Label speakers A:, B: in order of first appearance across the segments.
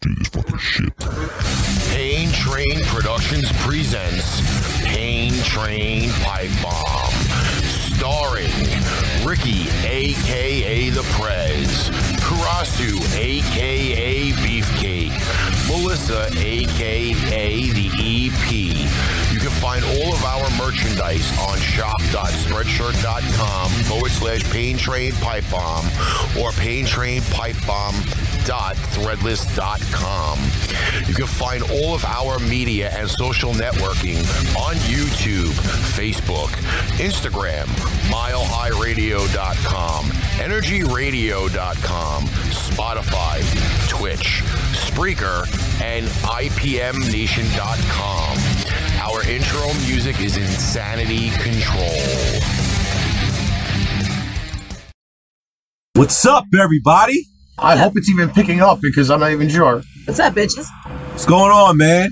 A: do this fucking shit.
B: Pain Train Productions presents Pain Train Pipe Bomb, starring Ricky, aka The Prez, Karasu, aka Beefcake, Melissa, aka The EP. You can find all of our merchandise on shop.spreadshirt.com forward slash Pain Train Pipe Bomb or Pain Train Pipe Bomb www.threadless.com. You can find all of our media and social networking on YouTube, Facebook, Instagram, milehighradio.com, energyradio.com, Spotify, Twitch, Spreaker, and IPMNation.com. Our intro music is Insanity Control.
C: What's up, everybody?
D: I hope it's even picking up because I'm not even sure.
E: What's up, bitches?
C: What's going on, man?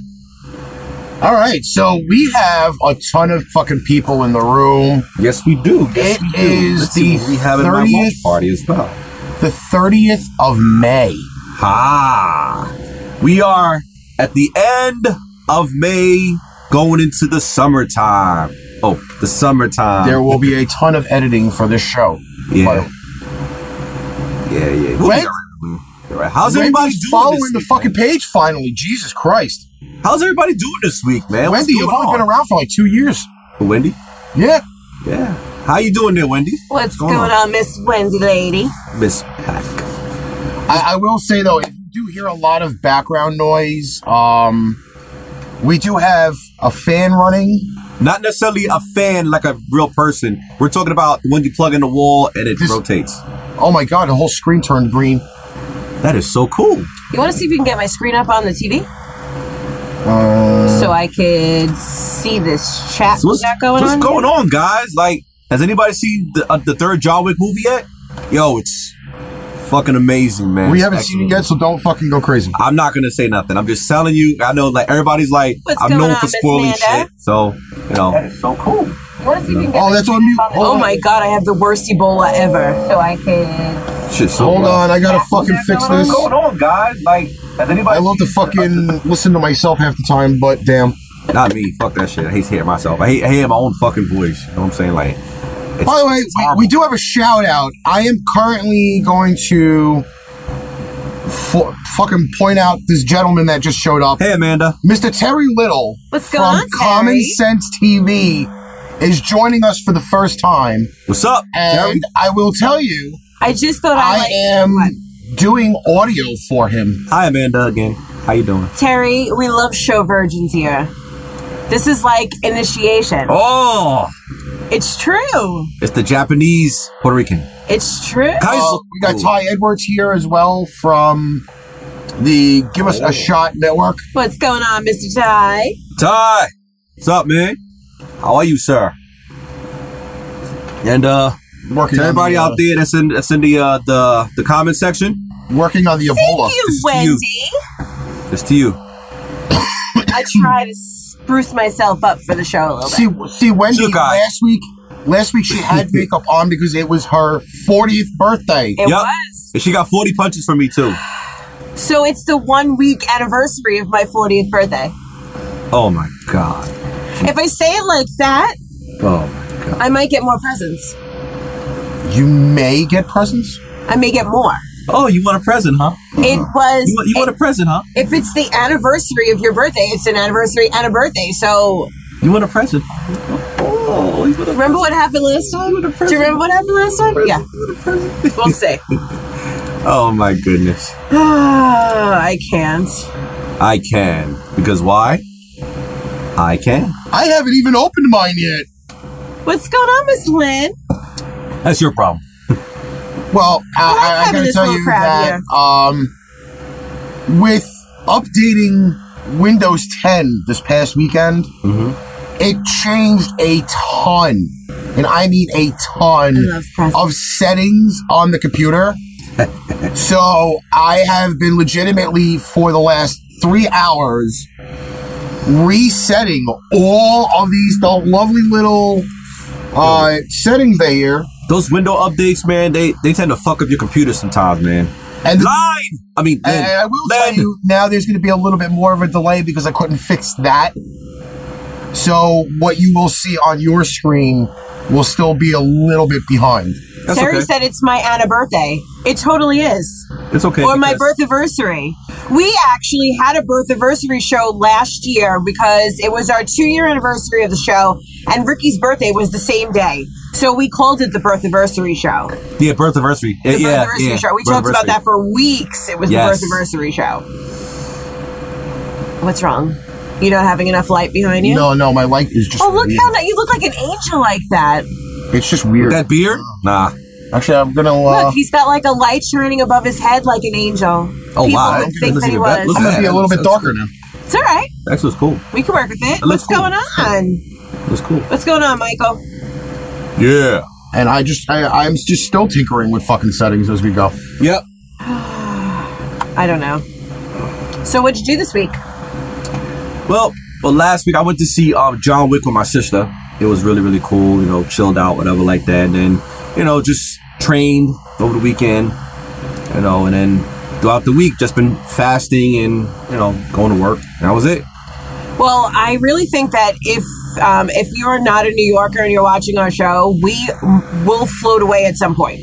D: All right, so we have a ton of fucking people in the room.
C: Yes, we do. Yes,
D: It
C: we do.
D: is
C: Let's see
D: the
C: what we have in my watch
D: 30th
C: party as well.
D: The 30th of May.
C: Ah, we are at the end of May, going into the summertime. Oh, the summertime.
D: There will be a ton of editing for this show.
C: yeah. yeah, yeah, We'll be
D: Right?
C: all We'll be all right. How's
D: Wendy's
C: everybody doing
D: following
C: this
D: the
C: week,
D: fucking
C: man?
D: page finally? Jesus Christ.
C: How's everybody doing this week, man? What's
D: Wendy, you've
C: going
D: only been
C: on?
D: around for like two years.
C: Wendy?
D: Yeah.
C: Yeah. How you doing there, Wendy?
E: What's going, on, Miss Wendy lady?
C: Miss Pack?
D: I, I will say though, if you do hear a lot of background noise, um, we do have a fan running.
C: Not necessarily a fan like a real person. We're talking about when you plug in the wall and it
D: This-
C: rotates.
D: Oh my god, the whole screen turned green.
C: That is so cool.
E: You want to see if you can get my screen up on the TV? so I could see this chat
C: So what's,
E: we got going
C: what's
E: on.
C: going on, guys? Like, has anybody seen the, uh, the third John Wick movie yet? Yo, it's fucking amazing, man.
D: We
C: It's
D: haven't seen it
C: excellent.
D: yet, so don't fucking go crazy.
C: I'm not gonna say nothing. I'm just telling you. I know, like everybody's like,
E: What's
C: I'm
E: going
C: known
E: on,
C: for
E: Miss
C: spoiling
E: Amanda?
C: shit. So, you know,
E: I wanna see if you can get
D: Oh,
E: my
D: that's
E: screen
D: on mute.
E: up the-
D: Hold
E: Oh
D: on.
E: my god, I have the worst Ebola ever. So I could.
C: shit. So
D: Hold on, I gotta
E: What's
D: fucking fix
E: going
D: this.
C: on, guys? Like, has anybody?
D: I love to fucking listen to myself half the time, but damn.
C: Not me. Fuck that shit. I hate hearing myself. I hate, I hate my own fucking voice. You know what I'm saying? Like, it's,
D: By the way,
C: it's
D: we,
C: horrible.
D: we do have a shout out. I am currently going to fo- fucking point out this gentleman that just showed up.
C: Hey, Amanda.
D: Mr. Terry Little
E: What's going
D: from
E: on,
D: Common
E: Terry?
D: Sense TV is joining us for the first time.
C: What's up?
D: And I will tell you,
E: I just thought I,
D: I
E: like,
D: am doing audio for him.
C: Hi, Amanda. Again. How you doing?
E: Terry, we love show virgins here. This is like initiation.
C: Oh,
E: It's true.
C: it's the Japanese Puerto Rican.
E: It's true.
C: Guys,
D: Uh, we got
C: Ooh.
D: Ty Edwards here as well from the Give
C: Oh.
D: Us a Shot Network.
E: What's going on, Mr. Ty?
C: Ty, what's up, man? How are you, sir? And uh,
D: Working
C: to everybody
D: on the,
C: out there that's in that's in the uh, the the comment section,
D: there uh, working on the Ebola.
E: Thank you,
C: It's to you.
E: Wendy.
C: it's to you.
E: I try to spruce myself up for the show a little bit.
D: See, see, Wendy
C: Shook eye.
D: last week. Last week she had makeup on because it was her 40th birthday.
E: It
C: Yup.
E: was.
C: And she got forty punches from me too.
E: So it's the one week anniversary of my 40th birthday.
C: Oh my god.
E: If I say it like that,
C: Oh my god.
E: I might get more presents.
D: You may get presents.
E: I may get more.
C: Oh, you want a present, huh?
E: It was.
C: You want, you want a present, huh?
E: if it's the anniversary of your birthday, it's an anniversary and a birthday. So
C: You want a present? Oh, you want a
E: remember what happened last time? Do you remember what happened last time? Yeah,
C: present?
E: we'll see.
C: Oh my goodness.
E: Ah, I can't.
C: I can because why? I can.
D: I haven't even opened mine yet.
E: What's going on, Miss Lynn?
C: That's your problem.
D: Well,
E: I like
D: I, I, I
E: having
D: gotta
E: this
D: tell
E: little
D: you
E: crowd
D: that um, with updating Windows 10 this past weekend, it changed a ton, and I mean a ton.
E: I love presents.
D: of settings on the computer. so I have been legitimately for the last three hours resetting all of these the lovely little uh, settings they here.
C: Those window updates, man, they they tend to fuck up your computer sometimes, man.
D: And the-
C: Line! I mean, Lynn.
D: And I will
C: Lynn.
D: tell you now there's going to be a little bit more of a delay because I couldn't fix that. So what you will see on your screen will still be a little bit behind.
C: That's
E: Terry
C: okay.
E: said it's my Anna birthday. It totally is.
C: It's okay.
E: or my
C: because-
E: birth anniversary. We actually had a birth anniversary show last year because it was our two year anniversary of the show, and Ricky's birthday was the same day. So we called it the birth anniversary show.
C: Yeah, birth anniversary.
E: The birth
C: Uh, yeah,
E: anniversary
C: yeah.
E: show. We talked about that for weeks. It was
C: Yes.
E: the birth anniversary show. What's wrong? You not having enough light behind you?
D: No, no, my light is just.
E: Oh, look
D: weird.
E: how that you look like an angel like that.
D: It's just weird.
C: That beard? Nah.
D: Actually, I'm gonna. Uh,
E: look, he's got like a light shining above his head like an angel.
C: Oh,
E: People
C: wow.
E: would
C: Okay,
E: think
C: that's
E: that he
C: even better.
E: was.
C: Look
D: I'm gonna be a little bit
C: That's-
D: darker now.
E: It's all right.
C: That was cool.
E: We can work with it.
C: It looks
E: What's
C: cool.
E: going on?
C: That was cool.
E: What's going on, Michael?
C: Yeah.
D: And I just, I, I'm just still tinkering with fucking settings as we go.
C: Yep.
E: I don't know. So what'd you do this week?
C: Well, well, last week I went to see um, John Wick with my sister. It was really, really cool. You know, chilled out, whatever, like that. And then, you know, just trained over the weekend. You know, and then throughout the week, just been fasting and you know going to work. And that was it.
E: Well, I really think that if um, if you're not a New Yorker and you're watching our show, we m- will float away at some point.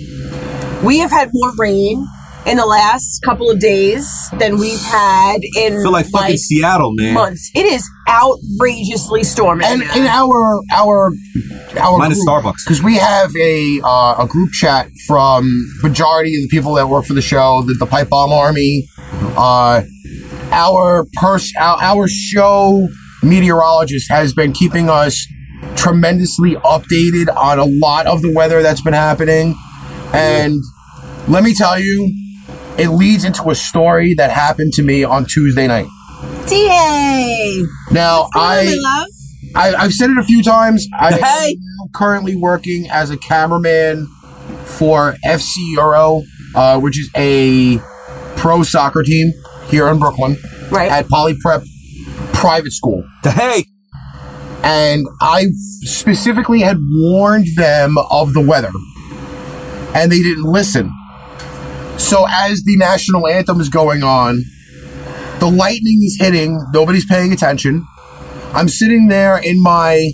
E: We have had more rain in the last couple of days than we've had in
C: feel like fucking Seattle, man.
E: months. It is outrageously stormy.
D: and in our our our
C: Mine is Starbucks.
D: because we have a uh, a group chat from majority of the people that work for the show, the, the Pipe Bomb Army, uh, our pers- our, our show meteorologist has been keeping us tremendously updated on a lot of the weather that's been happening, and let me tell you, it leads into a story that happened to me on Tuesday night.
E: DA,
D: Now I.
E: love.
D: I, I've said it a few times. I
C: Hey!
D: am currently working as a cameraman for FC Euro, uh, which is a pro soccer team here in Brooklyn
E: Right.
D: at Poly Prep Private School.
C: Hey,
D: And I specifically had warned them of the weather, and they didn't listen. So as the national anthem is going on, the lightning is hitting. Nobody's paying attention. I'm sitting there in my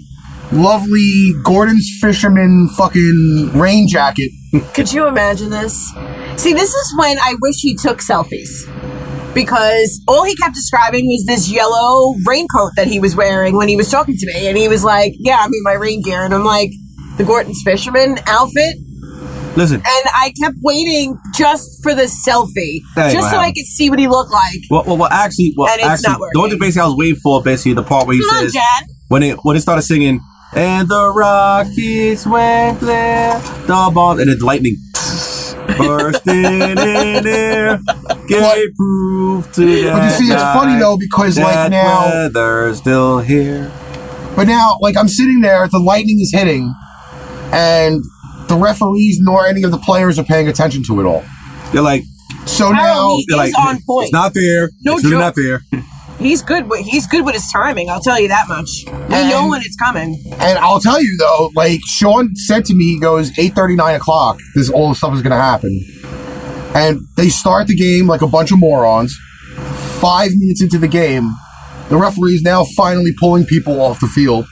D: lovely Gordon's fisherman fucking rain jacket.
E: Could you imagine this? See, this is when I wish he took selfies because all he kept describing was this yellow raincoat that he was wearing when he was talking to me. And he was like, Yeah, I'm in my rain gear. And I'm like, The Gorton's Fisherman outfit.
C: listen.
E: And I kept waiting just for the selfie,
C: That ain't gonna
E: just so I
C: happen.
E: could see what he looked like.
C: Well, well, well actually, well,
E: And it's
C: actually,
E: not
C: the only
E: working.
C: basically I was waiting for basically the part where he
E: Come on,
C: says
E: Jen.
C: when it when it started singing and the rockets went there, the bomb and then the lightning bursting in air gave proof to that
D: But you see, it's funny
C: night
D: though because
C: that
D: like now.
C: weather's still here.
D: But now, like, I'm sitting there, the lightning is hitting, and the referees nor any of the players are paying attention to it all.
C: You're like,
D: So
E: Harold,
D: now,
E: he-
C: you're
E: He's
C: like, "Mm,
E: on point.
C: It's not fair.
E: No
C: it's really not
E: joke.
C: fair.
E: He's good. With, he's good with his timing. I'll tell you that much. We know
D: And-
E: when it's coming.
D: and I'll tell you though, like, Sean said to me, he goes, 8.30, 9 o'clock, this all this stuff is going to happen. And they start the game like a bunch of morons. Five minutes into the game, the referee is now finally pulling people off the field.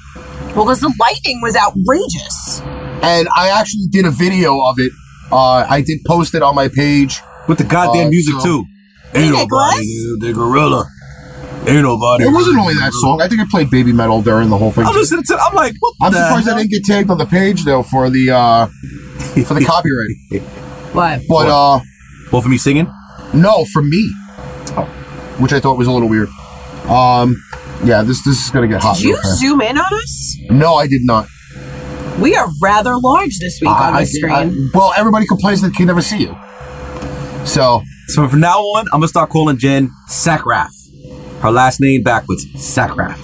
E: Well, because the lightning was outrageous.
D: And I actually did a video of it. Uh, I did post it on my page.
C: With the goddamn
D: Uh,
C: music
D: so-
C: too.
E: Hey,
C: Ain't
E: Nicholas.
C: nobody knew the gorilla. Ain't nobody.
D: It wasn't only
C: knew
D: that
C: the
D: song. I think I played Baby Metal during the whole thing.
C: I'm listening to. I'm like, what
D: I'm
C: the
D: surprised
C: hell?
D: I didn't get tagged on the page though for the uh for the copyright.
E: What?
D: But uh
C: Both of me singing.
D: no, for me. Oh, Which I thought was a little weird. Um yeah, this this is gonna get hot.
E: Did you
D: real fast.
E: zoom in on us?
D: No, I did not.
E: We are rather large this week on
D: I,
E: the
D: I-
E: screen.
D: I- well, everybody complains that they can never see you. So
C: So from now on, I'm gonna start calling Jen Sackraff. Her last name backwards, Sackraff.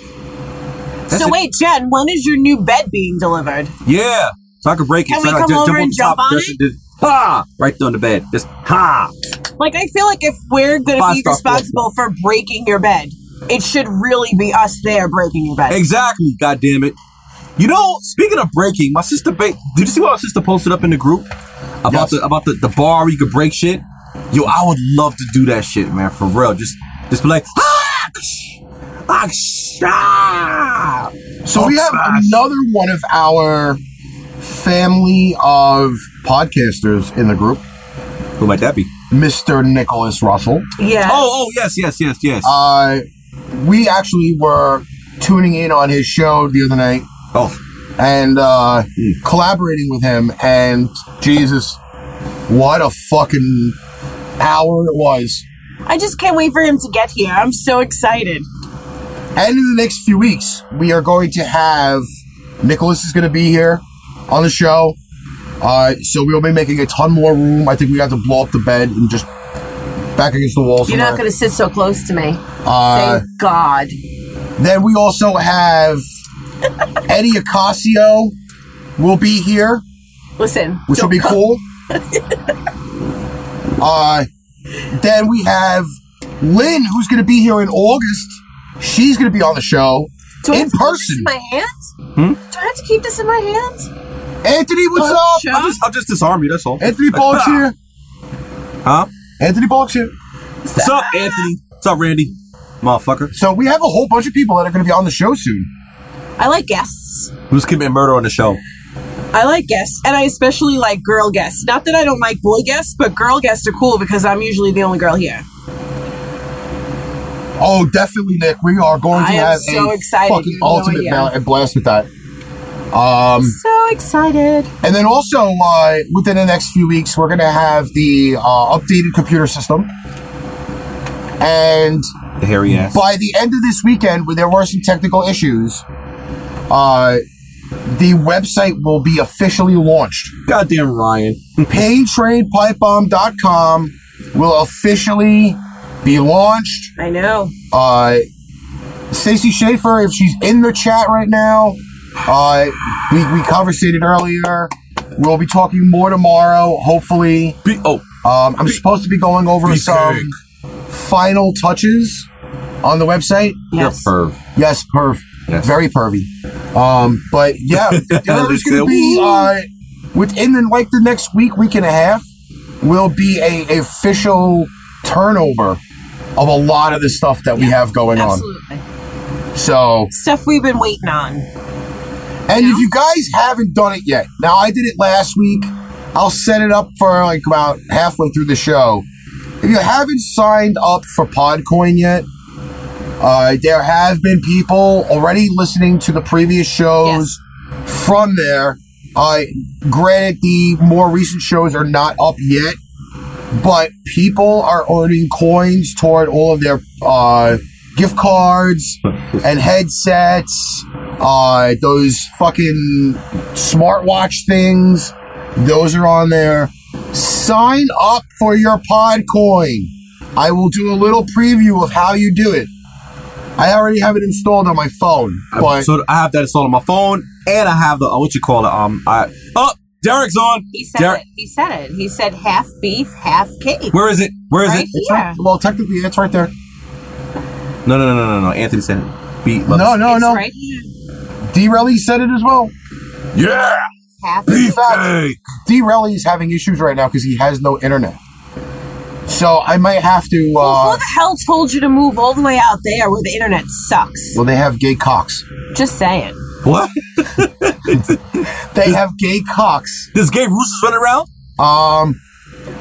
E: so
C: it.
E: wait, Jen, when is your new bed being delivered?
C: Yeah. So I could break it.
E: Can
C: so
E: we
C: I
E: come
C: just
E: over and jump on
C: just-
E: it?
C: Just, ha! Right there on the bed. Just ha!
E: Like, I feel like if we're going to
C: Five
E: be
C: star
E: responsible for breaking your bed, it should really be us there breaking your bed.
C: Exactly. God damn it. You know, speaking of breaking, my sister. Ba- Did you see what my sister posted up in the group about
D: Yes.
C: the about the, the bar where you could break shit? Yo, I would love to do that shit, man, for real. Just just be like, ah, ksh, ah, ksh, ah.
D: So we have
C: Smash.
D: another one of our family of podcasters in the group,
C: Who might that be?
D: Mr. Nicholas Russell.
E: Yeah.
C: Oh, oh, yes, yes, yes, yes.
D: Uh, we actually were tuning in on his show the other night
C: oh,
D: and uh, collaborating with him, and Jesus, what a fucking hour it was!
E: I just can't wait for him to get here. I'm so excited.
D: And in the next few weeks, we are going to have Nicholas is going to be here on the show. Uh, so we'll be making a ton more room. I think we have to blow up the bed and just back against the wall.
E: You're
D: somewhere.
E: not going to sit so close to me.
D: Uh,
E: Thank God.
D: Then we also have Eddie Acasio will be here,
E: Listen.
D: which will be cool. Uh, then we have Lynn, who's going to be here in August. She's going to be on the show
E: Do I
D: in
E: have to keep this
D: person.
E: in my hand? Do I have to keep this in my hand?
D: Anthony, what's
E: Oh,
D: up?
E: shit.
C: I'll just I'll just disarm you. That's all.
D: Anthony
C: Like,
D: Bullock's
C: "Ah."
D: here.
C: Huh?
D: Anthony Bullock's here.
C: What's up, Anthony? What's up, Randy? Motherfucker.
D: So we have a whole bunch of people that are going to be on the show soon.
E: I like guests.
C: Who's committing murder on the show?
E: I like guests, and I especially like girl guests. Not that I don't like boy guests, but girl guests are cool because I'm usually the only girl here.
D: Oh, definitely, Nick. We are going to
E: I am
D: have
E: so
D: a
E: excited.
D: fucking
E: You have no
D: ultimate
E: idea.
D: bla- blast with that. Um,
E: So excited.
D: And then also, uh, within the next few weeks, we're going to have the uh, updated computer system. And
C: The hairy ass.
D: by the end of this weekend, where there were some technical issues, uh, the website will be officially launched.
C: Goddamn Ryan.
D: PainTradePipeBomb.com will officially be launched.
E: I know.
D: Uh, Stacey Schaefer, if she's in the chat right now, uh, we, we conversated earlier. We'll be talking more tomorrow, hopefully.
C: Be- oh,
D: Um, I'm supposed to be going over
B: Be
D: some final touches on the website.
E: Yes.
C: you're a perv.
D: Yes, perv.
C: Yes.
D: Very pervy. Um, but yeah, there's going to be uh, within the, like the next week, week and a half, will be a official turnover of a lot of the stuff that we have going
E: Absolutely.
D: on. So,
E: Stuff we've been waiting on.
D: and if you guys haven't done it yet, now I did it last week. I'll set it up for like about halfway through the show. If you haven't signed up for Podcoin yet, uh, there have been people already listening to the previous shows from there. I granted the more recent shows are not up yet, but people are earning coins toward all of their uh, gift cards and headsets, uh, those fucking smartwatch things. Those are on there. Sign up for your Podcoin. I will do a little preview of how you do it. I already have it installed on my phone,
E: Uh,
D: but
C: so I have that installed on my phone, and I have the uh, what you call it. Um, I oh, Derek's on.
E: He said
C: Derek,
E: it. He said it. He said half beef, half cake.
C: where is it? Where is
E: Right
C: it?
D: It's
E: here.
D: not- well, technically, it's right there.
C: No, no, no, no, no, no. Anthony said it. Beat. love
D: No,
C: us.
D: no,
E: It's
D: no.
E: right here.
D: D Relly said it as well.
B: Yeah,
E: Half
D: In
E: beef.
D: fact, D Relly is having issues right now because he has no internet. So I might have to.
E: Well, who
D: Uh,
E: the hell told you to move all the way out there where the internet sucks?
D: well, they have gay cocks.
E: Just saying.
C: What?
D: They have gay cocks.
C: This gay roosters running around?
D: Um,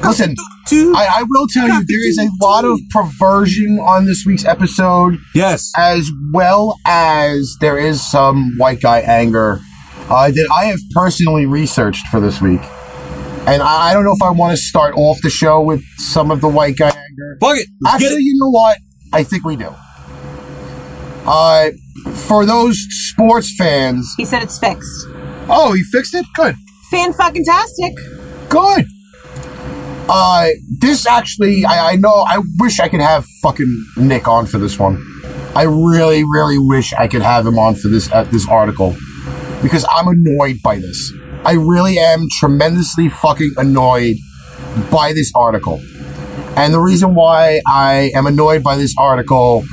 D: listen,
C: Dude.
D: I, I will tell you there is a lot of perversion on this week's episode,
C: yes.
D: as well as there is some white guy anger uh, that I have personally researched for this week. And I, I don't know if I want to start off the show with some of the white guy anger.
C: Fuck it. Let's get
D: Actually,
C: it.
D: you know what? I think we do. Uh, for those sports fans,
E: He said it's fixed.
D: oh, he fixed it. Good,
E: Fan fucking tastic.
D: good. Uh, this actually, I, I know. I wish I could have fucking Nick on for this one. I really, really wish I could have him on for this uh, this article because I'm annoyed by this. I really am tremendously fucking annoyed by this article. And the reason why I am annoyed by this article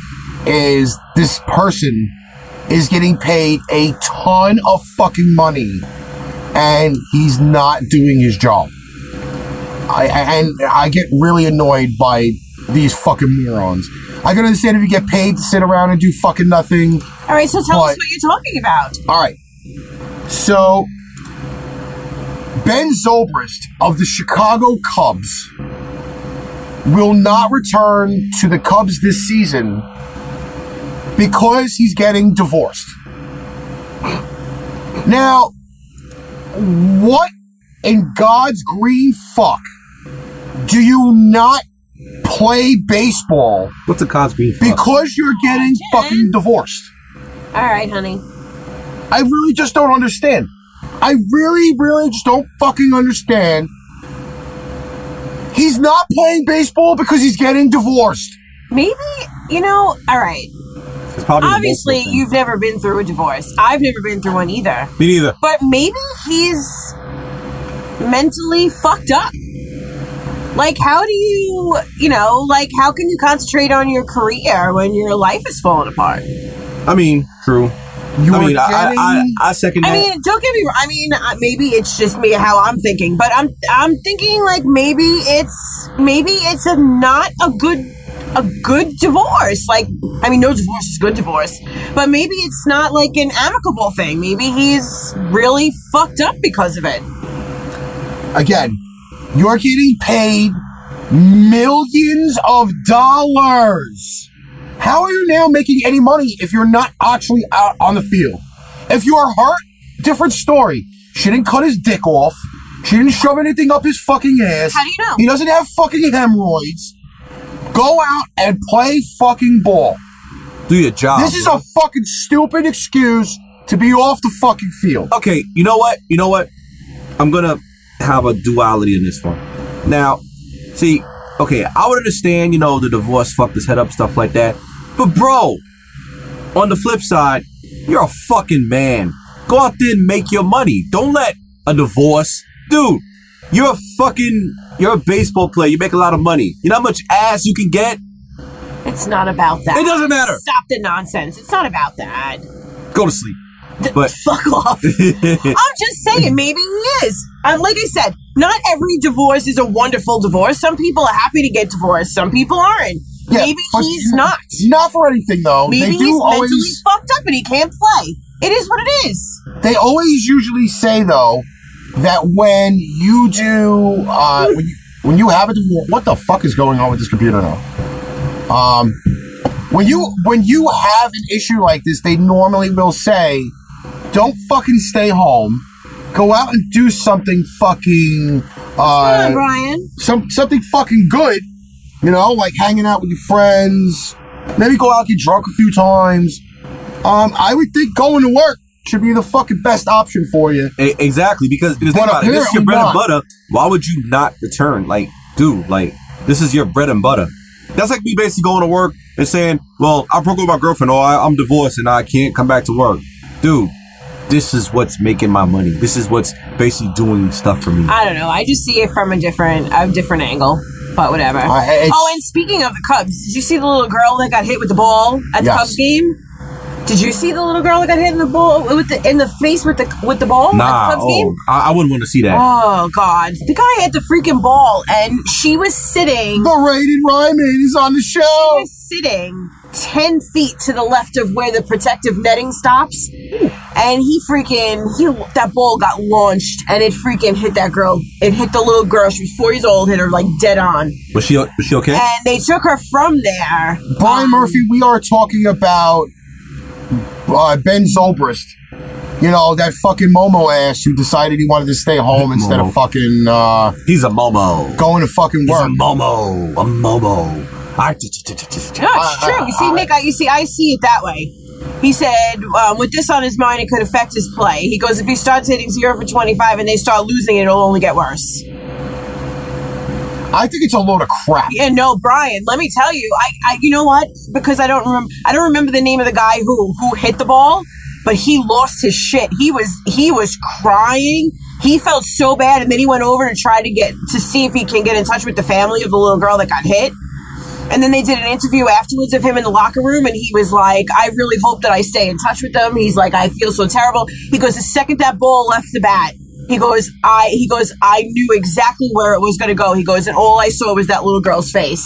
D: is this person is getting paid a ton of fucking money and he's not doing his job. I, I- and I get really annoyed by these fucking morons. I can understand if you get paid to sit around and do fucking nothing.
E: All right, so tell
D: But-
E: us what you're talking about.
D: All right. So, Ben Zobrist of the Chicago Cubs will not return to the Cubs this season because he's getting divorced. Now, what in God's green fuck do you not play baseball
C: What's a Cosby? Green? fuck?
D: because you're getting fucking divorced?
E: All right, honey.
D: I really just don't understand. I really, really just don't fucking understand. He's not playing baseball because he's getting divorced.
E: Maybe you know. All right.
C: It's probably the
E: Obviously,
C: Wolfman thing.
E: you've never been through a divorce. I've never been through one either.
C: Me neither.
E: But maybe he's mentally fucked up. Like, how do you, you know, like, how can you concentrate on your career when your life is falling apart?
C: I mean, true.
D: You're
C: I mean, I,
D: getting.
C: I, I, I second
E: I
C: that.
E: mean, don't get me wrong. I mean, uh, maybe it's just me how I'm thinking, but I'm I'm thinking like maybe it's maybe it's a not a good a good divorce. Like, I mean, no divorce is good divorce, but maybe it's not like an amicable thing. Maybe he's really fucked up because of it.
D: again, you're getting paid millions of dollars. How are you now making any money if you're not actually out on the field? If you are hurt, different story. She didn't cut his dick off. She didn't shove anything up his fucking ass.
E: How do you know?
D: He doesn't have fucking hemorrhoids. Go out and play fucking ball.
C: do your job.
D: This is a fucking stupid excuse to be off the fucking field.
C: okay, you know what? You know what? I'm gonna have a duality in this one. Now, see, okay, I would understand, you know, the divorce fucked his head up, stuff like that. But bro, on the flip side, you're a fucking man. Go out there and make your money. Don't let a divorce, dude. You're a fucking, you're a baseball player. You make a lot of money. You know how much ass you can get.
E: It's not about that.
C: It doesn't matter.
E: Stop the nonsense. It's not about that.
C: Go to sleep. But
E: Fuck off. I'm just saying, maybe he is. Um, like I said, not every divorce is a wonderful divorce. Some people are happy to get divorced, some people aren't.
D: Yeah,
E: maybe
D: but-
E: he's not.
D: Not for anything though.
E: Maybe
D: they do
E: he's
D: always
E: mentally fucked up and he can't play. It is what it is.
D: They always usually say though that when you do uh, when you when you have a divorce, what the fuck is going on with this computer now? Um, when you when you have an issue like this, they normally will say, "Don't fucking stay home. Go out and do something fucking
E: Come on,
D: uh,
E: Brian.
D: some something fucking good. You know, like hanging out with your friends. Maybe go out get drunk a few times. Um, I would think going to work should be the fucking best option for you.
C: E- Exactly, because, because think
D: But
C: about it. This is your
D: apparently
C: bread and
D: not.
C: butter. Why would you not return? Like, dude, like this is your bread and butter. That's like me basically going to work and saying, "Well, I broke up with my girlfriend, or I, I'm divorced, and I can't come back to work." Dude, this is what's making my money. This is what's basically doing stuff for me.
E: I don't know. I just see it from a different a different angle. But whatever.
D: I- Uh, it's-
E: oh, and speaking of the Cubs, did you see the little girl that got hit with the ball at the
D: Yes.
E: Cubs game? Did you see the little girl that got hit in the ball with the in the face with the with the ball at
C: nah,
E: the Cubs game?
C: oh, I, I wouldn't want to see that.
E: Oh God! The guy had the freaking ball, and she was sitting.
D: The rated Ryman is on the
E: She
D: show.
E: was sitting ten feet to the left of where the protective netting stops, and he freaking he that ball got launched, and it freaking hit that girl. It hit the little girl. She was four years old. Hit her like dead on,
C: Was she was she okay?
E: and they took her from there.
D: Brian
E: Um,
D: Murphy, we are talking about uh, Ben Zobrist. You know, that fucking Momo ass who decided he wanted to stay home instead
C: Momo.
D: of fucking uh,
C: He's a momo.
D: going to fucking
C: He's a
D: work.
C: momo. A momo. I, t- t- t- t- t- t-
E: No, it's true. You
D: Uh,
E: see, Nick, I, you see, I see it that way. He said, um, with this on his mind, it could affect his play. He goes, if he starts hitting zero for 25 and they start losing, it'll only get worse.
D: I think it's a load of crap.
E: Yeah, no, Brian. Let me tell you, I, I you know what? Because I don't remember. I don't remember the name of the guy who who hit the ball, but he lost his shit. He was he was crying. He felt so bad, and then he went over to try to get to see if he can get in touch with the family of the little girl that got hit. And then they did an interview afterwards of him in the locker room, and he was like, "I really hope that I stay in touch with them." He's like, "I feel so terrible." He goes, "The second that ball left the bat, He goes, I he goes, I knew exactly where it was gonna go. He goes, and all I saw was that little girl's face.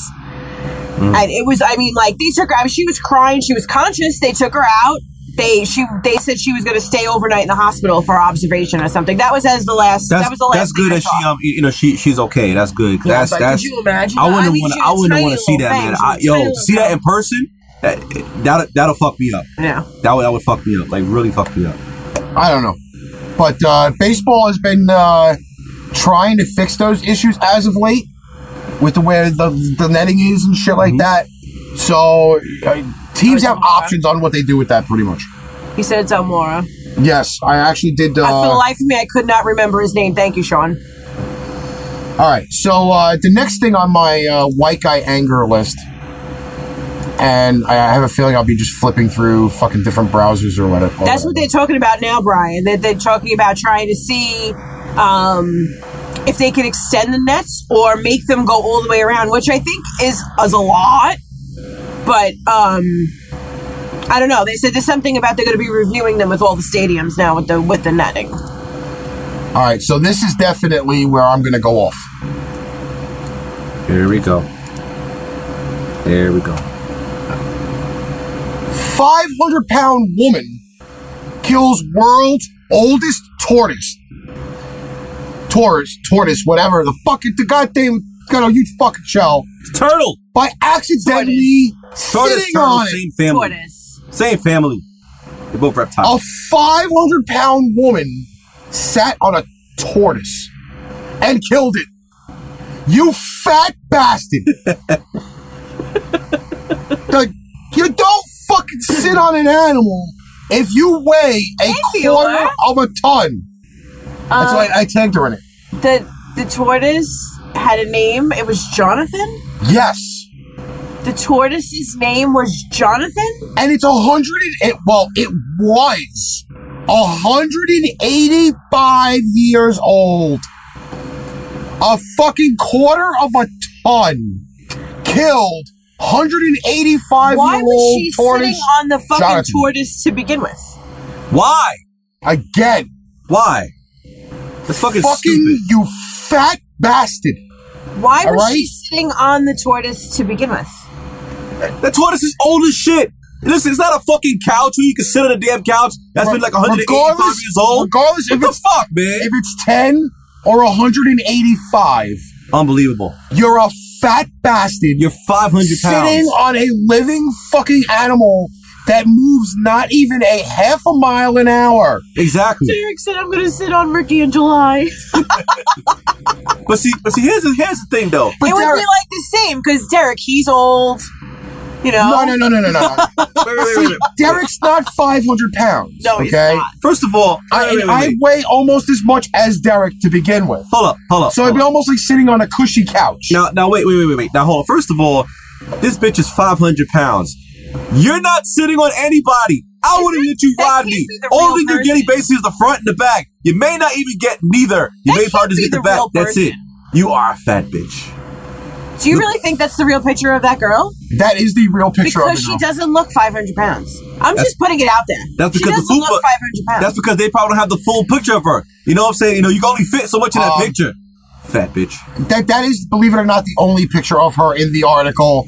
C: Mm.
E: And it was, I mean, like they took her. I mean, she was crying. She was conscious. They took her out. They she they said she was going to stay overnight in the hospital for observation or something. That was as the last.
C: That's,
E: that was the last.
C: that's
E: thing
C: good
E: I
C: that she
E: saw.
C: um you know she she's okay. That's good.
E: Yeah,
C: that's
E: but could
C: that's.
E: you imagine?
C: I wouldn't
E: I mean,
C: want
E: she
C: I
E: was
C: wouldn't
E: tiny
C: want to see
E: little
C: that
E: thing.
C: man. I,
E: She was tiny
C: yo,
E: little
C: see that
E: thing.
C: in person. That that that'll fuck me up.
E: Yeah.
C: That would that would fuck me up. Like really fuck me up.
D: I don't know. But uh, baseball has been uh, trying to fix those issues as of late with the way the, the netting is and shit like that. So uh, teams have options on what they do with that pretty much.
E: He said it's Elmora.
D: Yes, I actually did. Uh,
E: I for the life of me, I could not remember his name. Thank you, Sean.
D: All right. So uh, the next thing on my uh, white guy anger list, and I I have a feeling I'll be just flipping through fucking different browsers or whatever.
E: That's what they're talking about now, Brian. That they're, talking about trying to see um, if they can extend the nets or make them go all the way around, which I think is is a lot. But um, I don't know. They said there's something about they're going to be reviewing them with all the stadiums now with the with the netting.
D: All right. So this is definitely where I'm going to go off.
C: Here we go. Here we go.
D: 500 pound woman kills world's oldest tortoise. Tortoise, tortoise, whatever. The fucking, the goddamn, got a huge fucking shell.
C: Turtle.
D: By accidentally
C: Tortoise.
D: sitting
C: Turtle.
D: on it.
C: Same family.
E: Tortoise.
C: Same family. They're both reptiles.
D: A 500 pound woman sat on a tortoise and killed it. You fat bastard. Like, you don't fucking sit on an animal if you weigh a
E: you Uh,
D: quarter
E: are.
D: of a ton. That's why I tagged her in it.
E: Um, The the tortoise had a name. It was Jonathan.
D: Yes.
E: The tortoise's name was Jonathan.
D: And it's a 100 and, it, well, it was 185 years old. A fucking quarter of a ton killed 185
E: Why
D: year
E: was
D: old
E: she
D: tortoise.
E: sitting on the fucking
D: Jonathan.
E: tortoise to begin with? Oh.
C: Why?
D: Again,
C: Why? That's fucking,
D: fucking
C: stupid.
D: you fat bastard.
E: Why
D: All
E: was she
D: right.
E: sitting on the tortoise to begin with?
C: That tortoise is old as shit. Listen, it's not a fucking couch where you can sit on a damn couch that's been like 185
D: Regardless-
C: years old.
D: regardless
C: what
D: if
C: the
D: it's-
C: fuck, man?
D: If it's 10 or 185,
C: Unbelievable.
D: you're a fat bastard.
C: You're 500
D: sitting
C: pounds.
D: on a living fucking animal that moves not even a half a mile an hour.
C: exactly.
E: Derek said, I'm going to sit on Ricky in July.
C: But see, but see, here's the, here's the thing though.
D: But
E: it would be
D: Derek-
E: like the same because Derek, he's old. You know?
D: no, no, no, no, no, no. no.
C: Wait, wait, wait, wait, wait.
D: Derek's not 500 pounds.
E: No,
D: okay?
E: he's not.
C: First of all,
D: I,
C: wait, wait, wait,
D: I
C: wait.
D: weigh almost as much as Derek to begin with.
C: hold up, hold up.
D: So
C: hold
D: it'd be
C: up.
D: almost like sitting on a cushy couch.
C: Now, now, wait, wait, wait, wait, wait. Now, hold on. First of all, this bitch is 500 pounds. You're not sitting on anybody. I wouldn't let you
E: that
C: ride
E: can't
C: me.
E: be the
C: All
E: real
C: that you're getting
E: person.
C: basically is the front and the back. You may not even get neither. You
E: That
C: may
E: can't
C: probably
E: be
C: just get the
E: the
C: back.
E: real
C: That's it.
E: person.
C: You are a fat bitch.
E: Do you really think that's the real picture of that girl?
D: That is the real picture
E: Because
D: of
E: she
D: it. though.
E: doesn't look 500 pounds. I'm just putting it out there.
C: That's
E: she
C: because the
E: doesn't
C: food.
E: look 500 pounds.
C: That's because they probably don't have the full picture of her. You know what I'm saying? You know, you can only fit so much in that
D: Um,
C: picture. Fat bitch.
D: That that is, believe it or not, the only picture of her in the article.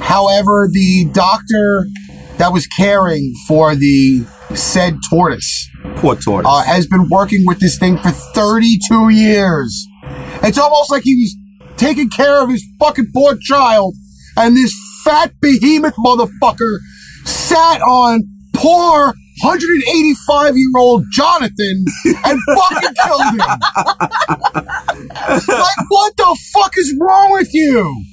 D: However, the doctor that was caring for the said tortoise
C: Poor tortoise.
D: uh, has been working with this thing for 32 years. It's almost like he was taking care of his fucking poor child, and this fat behemoth motherfucker sat on poor 185 year old Jonathan and fucking killed him. like, what the fuck is wrong with you?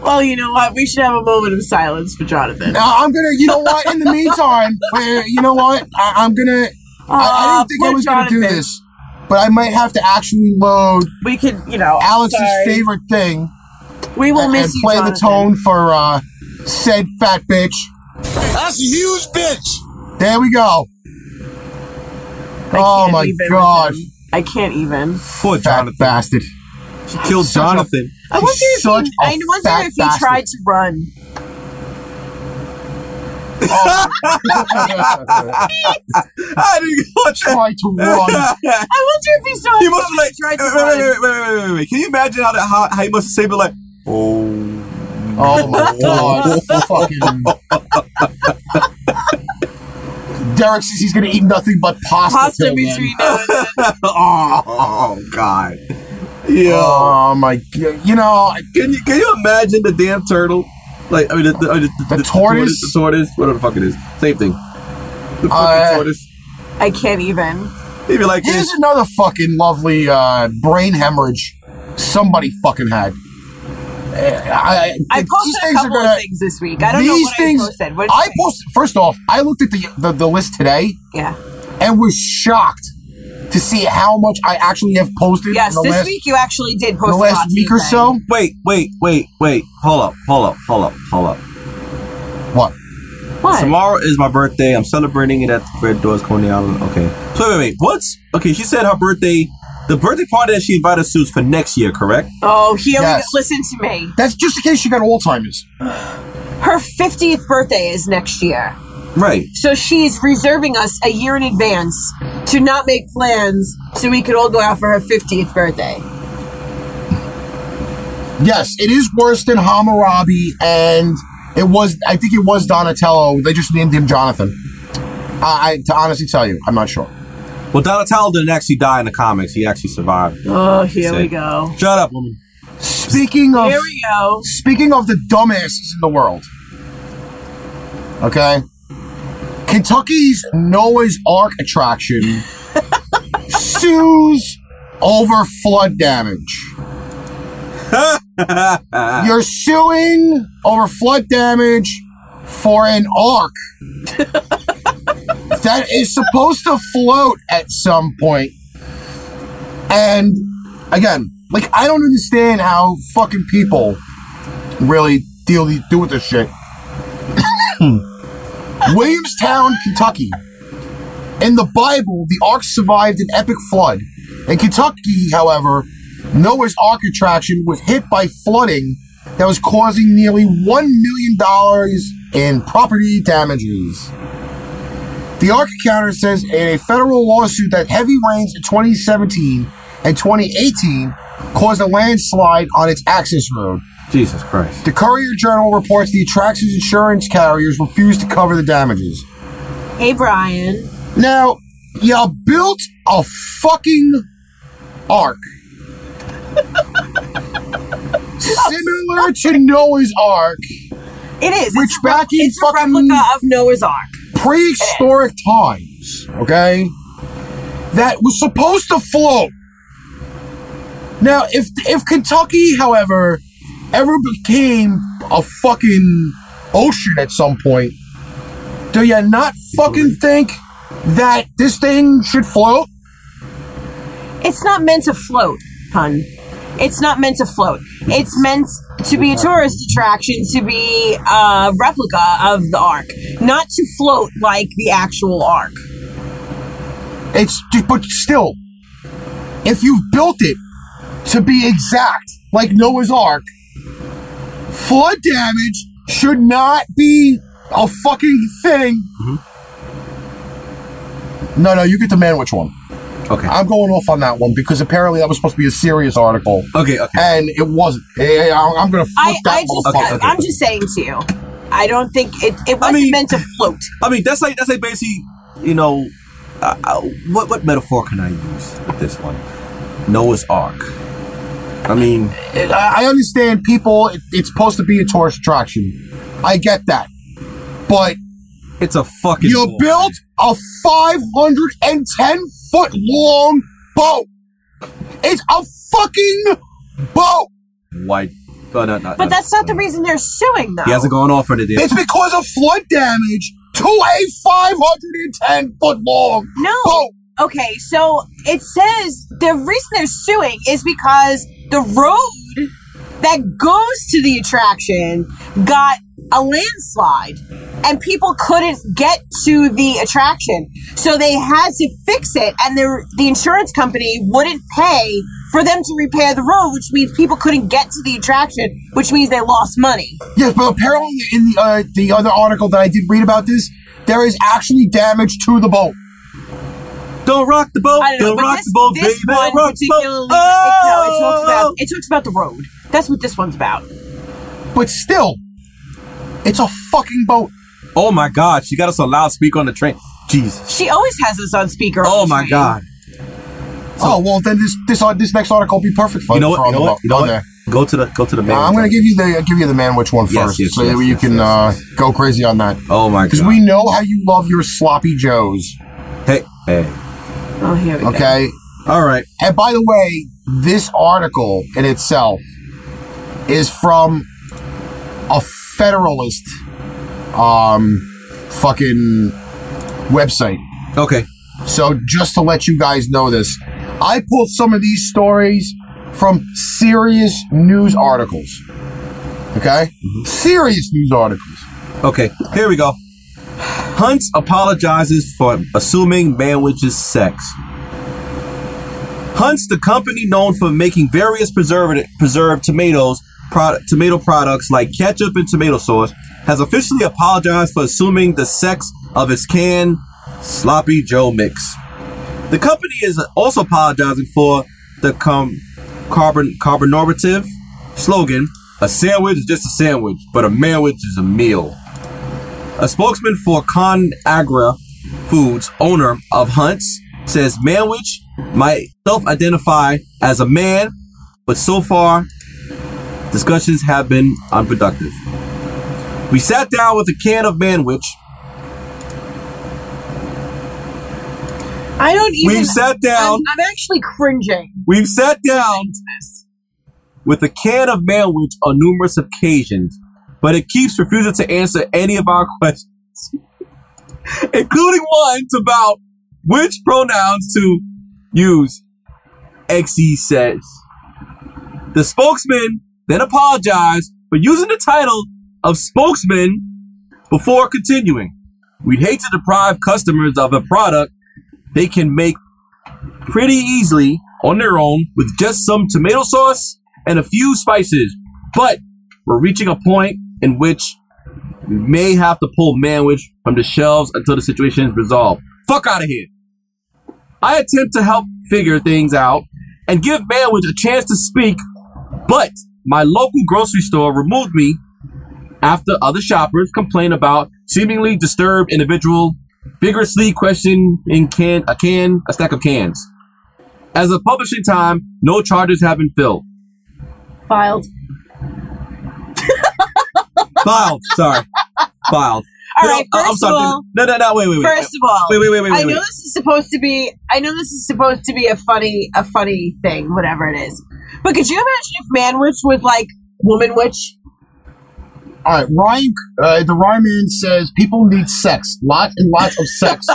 E: well, you know what? We should have a moment of silence for Jonathan.
D: Now, I'm gonna, you know what? In the meantime, where you know what? I, I'm gonna. I, I
E: Aw,
D: didn't think I
E: poor
D: was gonna do
E: Jonathan.
D: this, but I might have to actually load
E: We could, you know. I'm
D: Alex's
E: sorry.
D: favorite thing
E: We will
D: and,
E: miss
D: and
E: you,
D: play the
E: Jonathan.
D: tone for uh, said fat bitch.
A: That's a huge bitch.
D: There we go.
E: I
D: oh
E: can't
D: my
E: even with
D: god,
E: him. I can't even.
C: Poor
D: fat
C: Jonathan.
D: bastard!
C: She killed
D: Such a-
C: Jonathan.
E: I wonder if
D: such
E: he,
D: a
E: I wonder
D: fat
E: if he
D: bastard.
E: tried to run.
C: I didn't watch that.
D: Try to run.
E: I wonder if he saw.
C: He must have like wait,
E: tried to
C: wait,
E: run.
C: wait, wait, wait, wait, wait, wait. Can you imagine how that how, how he must have saved it like oh
D: Oh my god. Fucking. Derek says he's gonna eat nothing but pasta.
E: pasta
D: till then.
E: between now and then.
C: oh, oh, god. Yeah.
D: Oh my god. You know, I-
C: Can you can you imagine the damn turtle? Like I mean the, the, the,
D: The
C: the tortoise, whatever the fuck it is. Same thing. The fucking
D: Uh,
C: tortoise.
E: I can't even.
C: He'd be like
D: here's
C: this.
D: another fucking lovely uh, brain hemorrhage somebody fucking had. Uh, I,
E: I
D: these
E: posted a
D: things are
E: couple
D: gonna-
E: of things this week. I don't know what I posted. What
D: I posted. First off, I looked at the, the the list today
E: Yeah.
D: and was shocked to see how much I actually have posted
E: Yes,
D: in the
E: this
D: last,
E: week you actually did post
D: in the
E: a lot
D: last
E: to
D: week
E: me,
D: or
E: Ben.
D: so.
C: Wait, wait, wait, wait. Hold up, hold up, hold up, hold up.
D: What?
E: What?
C: Tomorrow is my birthday. I'm celebrating it at the Red Doors Coney Island. Okay. So wait, wait, wait. What's okay? She said her birthday, the birthday party that she invited us to is for next year, correct?
E: Oh, he only
D: Yes.
E: listen to me.
D: That's just in case you got Alzheimer's.
E: Her fiftieth birthday is next year.
C: Right.
E: So she's reserving us a year in advance to not make plans so we could all go out for her 50th birthday.
D: Yes, it is worse than Hammurabi, and it was. I think it was Donatello. They just named him Jonathan. I, I to honestly tell you, I'm not sure.
C: Well, Donatello didn't actually die in the comics. He actually survived.
E: Oh, here
C: Sick.
E: we go.
C: Shut up, woman.
D: Speaking of
E: Here we go.
D: Speaking of the dumbasses in the world, okay, Kentucky's Noah's Ark attraction sues over flood damage. You're suing over flood damage for an ark that is supposed to float at some point. And again, like I don't understand how fucking people really deal do with this shit. Williamstown, Kentucky. In the Bible, the ark survived an epic flood. In Kentucky, however, Noah's Ark attraction was hit by flooding that was causing nearly $1 million in property damages. The Ark Encounter says in a federal lawsuit that heavy rains in 2017 and 2018 caused a landslide on its access road.
C: Jesus Christ.
D: The Courier Journal reports the attraction's insurance carriers refused to cover the damages.
E: Hey, Brian.
D: Now, y'all built a fucking ark. Similar to Noah's Ark,
E: It is.
D: Which
E: it's a, rep-
D: back in
E: it's a
D: fucking-
E: replica of Noah's Ark.
D: prehistoric times, okay? That was supposed to float. Now, if if Kentucky, however, ever became a fucking ocean at some point, do you not fucking think that this thing should float?
E: It's not meant to float, pun. It's not meant to float. It's meant to be a tourist attraction, to be a replica of the Ark, not to float like the actual Ark.
D: It's but still, if you've built it to be exact, like Noah's Ark, flood damage should not be a fucking thing. No, no, you get to man which one.
C: Okay.
D: I'm going off on that one because apparently that was supposed to be a serious article,
C: Okay. Okay.
D: and it wasn't. Eh, I- I'm gonna flip
E: I,
D: that
E: I just,
D: motherfucker.
E: I,
C: okay.
E: am just saying to you, I don't think it, it wasn't
C: mean-
E: meant to float.
C: I mean, that's like that's like basically, you know, uh, uh, what what metaphor can I use with this one? Noah's Ark. I mean,
D: I I understand people. it- It's supposed to be a tourist attraction. I get that, but
C: it's a fucking.
D: You
C: boat.
D: built a 510 foot long boat. It's a fucking boat.
C: White. Oh, no, no,
E: But
C: no.
E: that's not the reason they're suing, though.
C: He hasn't gone off on it. yet.
D: It's because of flood damage to a 510 foot long
E: No.
D: boat.
E: Okay, so it says the reason they're suing is because the road that goes to the attraction got a landslide and people couldn't get to the attraction. So they had to fix it and their the insurance company wouldn't pay for them to repair the road, which means people couldn't get to the attraction, which means they lost money.
D: Yes, but apparently in the uh, the other article that I did read about this, there is actually damage to the boat.
C: Don't rock the boat.
E: I don't know, but
C: rock
E: this,
C: the boat,
E: this
C: baby.
E: one
C: Don't rock the boat. Oh!
E: particularly, it, no, it talks about it talks about the road. That's what this one's about.
D: But still, it's a fucking boat.
C: Oh my God, she got us a loudspeaker on the train. Jesus.
E: She always has us on speaker. on
C: Oh
E: the
C: my
E: train.
C: God.
D: oh well, then this this uh, this next article will be perfect for
C: You know
D: for
C: what? You
D: on
C: know what?
D: the boat.
C: You know
D: Oh,
C: what?
D: there.
C: Go to the go to the man.
D: Uh, I'm gonna give you the give you the man which one first,
C: Yes, yes,
D: so
C: yes,
D: that you
C: yes,
D: can
C: yes,
D: uh, go crazy on that.
C: Oh my
D: Because
C: God.
D: we know how you love your sloppy joes.
C: Hey, hey.
E: Oh, here we go.
D: Okay,
C: All right.
D: And by the way, this article in itself is from a Federalist um, fucking website.
C: Okay.
D: So just to let you guys know this, I pulled some of these stories from serious news articles. Okay?
C: Mm-hmm.
D: Serious news articles.
C: Okay. Here we go. Hunt apologizes for assuming man witches sex. Hunt's, the company known for making various preservative preserved tomatoes product, tomato products like ketchup and tomato sauce, has officially apologized for assuming the sex of its canned sloppy Joe mix. The company is also apologizing for the com- carbon carbonorative slogan: "A sandwich is just a sandwich, but a manwich is a meal." A spokesman for ConAgra Foods, owner of Hunt's, says Manwich might self-identify as a man, but so far discussions have been unproductive. We sat down with a can of Manwich.
E: I don't even.
C: We've sat down.
E: I'm, I'm actually cringing.
C: We've sat down
E: listening to this.
C: with a can of Manwich on numerous occasions, but it keeps refusing to answer any of our questions, including ones about which pronouns to use. XE says. The spokesman then apologized for using the title of spokesman before continuing. We'd hate to deprive customers of a product they can make pretty easily on their own with just some tomato sauce and a few spices. But we're reaching a point in which we may have to pull manwich from the shelves until the situation is resolved. Fuck out of here. I attempt to help figure things out and give manwich a chance to speak, but my local grocery store removed me after other shoppers complained about seemingly disturbed individual vigorously questioning can a can a stack of cans. As of publishing time, no charges have been filled.
E: Filed.
C: Filed. Sorry. Filed.
E: All right,
C: No, I- I'm
E: first
C: sorry.
E: of all-
C: no, no, no. Wait, wait, wait.
E: First of all,
C: Wait, wait, wait, wait,
E: I
C: wait.
E: know this is supposed to be. I know this is supposed to be a funny, a funny thing, whatever it is. But could you imagine if man witch was like woman witch?
D: All right, Ryan, uh, the Ryan man says people need sex, lots and lots of sex,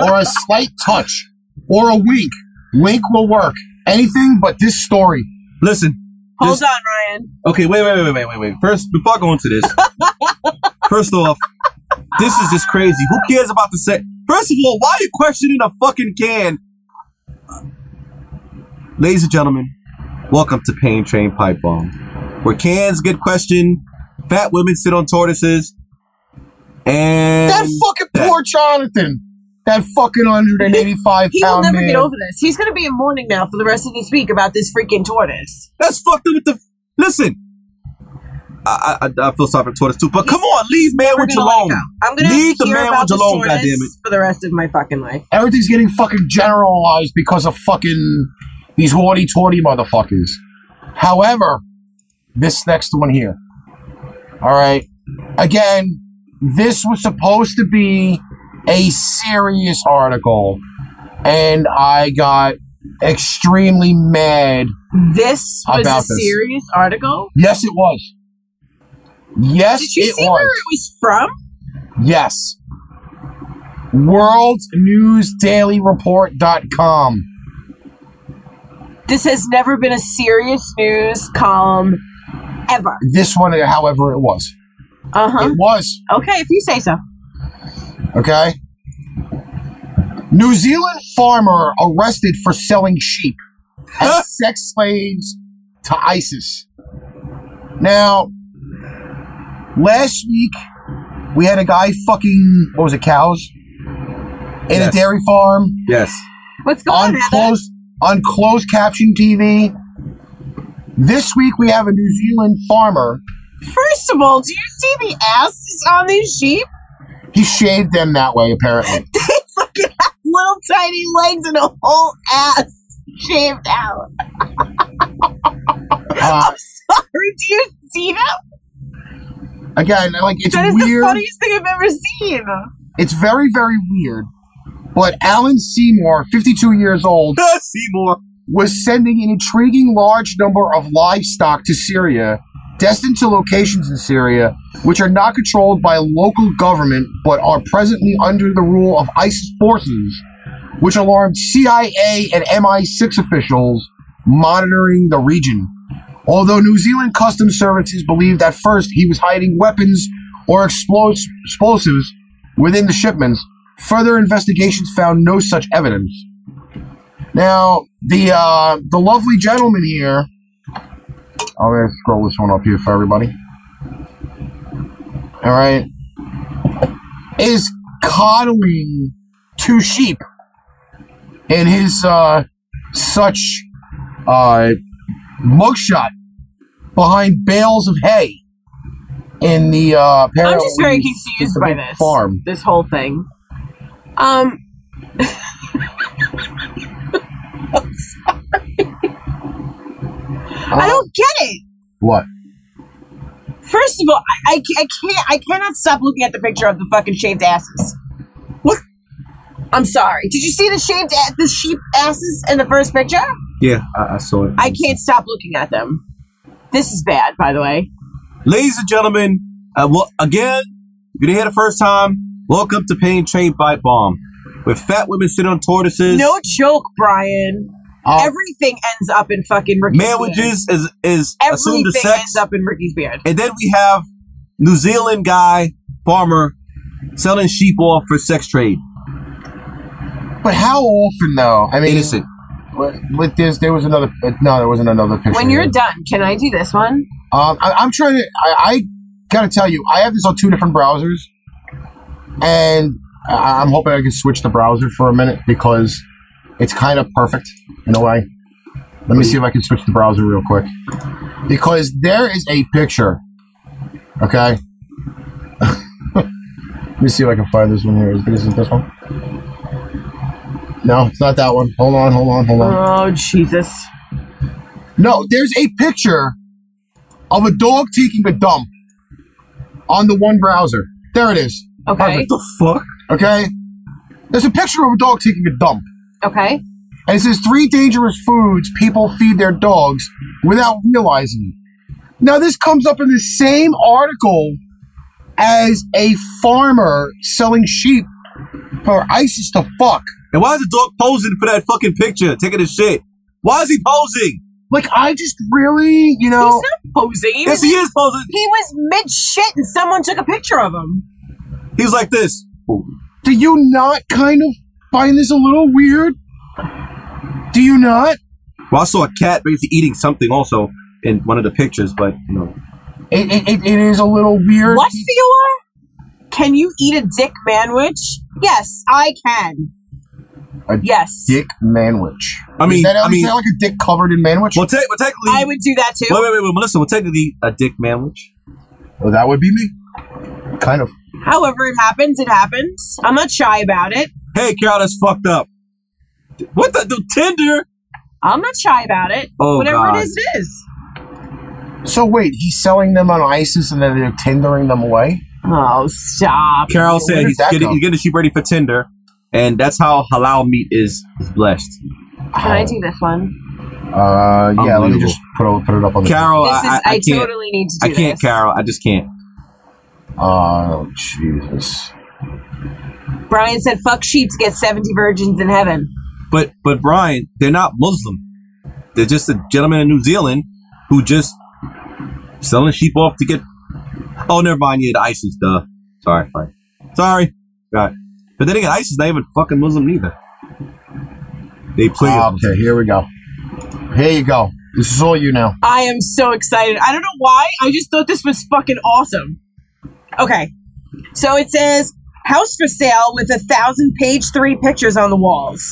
D: or a slight touch, or a wink. Wink will work. Anything but this story.
C: Listen.
E: Hold
C: This-
E: on, Ryan.
C: Okay, wait, wait, wait, wait, wait, wait. First, before I go into this, first off, this is just crazy. Who cares about the sex? First of all, why are you questioning a fucking can? Ladies and gentlemen, welcome to Pain Train Pipe Bomb, where cans get questioned, fat women sit on tortoises, and
D: That fucking poor Jonathan. That fucking 185
E: He will
D: pound
E: never
D: man.
E: get over this. He's going to be in mourning now for the rest of this week about this freaking tortoise.
C: That's fucked up with the. Listen, I I, I- I feel sorry for Tortoise too, but come on, leave man
E: We're
C: with
E: gonna let it
C: alone.
E: go. I'm going to
C: leave the
E: hear
C: man
E: about
C: with
E: this
C: alone.
E: tortoise
C: Goddamn it.
E: for the rest of my fucking life.
D: Everything's getting fucking generalized because of fucking these horny torty motherfuckers. However, this next one here. All right. Again, this was supposed to be a serious article, and I got extremely mad.
E: This
D: How
E: was a
D: about this?
E: serious article.
D: Yes, it was. Yes,
E: Did you
D: it
E: see
D: was.
E: where it was from?
D: Yes. WorldNewsDailyReport.com.
E: This has never been a serious news column ever.
D: This one, however, it was.
E: Uh huh.
D: It was.
E: Okay, if you say so.
D: Okay. New Zealand farmer arrested for selling sheep. as sex slaves to ISIS. Now, last week we had a guy fucking what was it, cows? In
C: Yes.
D: a dairy farm
C: Yes.
E: What's going
D: on
E: on? Heather?
D: closed on closed caption TV. This week we have a New Zealand farmer.
E: First of all, do you see the asses on these sheep?
D: He shaved them that way, apparently.
E: It's like it has little tiny legs and a whole ass shaved out.
D: Uh,
E: Sorry, do you see that?
D: again, like it's
E: That is
D: weird.
E: the funniest thing I've ever seen.
D: It's very, very weird. But Alan Seymour, 52 years old,
C: Seymour.
D: was sending an intriguing large number of livestock to Syria, destined to locations in Syria which are not controlled by local government but are presently under the rule of ISIS forces, which alarmed CIA and MI6 officials monitoring the region. Although New Zealand customs services believed at first he was hiding weapons or explos- explosives within the shipments, further investigations found no such evidence. Now, the uh, the lovely gentleman here. I'm gonna scroll this one up here for everybody. All right, is coddling two sheep in his uh, such uh, mugshot behind bales of hay in the uh,
E: I'm just very
D: apparently
E: confused
D: it's a
E: by
D: big
E: this.
D: farm.
E: This whole thing. Um, I don't get it.
D: What?
E: First of all, I, I, ca- I can't. I cannot stop looking at the picture of the fucking shaved asses. Look, I'm sorry. Did you see the shaved a- the sheep asses in the first picture?
C: Yeah, I, I saw it.
E: I can't stop looking at them. This is bad, by the way.
C: Ladies and gentlemen, uh, well, again, if you didn't hear the first time, welcome to Pain Train Bite Bomb, where fat women sit on tortoises,
E: No joke, Brian.
D: Uh,
E: Everything ends up in fucking Ricky's beard.
C: marriages is is assumed to
E: Everything
C: sex,
E: ends up in Ricky's beard.
C: and then we have New Zealand guy farmer selling sheep off for sex trade.
D: but how often though? I mean,
C: Innocent.
D: But, but there's, there was another. uh, No, there wasn't another picture.
E: When you're
D: here.
E: done, can I do this one?
D: um, I, I'm trying to. I, I gotta tell you, I have this on two different browsers, and I, I'm hoping I can switch the browser for a minute because it's kind of perfect in a way. Let me see if I can switch the browser real quick because there is a picture. Okay. Let me see if I can find this one here. Is is it this one? No, it's not that one. Hold on, hold on, hold on.
E: Oh Jesus!
D: No, there's a picture of a dog taking a dump on the one browser. There it is.
E: Okay,
C: What the fuck?
D: Okay? There's a picture of a dog taking a dump.
E: okay.
D: And it says three dangerous foods people feed their dogs without realizing it. Now, this comes up in the same article as a farmer selling sheep for ISIS to fuck.
C: And why is the dog posing for that fucking picture, taking a shit? Why is he posing?
D: Like, I just really, you know.
E: He's not posing. He
C: Yes,
E: was,
C: he is posing.
E: he was mid shit, and someone took a picture of him.
C: He was like this.
D: Do you not kind of find this a little weird? Do you not?
C: Well, I saw a cat basically eating something also in one of the pictures, but you know.
D: It, it, it, it is a little weird.
E: What, Fiora? Can you eat a dick manwich? Yes, I can.
D: A
E: yes,
D: Dick manwich.
C: I mean,
D: is that,
C: I
D: is
C: mean,
D: that like a dick covered in manwich?
C: well, te- well, technically,
E: I would do that too.
C: Wait, wait, wait, wait, Melissa. Well, technically, a dick manwich.
D: Well, Oh, that would be me. Kind of.
E: However, it happens. It happens. I'm not shy about it.
C: Hey, Carol, that's fucked up. What the, the Tinder?
E: I'm not shy about it.
C: Oh,
E: Whatever
C: God.
E: it is, it is.
D: So wait, he's selling them on ISIS and then they're tendering them away?
E: Oh, stop.
C: Carol
D: Where
C: said
D: did
C: he's
D: that
C: getting,
D: come?
C: he's getting the sheep ready for Tinder, and that's how halal meat is, is blessed.
E: Can I do this one?
D: Uh, yeah, let me
C: Unbelievable.
D: just put, it- put it up on the.
C: Carol,
E: this
C: I,
E: is.
C: Oh, I,
E: I,
C: I can't.
E: totally need to
C: I
E: do
C: can't,
E: this.
C: Carol. I just can't.
D: Oh, Jesus.
E: Brian said, "Fuck sheep to get seventy virgins in heaven."
C: But but Brian, they're not Muslim. They're just a gentleman in New Zealand who just selling sheep off to get. Oh, never mind. Yeah, the ISIS. Duh. Sorry, fine. Sorry. God. But then again, ISIS not even fucking Muslim neither. They play.
D: Ah, okay, here we go. Here you go. This is all you now.
E: I am so excited. I don't know why. I just thought this was fucking awesome. Okay. So it says house for sale with a thousand page three pictures on the walls.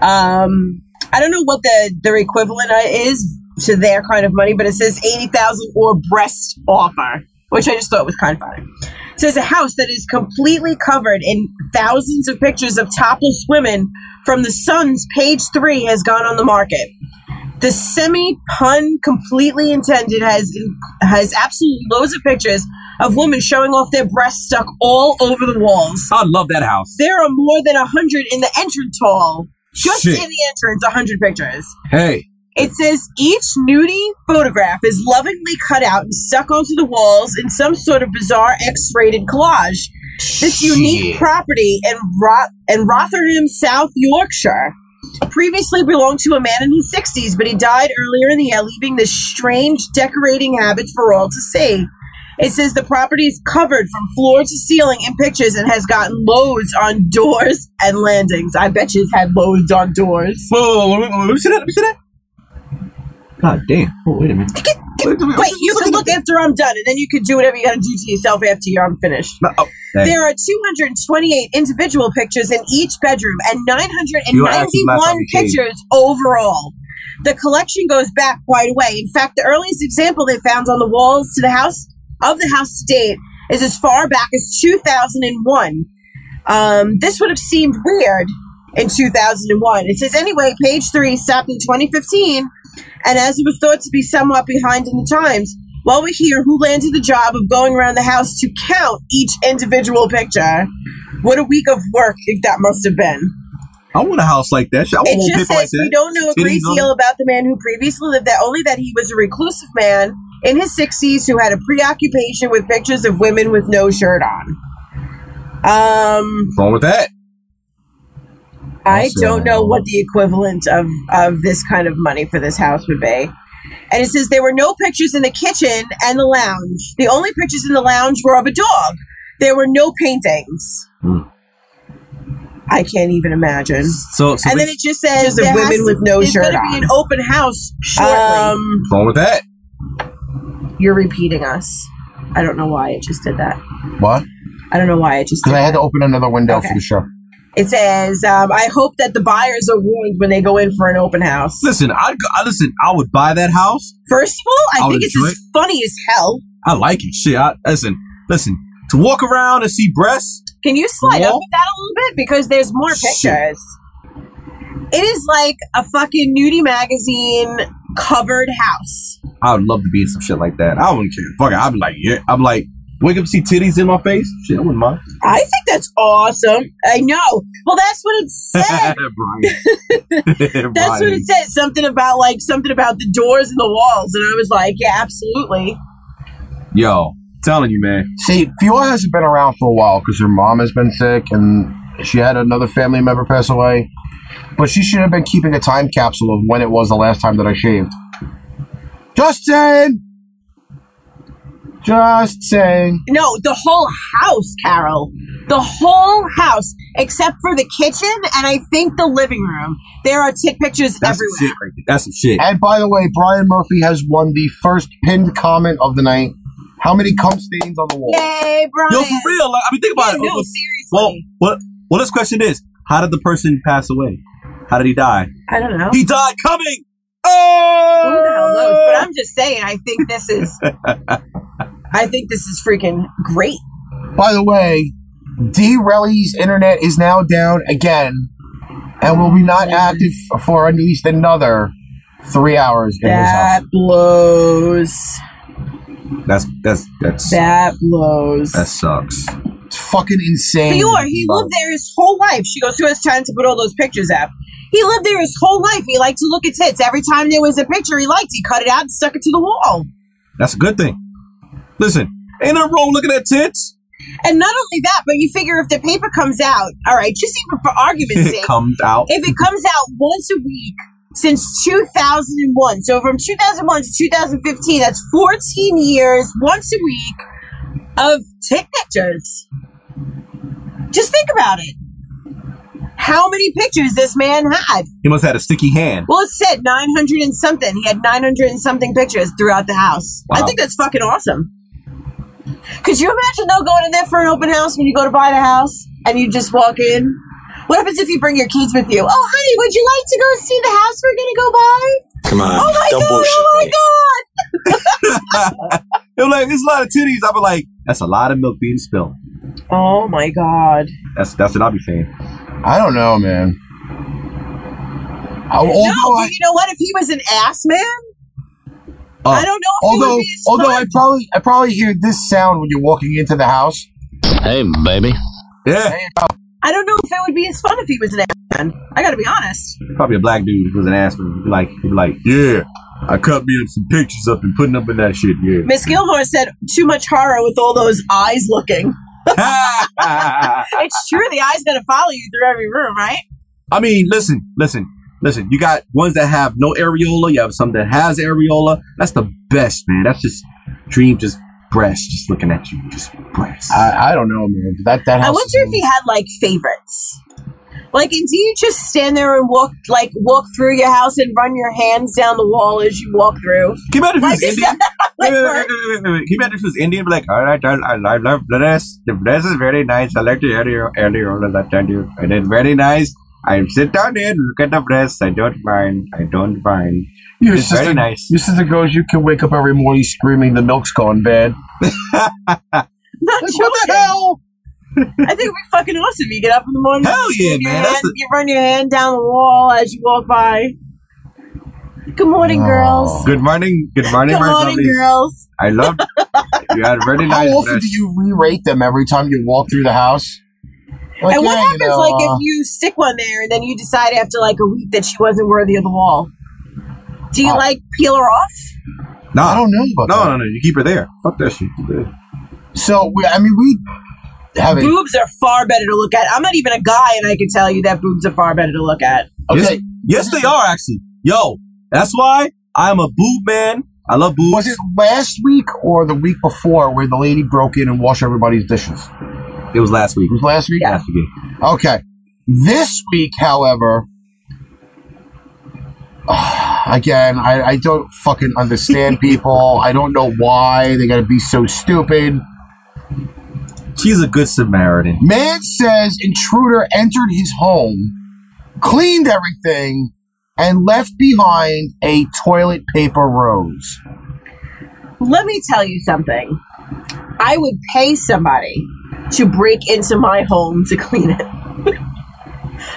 E: Um, I don't know what the their equivalent uh, is to their kind of money, but it says eighty thousand or breast offer, which I just thought was kind of funny. It says a house that is completely covered in thousands of pictures of topless women from the Sun's page three has gone on the market. The semi pun completely intended has has absolutely loads of pictures of women showing off their breasts stuck all over the walls.
C: I love that house.
E: There are more than a hundred in the entrance hall. Just
C: Shit.
E: in the entrance, a hundred pictures.
C: Hey,
E: It says each nudie photograph is lovingly cut out and stuck onto the walls in some sort of bizarre X-rated collage. This unique property in Ro- in Rotherham, South Yorkshire, previously belonged to a man in his 60s, but he died earlier in the year, leaving this strange decorating habit for all to see. It says the property is covered from floor to ceiling in pictures and has gotten loads on doors and landings. I bet you it's had loads on doors.
C: whoa, whoa, whoa, whoa, whoa, whoa, see that? See that? God damn! Oh, wait a minute.
E: Wait, you can look after I'm done, and then you can do whatever you got to do to yourself after you're I'm finished.
C: No, oh, hey.
E: There are 228 individual pictures in each bedroom and
C: You were asking last time
E: 991
C: you came.
E: pictures overall. The collection goes back quite a way. In fact, the earliest example they found on the walls to the house of the house to date is as far back as 2001. Um, this would have seemed weird in 2001. It says, anyway, page three stopped in 2015, and as it was thought to be somewhat behind in the times, while we're here, who landed the job of going around the house to count each individual picture? What a week of work that must have been.
C: I want a house like that. Shit, I want more
E: It just
C: people like
E: says we
C: that.
E: don't know a great
C: Titties on
E: deal
C: it.
E: about the man who previously lived there, only that he was a reclusive man in his 60s who had a preoccupation with pictures of women with no shirt on. Um,
C: What's wrong with that?
E: I
C: Also-
E: don't know what the equivalent of, of this kind of money for this house would be. And it says there were no pictures in the kitchen and the lounge. The only pictures in the lounge were of a dog. There were no paintings. I can't even imagine.
C: So, so
E: and then
C: what's
E: it just says
F: There
E: there
F: has
E: women
F: to-
E: with no
F: there's
E: shirt
F: gotta be
E: on.
F: an
E: open house
F: shortly.
E: Um,
C: wrong with that?
E: you're repeating us. I don't know why it just did that.
D: What?
E: I don't know why it just did
D: Because I had to open another window
E: Okay.
D: for the show.
E: It says, um, I hope that the buyers are warned when they go in for an open house.
C: Listen, I'd go, I listen. I would buy that house.
E: First of all,
C: I
E: I,
C: would
E: think it's
C: enjoy
E: as funny as hell.
C: I like it. Shit, I, listen, listen. To walk around and see breasts,
E: Can you slide up
C: Wall?
E: with that a little bit? Because there's more
C: Shit.
E: pictures. It is like a fucking nudie magazine covered house.
C: I would love to be in some shit like that. I wouldn't care. Fuck it. I'd be like, yeah. I'm like, wake up, and see titties in my face. Shit, I wouldn't mind.
E: I think that's awesome. I know. Well, that's what it said.
C: Brian.
E: That's what it said. Something about like something about the doors and the walls, and I was like, yeah, absolutely.
C: Yo, telling you, man.
D: See, Fiora hasn't been around for a while because her mom has been sick and she had another family member pass away. But she should have been keeping a time capsule of when it was the last time that I shaved. Just saying. Just saying.
E: No, the whole house, Carol. The whole house, except for the kitchen and I think the living room. There are tit pictures
C: That's
E: everywhere.
C: some shit. Right there. That's some shit.
D: And by the way, Brian Murphy has won the first pinned comment of the night. How many cum stains on the wall?
E: Yay, Brian.
C: Yo, for real. Like, I mean, think about it.
E: Yeah, no,
C: Well,
E: seriously.
C: well, what? Well, this question is: How did the person pass away? How did he die?
E: I don't know.
C: He died coming.
E: Who the hell knows? But
C: Oh!
E: I'm just saying, I think this is. I think this is freaking great.
D: By the way, D Relly's internet is now down again and will be not active for at least another three hours in his house.
E: That blows.
C: That's that's that's
E: That blows.
C: that sucks.
D: It's fucking insane.
E: Fior, he lived there his whole life. She goes, Who has time to put all those pictures up? He lived there his whole life. He liked to look at tits. Every time there was a picture he liked, he cut it out and stuck it to the wall.
C: That's a good thing. Listen, ain't nothing wrong looking at tits.
E: And not only that, but you figure if the paper comes out, all right, just even for argument's
C: It
E: sake,
C: comes out.
E: if it comes out once a week since 2001 so from 2001 to 2015 that's 14 years once a week of tit pictures just think about it how many pictures this man had.
C: He must have had a sticky hand.
E: Well, it said 900 and something. He had 900 and something pictures throughout the house. I
C: Wow.
E: think that's fucking awesome. Could you imagine, though, going in there for an open house when you go to buy the house and you just walk in? What happens if you bring your kids with you? Oh, honey, would you like to go see the house we're going to go buy?
A: Come on.
E: Oh, my
A: Don't
E: God.
A: bullshit
E: Oh,
A: me.
E: my God.
C: It was like, it's a lot of titties. I'll be like, that's a lot of milk being spilled.
E: Oh, my God.
C: That's that's what I'll be saying.
D: I don't know, man. I, although
E: No,
D: I,
E: but you know what? If he was an ass man,
C: Oh,
E: I don't know if he would
D: although
E: be as
D: although I
E: fun.
D: probably I probably hear this sound when you're walking into the house.
F: Hey, baby.
C: yeah,
E: I don't know if it would be as fun if he was an ass man. I got to be honest.
C: probably a black dude who was an ass. man. Like, he'd be like, yeah, I cut me up some pictures up and putting up in that shit. Yeah.
E: Miss Gilmore said too much horror with all those eyes looking.
C: I
E: It's true, the eyes gonna follow you through every room, right?
C: mean, listen, listen, listen. You got ones that have no areola. You have some that has areola. That's the best, man. That's just dream, just breasts, just looking at you, just breasts.
D: I, I don't know, man. That that house.
E: I
D: is
E: wonder if he had like favorites. Like, do you just stand there and walk, like, walk through your house and run your hands down the wall as you walk through?
C: Can you imagine if he was Indian?
E: Like, is that- like,
C: Wait, wait,
E: we're-
C: wait, wait, wait, wait. Can you imagine if he was Indian? Be like, all right, I, I, I love the dress. The dress is very nice. I like the area, area, all of that. I do. It is very nice. I sit down here and look at the dress. I don't mind. I don't mind.
D: Your
C: It's
D: sister,
C: very nice.
D: your sister goes. You can wake up every morning screaming, "The milk's gone bad."
E: not
D: Like, what the
E: joking.
D: hell?
E: I think it'd be fucking awesome. You get up in the morning,
C: Hell
E: you
C: yeah,
E: stick your
C: man, that's
E: hand-
C: the-
E: you run your hand down the wall as you walk by. Good morning,
D: Oh.
E: girls.
C: Good morning. Good morning,
E: Good
C: my
E: morning,
C: lovelies.
E: girls.
C: I love. you had a very
D: How
C: nice
D: often
C: dress.
D: do you re-rate them every time you walk through the house? Like,
E: and what
D: yeah, you
E: happens,
D: know,
E: like,
D: uh,
E: if you stick one there and then you decide after like a week that she wasn't worthy of the wall? Do you
D: Oh.
E: like peel her off?
C: Nah.
D: I don't know about
C: No,
D: that.
C: no, no. You keep her there. Fuck that shit. Keep her there.
D: So we, I mean, we have a
E: boobs are far better to look at. I'm not even a guy, and I can tell you that boobs are far better to look at.
D: okay.
C: Yes, they are actually. Yo, that's why I'm a boob man. I love boobs.
D: Was it last week or the week before where the lady broke in and washed everybody's dishes? It
C: It was last week.
D: was last week.
E: Yeah.
C: Last week.
D: Okay. This week, however, again, I, I don't fucking understand people. I don't know why they got to be so stupid.
C: She's a good Samaritan.
D: Man says intruder entered his home, cleaned everything, and left behind a toilet paper rose.
E: Let me tell you something. I would pay somebody to break into my home to clean it.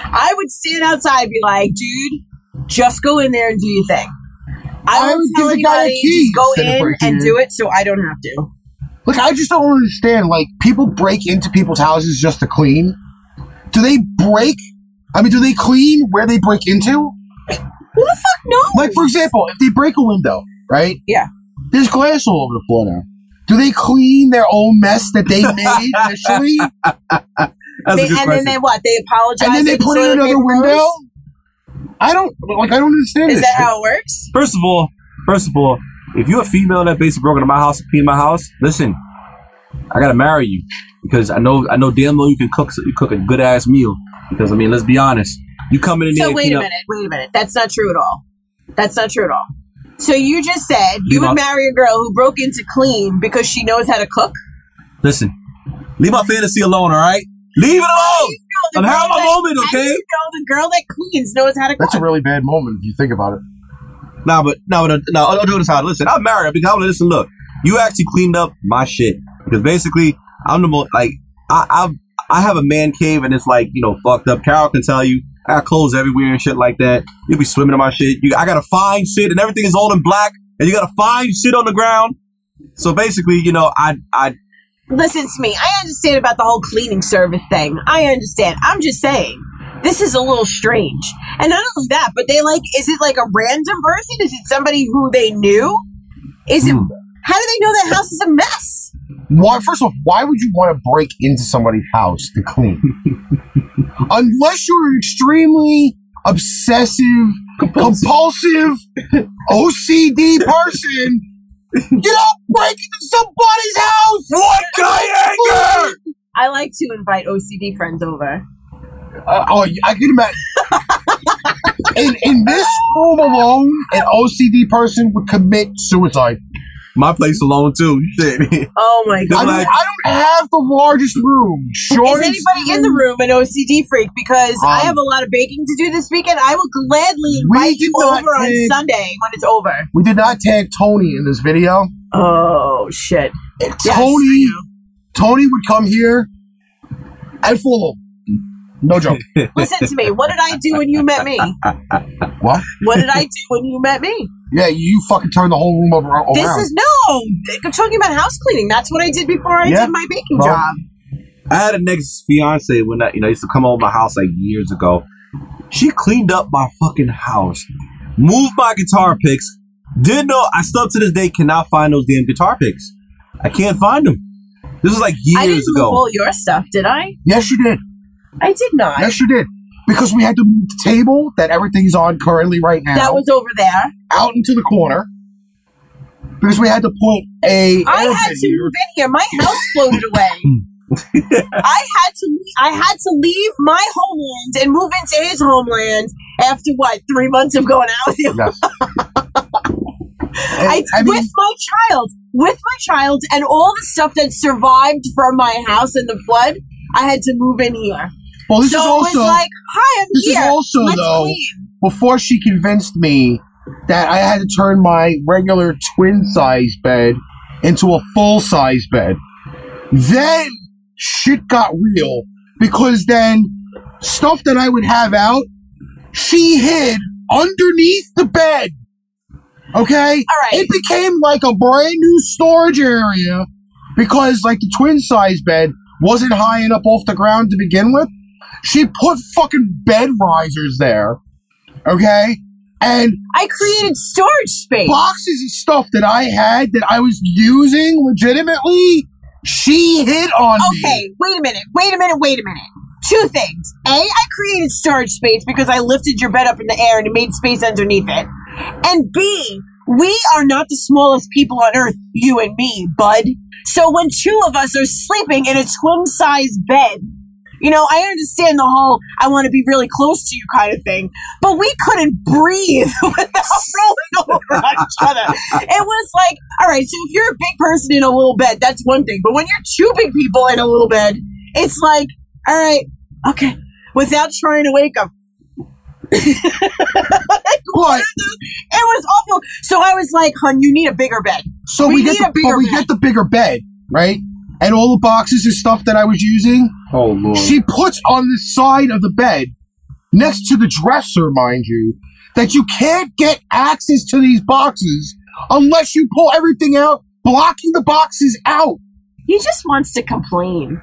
E: I would stand outside and be like, dude, just go in there and do your thing. I,
D: I
E: would
D: would
E: tell
D: give the guy a
E: anybody,
D: key
E: just go
D: instead of
E: in
D: breaking
E: and
D: in."
E: do it so I don't have to.
D: Like, I just don't understand. Like, people break into people's houses just to clean. Do they break? I mean, do they clean where they break into?
E: Who the fuck knows?
D: Like, for example, if they break a window, right?
E: Yeah.
D: There's glass all over the floor now. Do they clean their own mess that they made initially?
C: That's
E: They-
C: a good
E: and
C: question.
E: then they what? They apologize.
D: and then they
E: that
D: put
E: the
D: in another
E: toilet paper
D: window?
E: rose?
D: I don't, like, I don't understand
E: Is
D: this.
E: that how it works?
C: First of all, first of all, if you're a female that basically broke into my house and peed in my house, listen, I gotta marry you because I know I know damn well you can cook you cook a good ass meal. Because I mean, let's be honest, you come in there
E: So
C: and
E: wait
C: clean
E: a
C: up-
E: minute, wait a minute. That's not true at all. That's not true at all. So you just said you
C: Leave
E: would
C: out-
E: marry a girl who broke into clean because she knows how to cook.
C: Listen, leave my fantasy alone, all right? Leave it alone.
E: No, the
C: I'm
E: girl
C: having my
E: that-
C: moment,
E: how do
C: okay?
E: You know the girl that cleans knows how to cook.
D: That's a really bad moment if you think about it.
C: Nah, but no, no, no. I'll do this how. Listen, I'm married because I'm listen. Look, you actually cleaned up my shit because basically I'm the most like I I've, I have a man cave and it's like you know fucked up. Carol can tell you I got clothes everywhere and shit like that. You be swimming in my shit. You I gotta find shit and everything is all in black and you gotta find shit on the ground. So basically, you know, I I
E: Listen to me. I understand about the whole cleaning service thing. I understand. I'm just saying. This is a little strange. And not only that, but they like, is it like a random person? Is it somebody who they knew? Is it,
D: Hmm.
E: how do they know that house is a mess?
D: Why? First off, why would you want to break into somebody's house to clean? Unless you're an extremely obsessive, compulsive, OCD person, you don't break into somebody's house.
C: what kind of anger?
E: I like to invite OCD friends over.
D: Uh, oh, I can imagine. in in this room alone, an OCD person would commit suicide.
C: My place alone too. Shit.
E: Oh my
D: I,
E: god.
D: mean,
C: Like-
D: I don't have the largest room.
E: Is
D: Shortest
E: anybody in the room an OCD freak? Because I
D: Um,
E: have a lot of baking to do this weekend. I will gladly
D: We
E: invite
D: did
E: you
D: not
E: over on
D: take-
E: Sunday when it's over.
D: We did not tag Tony in this video.
E: Oh shit!
D: And
E: Yes, I
D: Tony,
E: know.
D: Tony would come here and follow. No joke.
E: Listen to me. What did I do when you met me?
D: what?
E: What did I do when you met me?
D: Yeah, you fucking turned the whole room over around.
E: This is no. I'm talking about house cleaning. That's what I did before I
D: Yeah.
E: did my baking
D: Well,
E: job.
C: I had an ex fiance when I, you know, used to come over my house like years ago. She cleaned up my fucking house, moved my guitar picks. Didn't know. I still to this day cannot find those damn guitar picks. I can't find them. This was like
E: I didn't
C: years
E: move
C: ago.
E: all your stuff, did I?
D: yes, you did.
E: I did not.
D: Yes, you did. Because we had to move the table that everything's on currently right now
E: that was over there.
D: out into the corner. Because we had to put a.
E: I had
D: air
E: to move in here. My house floated away. I had to. I had to leave my homeland and move into his homeland after what three months of going out with you.
D: Yes.
E: I,
D: I mean-
E: with my child, with my child, and all the stuff that survived from my house in the flood. I had to move in here.
D: Well, this
E: so
D: is also
E: it was like, hi, I'm
D: this is
E: here.
D: also,
E: Let's
D: though-
E: clean.
D: before she convinced me that I had to turn my regular twin size bed into a full size bed. Then shit got real because then stuff that I would have out, she hid underneath the bed. Okay?
E: All right.
D: It became like a brand new storage area because, like, the twin size bed wasn't high enough off the ground to begin with. She put fucking bed risers there. Okay? And
E: I created storage space.
D: boxes and stuff that I had that I was using legitimately, she hit on me.
E: Okay, wait a minute, wait a minute, wait a minute. Two things. A, I created storage space because I lifted your bed up in the air and it made space underneath it. And B, we are not the smallest people on earth, you and me, bud. So when two of us are sleeping in a twin size bed, you know, I understand the whole I want to be really close to you kind of thing, but we couldn't breathe without rolling over on each other. It was like, all right, so if you're a big person in a little bed, that's one thing. But when you're two big people in a little bed, it's like, all right, okay, without trying to wake up.
D: But,
E: It was awful. So I was like, hun, you need a bigger bed.
D: so
E: We
D: we,
E: need
D: get
E: a
D: the,
E: bigger
D: but we
E: bed.
D: get the bigger bed, right? And all the boxes and stuff that I was using,
C: Oh lord.
D: she puts on the side of the bed, next to the dresser, mind you, that you can't get access to these boxes unless you pull everything out, blocking the boxes out.
E: He just wants to complain.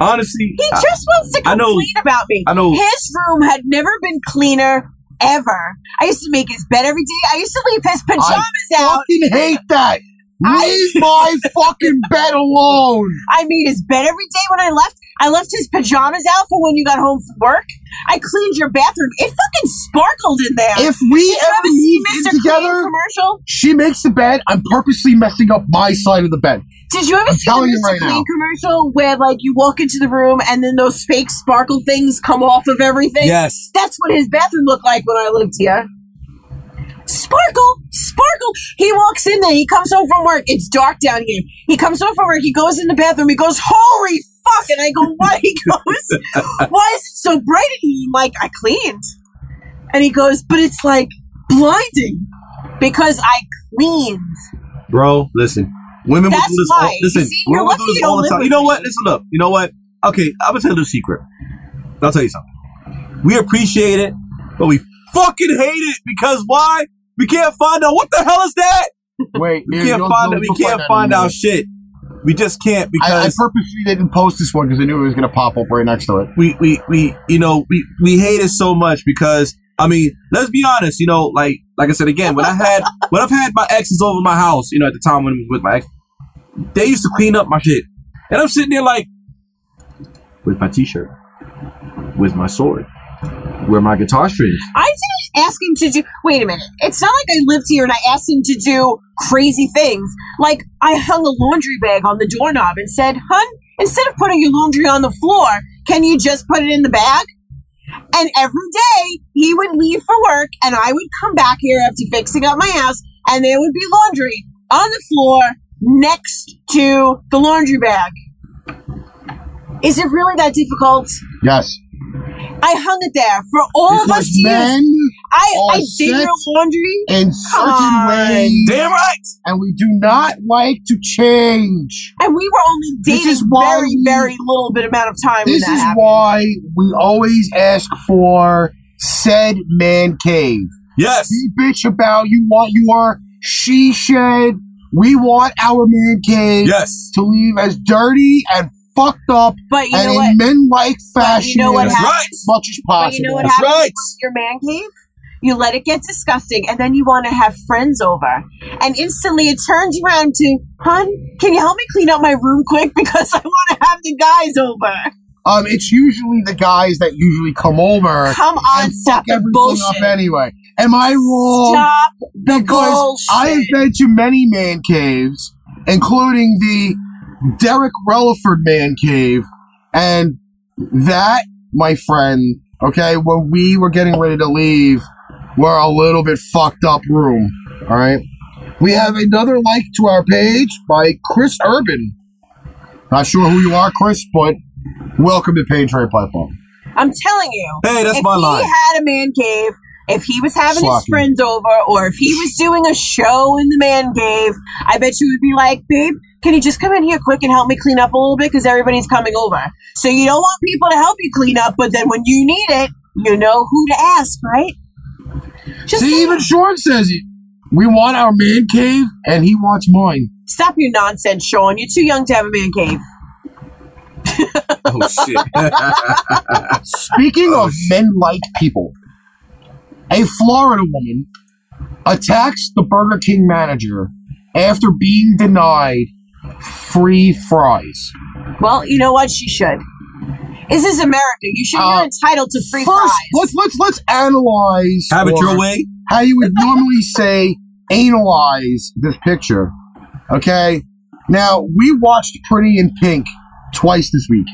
C: Honestly,
E: He
C: I-
E: just wants to
C: I know-
E: complain about me.
C: I know-
E: His room had never been cleaner ever. I used to make his bed every day. I used to leave his pajamas out.
D: Fucking hate that. Leave my fucking bed alone.
E: I made his bed every day when I left. I left his pajamas out for when you got home from work. I cleaned your bathroom. It fucking sparkled in there.
D: If we
E: Did you
D: ever
E: ever see
D: meet
E: Mr.
D: in
E: Clean
D: together,
E: commercial?
D: she makes the bed. I'm purposely messing up my side of the bed.
E: Did you ever see the
D: telling you
E: Mr.
D: right
E: Clean
D: now.
E: commercial where like you walk into the room and then those fake sparkle things come off of everything?
C: yes.
E: That's what his bathroom looked like when I lived here. Sparkle, sparkle. He walks in there. He comes home from work. It's dark down here. He comes home from work. He goes in the bathroom. He goes, "Holy fuck!" And I go, "What?" He goes, "Why is it so bright in here?" I'm like, "I cleaned." And he goes, "But it's like blinding because I cleaned."
C: Bro, listen. Women will
E: That's
C: do this all,
E: why.
C: listen,
E: See, you're
C: women will do
E: lucky
C: this
E: you
C: all
E: don't
C: the
E: live
C: time.
E: with
C: You know
E: me.
C: what? Listen up. You know what? Okay, I'm gonna tell you a secret. I'll tell you something. We appreciate it, but we fucking hate it because why? We can't find out what the hell is that?
D: Wait,
C: We can't find out we can't find out shit. We just can't
D: I, I
C: because
D: purposely didn't post this one because I knew it was going to pop up right next to it.
C: we, we we you know we we hate it so much because I mean let's be honest you know like like I said again when I had when I've had my exes over my house you know at the time when I was with my ex they used to clean up my shit and I'm sitting there like with my t-shirt with my sword where my guitar strings
E: I didn't ask him to do. Wait a minute. It's not like I lived here and I asked him to do crazy things. Like I hung a laundry bag on the doorknob and said, "Hun, instead of putting your laundry on the floor, can you just put it in the bag?" And every day he would leave for work and I would come back here after fixing up my house and there would be laundry on the floor next to the laundry bag. Is it really that difficult?
D: Yes.
E: I hung it there for all of us
D: Because
E: to use.
D: men
E: I,
D: are
E: I did your
D: set
E: laundry.
D: in certain
E: Come on.
D: ways,
C: Damn right.
D: and we do not like to change.
E: And we were only
D: This
E: dating
D: is why
E: very,
D: we-
E: very little bit amount of time.
D: This
E: when that
D: is
E: happened.
D: why we always ask for said man cave.
C: Yes.
D: You bitch about you want your she shed. We want our man cave
C: Yes.
D: to leave as dirty and fucked up
E: But you
D: and
E: know
D: in
E: what?
D: men like
E: But
D: fashion
E: you know what
D: as
C: hap-
E: happens?
C: right.
D: much as
E: But you
D: possible.
E: know what
C: That's
E: happens
C: right.
E: with your man cave? You let it get disgusting, and then you want to have friends over. And instantly it turns around to, hun, can you help me clean up my room quick? Because I want to have the guys over.
D: um, it's usually the guys that usually come over
E: Come on,
D: and fuck
E: stop the
D: everything
E: bullshit.
D: up anyway. Am I wrong?
E: Stop the
D: because
E: bullshit.
D: I have been to many man caves, including the Derek Relaford man cave, and that, my friend, okay, when we were getting ready to leave, were a little bit fucked up room. All right, we have another like to our page by Chris Urban. Not sure who you are, Chris, but welcome to Page Ray Platform.
E: I'm telling you.
C: Hey, that's
E: if
C: my
E: he
C: line.
E: had a man cave, if he was having his
D: Sloppy.
E: friends over, or if he was doing a show in the man cave, I bet you would be like, babe, can you just come in here quick and help me clean up a little bit? Because everybody's coming over. So you don't want people to help you clean up, but then when you need it, you know who to ask, right? Just
D: See, even Sean says it. We want our man cave, and he wants mine.
E: stop your nonsense, Sean. You're too young to have a man cave.
C: Oh shit.
D: Speaking of men like people, a Florida woman attacks the Burger King manager after being denied free fries.
E: Well, you know what? She should. This is America. You should.
D: Uh,
E: you're entitled to free
D: First,
E: fries.
D: let's let's let's analyze
C: Have it
D: or
C: your way.
D: how you would normally say analyze this picture. Okay? Now, we watched Pretty in Pink twice this week.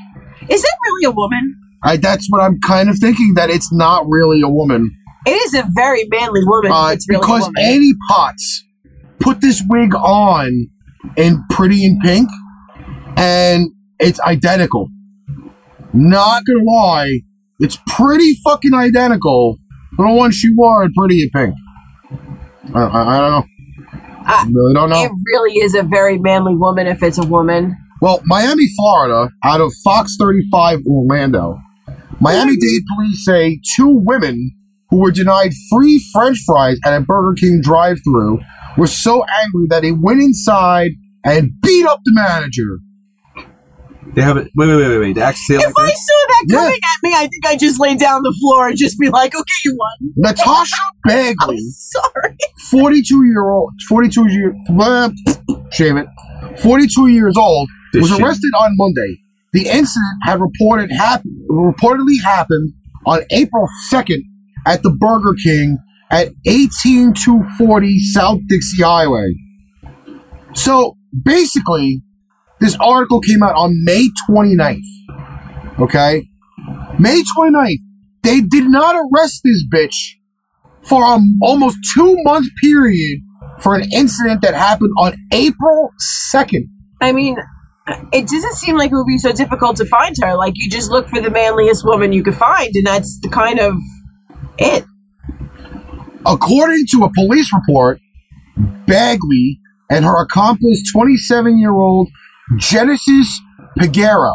E: Is that really a woman?
D: I, that's what I'm kind of thinking that it's not really a woman.
E: It is a very manly woman. if
D: Uh,
E: it's really
D: because
E: a woman.
D: Annie Potts put this wig on in Pretty in Pink, and it's identical. Not gonna lie, it's pretty fucking identical to the one she wore in Pretty in Pink. I, I, I don't know.
E: Uh,
D: really don't know.
E: It really is a very manly woman if it's a woman.
D: Well, Miami, Florida, out of Fox 35 Orlando, Miami Dade police say two women who were denied free french fries at a Burger King drive thru were so angry that they went inside and beat up the manager.
C: They have it. Wait, wait, wait, wait, wait. They actually say it
E: If I
C: like
E: saw that
D: Yeah.
E: coming at me, I think I'd just lay down on the floor and just be like, okay, you won.
D: Natasha
E: I'm
D: Bagley,
E: sorry.
D: 42 year old, 42 year, blah, shame it, 42 years old,
C: This
D: was
C: shit.
D: arrested on Monday. The incident had reported hap- reportedly happened on April 2nd at the Burger King at 18240 South Dixie Highway. So basically, this article came out on May 29th. Okay? May 29th, they did not arrest this bitch for an almost two month period for an incident that happened on April 2nd.
E: I mean, it doesn't seem like it would be so difficult to find her. Like, you just look for the manliest woman you could find, and that's the kind of it.
D: According to a police report, Bagley and her accomplice, 27 year old Genesis Piguero,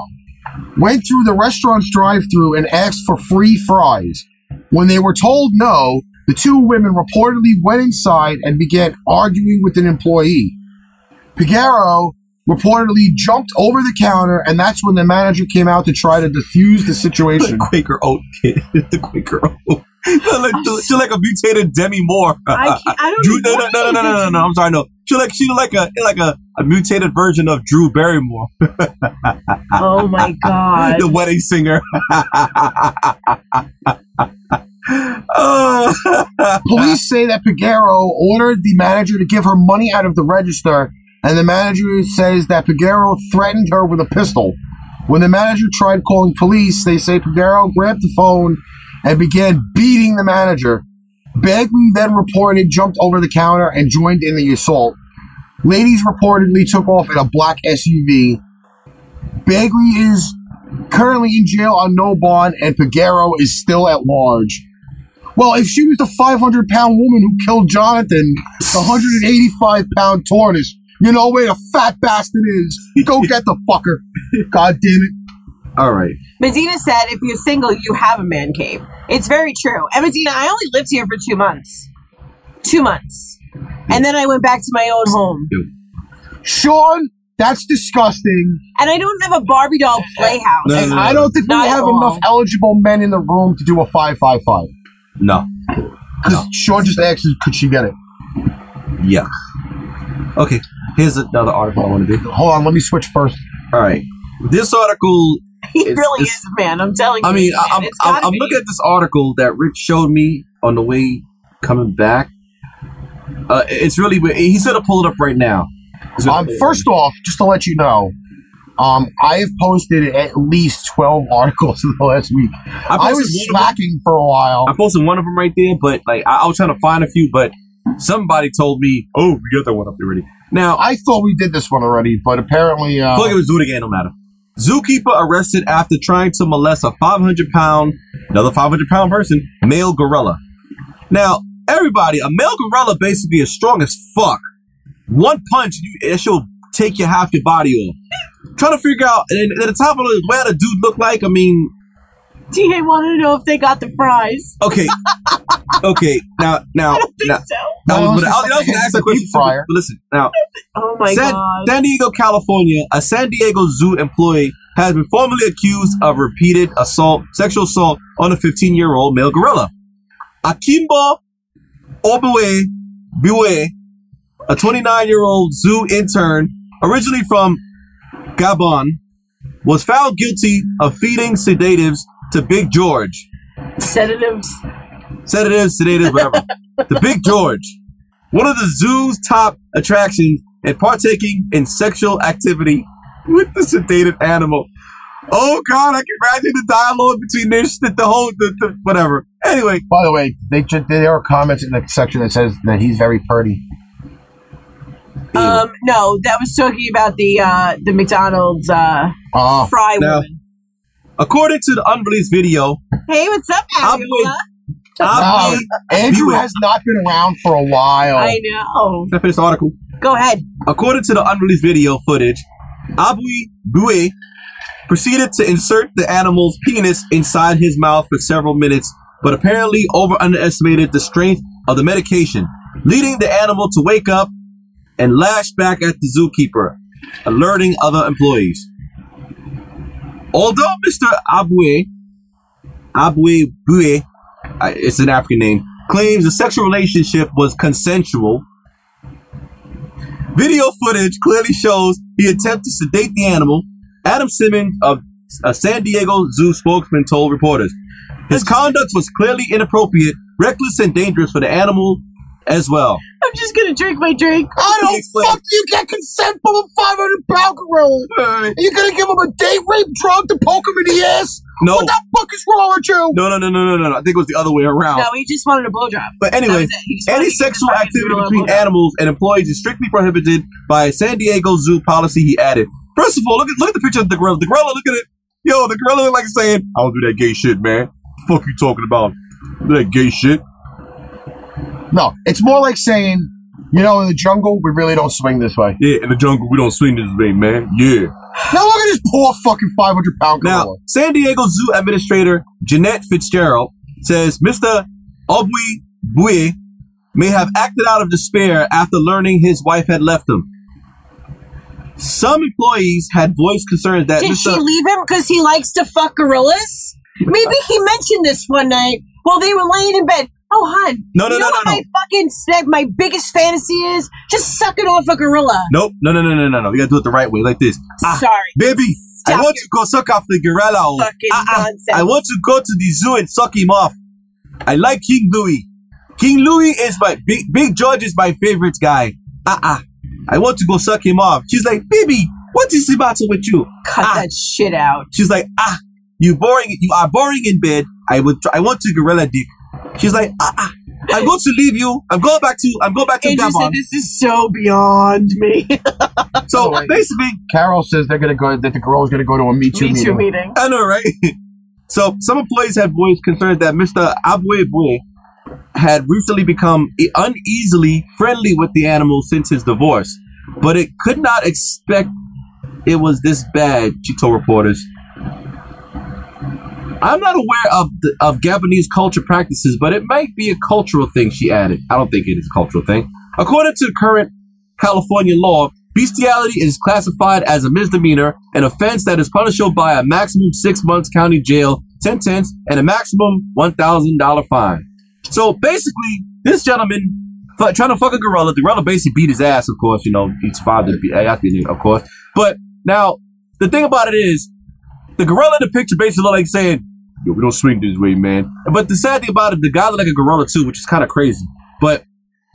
D: went through the restaurant's drive thru and asked for free fries. When they were told no, the two women reportedly went inside and began arguing with an employee. Piguero reportedly jumped over the counter, and that's when the manager came out to try to defuse the situation.
C: the Quaker oat kid. the Quaker oat. She's like, she like a mutated Demi Moore.
E: I, can't, I don't
C: Drew,
E: know.
C: no, no, no, no,
E: what
C: no,
E: it
C: no,
E: is.
C: no, no. I'm sorry. No, she like she like a like a, a mutated version of Drew Barrymore,
E: Oh, my God.
C: the wedding singer. Uh,
D: Police say that Piguero ordered the manager to give her money out of the register, and the manager says that Piguero threatened her with a pistol. When the manager tried calling police, they say Piguero grabbed the phone and began beating the manager. Bagley then reported, jumped over the counter, and joined in the assault. Ladies reportedly took off in a black SUV. Bagley is currently in jail on no bond, and Pagero is still at large. Well, if she was the 500 pound woman who killed Jonathan, the 185 pound tortoise, you know where the fat bastard is. Go get the fucker. God damn it.
C: All right.
E: Medina said, if you're single, you have a man cave. It's very true. And Medina, I only lived here for two months. Two months. And then I went back to my own home.
D: Sean, that's disgusting.
E: And I don't have a Barbie doll playhouse.
C: No,
D: And I don't think we
E: Not at
D: have
E: all.
D: enough eligible men in the room to do a 555.
C: No.
D: Because Sean just asked, us, could she get it?
C: Yeah. Okay. Here's another article I want to do.
D: Hold on, let me switch first.
C: All right. This article
E: He
C: It's-
E: really
C: it's-
E: is a man. I'm telling you.
C: I mean,
E: he's a
C: I,
E: man.
C: I'm,
E: It's
C: I'm,
E: gotta
C: I'm
E: be.
C: looking at this article that Rick showed me on the way coming back. Uh, it's really weird. He's gonna pull it up right now. He's gonna
D: Um,
C: pull it up.
D: first off, just to let you know, um, I have posted at least 12 articles in the last week.
C: I,
D: I
C: posted
D: was
C: one of them-
D: slacking for a while.
C: I posted one of them right there, but like I, I was trying to find a few, but somebody told me, "Oh, we got that one up already." Now
D: I thought we did this one already, but apparently, uh,
C: Fuck it, let's do it again. No matter. Zookeeper arrested after trying to molest a 500 pound, another 500 pound person, male gorilla. Now, everybody, a male gorilla basically is strong as fuck. One punch, you, it should take your half your body off. Trying to figure out, and at the top of the way the dude looked like, I mean,
E: TA wanted to know if they got the fries.
C: okay, okay, now, now,
E: I don't think Oh,
C: now.
E: so.
C: I was
D: Well,
C: gonna- I was- I was gonna ask the question.
D: Fryer.
C: But listen, now,
E: Oh my
C: San,
E: god.
C: San Diego, California, a San Diego Zoo employee has been formally accused of repeated assault, sexual assault on a 15-year-old male gorilla. Akimbo Obewe Biwe, a 29-year-old zoo intern, originally from Gabon, was found guilty of feeding sedatives to Big George.
E: Sedatives.
C: Sedatives, sedatives, whatever. the Big George, one of the zoo's top attractions, and partaking in sexual activity with the sedated animal. Oh God, I can imagine the dialogue between this, the, the whole, the, the whatever. Anyway,
D: by the way, they ju- there are comments in the section that says that he's very purty.
E: Um, no, that was talking about the uh, the McDonald's uh,
D: Uh,
E: fry
C: Oh, No.
E: woman.
C: according to the unreleased video,
E: Hey, what's up,
C: I'm
E: Ariana?
C: with- I,
D: no, uh, Andrew
C: Beware.
D: has not been around for a while.
E: I know.
C: I finished the article.
E: Go ahead.
C: According to the unreleased video footage, Abui Bue proceeded to insert the animal's penis inside his mouth for several minutes, but apparently over underestimated the strength of the medication, leading the animal to wake up and lash back at the zookeeper, alerting other employees. Although Mr. Abue, Abue Bue, I- uh, it's an African name, claims the sexual relationship was consensual, Video footage clearly shows he attempted to sedate the animal. Adam Simmons of a San Diego Zoo spokesman told reporters his conduct was clearly inappropriate, reckless, and dangerous for the animal as well.
E: I'm just gonna drink my drink.
D: I
C: don't fuck
D: you get consent from a 500 pound gorilla. you gonna give him a date rape drug to poke him in the ass?
C: No,
D: fuck is wrong with you?
C: no, no, no, no, no, no. no. I think it was the other way around.
E: No, he just wanted a blowjob.
C: But
E: That was
C: anyway,
E: it. He just wanted
C: any
E: to get
C: sexual
E: the fucking
C: activity
E: gorilla
C: between
E: blowjob.
C: animals and employees is strictly prohibited by San Diego Zoo policy. He added. First of all, look at look at the picture of the gorilla. The gorilla, look at it. Yo, the gorilla look like saying, "I don't do that gay shit, man. Fuck you talking about that gay shit."
D: No, it's more like saying, you know, in the jungle, we really don't swing this way.
C: Yeah, in the jungle, we don't swing this way, man. Yeah.
D: Now look at this poor fucking 500 pound gorilla.
C: Now, San Diego Zoo Administrator Jeanette Fitzgerald says Mr. Obui Bui may have acted out of despair after learning his wife had left him. Some employees had voiced concerns that
E: Did she
C: Mr.
E: leave him because he likes to fuck gorillas? Maybe he mentioned this one night while they were laying in bed. Oh, hon.
C: No, no,
E: you
C: no, no,
E: know what
C: no.
E: My fucking that my biggest fantasy is just sucking off a gorilla.
C: Nope, no, no, no, no, no, no. We gotta do it the right way, like this. Ah,
E: Sorry,
C: baby,
E: Stop
C: I want to go suck off the gorilla. oh.
E: Fucking
C: Ah, ah,
E: nonsense.
C: I want to go to the zoo and suck him off. I like King Louis. King Louis is my big Big George is my favorite guy. Ah ah. I want to go suck him off. She's like, baby, what is the matter with you?
E: cut
C: Ah.
E: that shit out.
C: She's like, ah, You boring. You are boring in bed. I would. Try, I want to gorilla dick. She's like, ah, ah, I'm going to leave you. I'm going back to. I'm going back to
E: Andrew said,
C: Gabon.
E: this is so beyond me.
C: So
D: Right.
C: basically,
D: Carol says they're gonna go that the girl's gonna go to a Me Too
E: Me
D: meeting.
E: Too meeting.
C: I know, right? So some employees have voiced concern that Mr. Abwebwe had recently become i- uneasily friendly with the animal since his divorce, but it could not expect it was this bad. She told reporters. I'm not aware of the, of Gabonese culture practices, but it might be a cultural thing. She added. I don't think it is a cultural thing. According to current California law, bestiality is classified as a misdemeanor, an offense that is punishable by a maximum six months county jail sentence and a maximum one thousand dollar fine. So basically, this gentleman fu- trying to fuck a gorilla. The gorilla basically beat his ass. Of course, you know he survived the be- after the- of course. But now the thing about it is, the gorilla in the picture basically looked like saying, "Yo, we don't swing this way, man." But the sad thing about it, the guy looked like a gorilla too, which is kind of crazy. But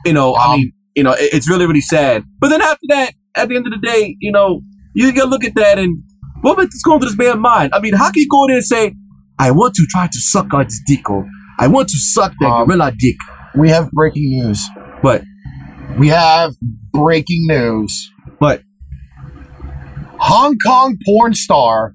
C: you know, I
D: Um,
C: mean, you know, it- it's really, really sad. But then after that, at the end of the day, you know, you gotta look at that and what was going through this man's mind? I mean, how can you go in there and say, "I want to try to suck on this dick," or "I want to suck that
D: Um,
C: gorilla dick,"
D: We have breaking news.
C: but
D: We have breaking news.
C: What?
D: Hong Kong porn star,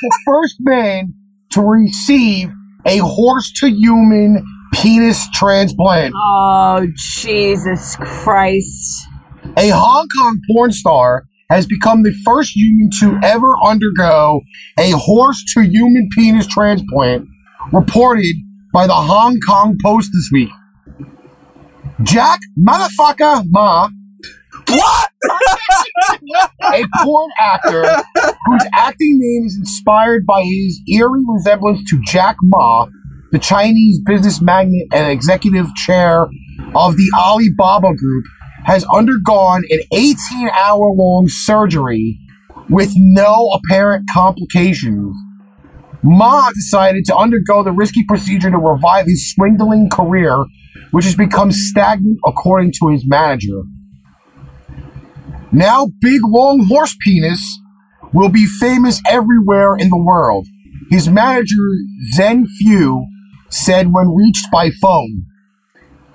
D: the first man to receive a horse to human penis transplant.
E: Oh, Jesus Christ.
D: A Hong Kong porn star has become the first human to ever undergo a horse to human penis transplant, reported by the Hong Kong Post this week. Jack motherfucker Ma
C: what?
D: a porn actor whose acting name is inspired by his eerie resemblance to Jack Ma, the Chinese business magnate and executive chair of the Alibaba Group, has undergone an 18 hour long surgery with no apparent complications. Ma decided to undergo the risky procedure to revive his swindling career, which has become stagnant according to his manager. Now, Big Long Horse Penis will be famous everywhere in the world. His manager, Zen Few, said when reached by phone.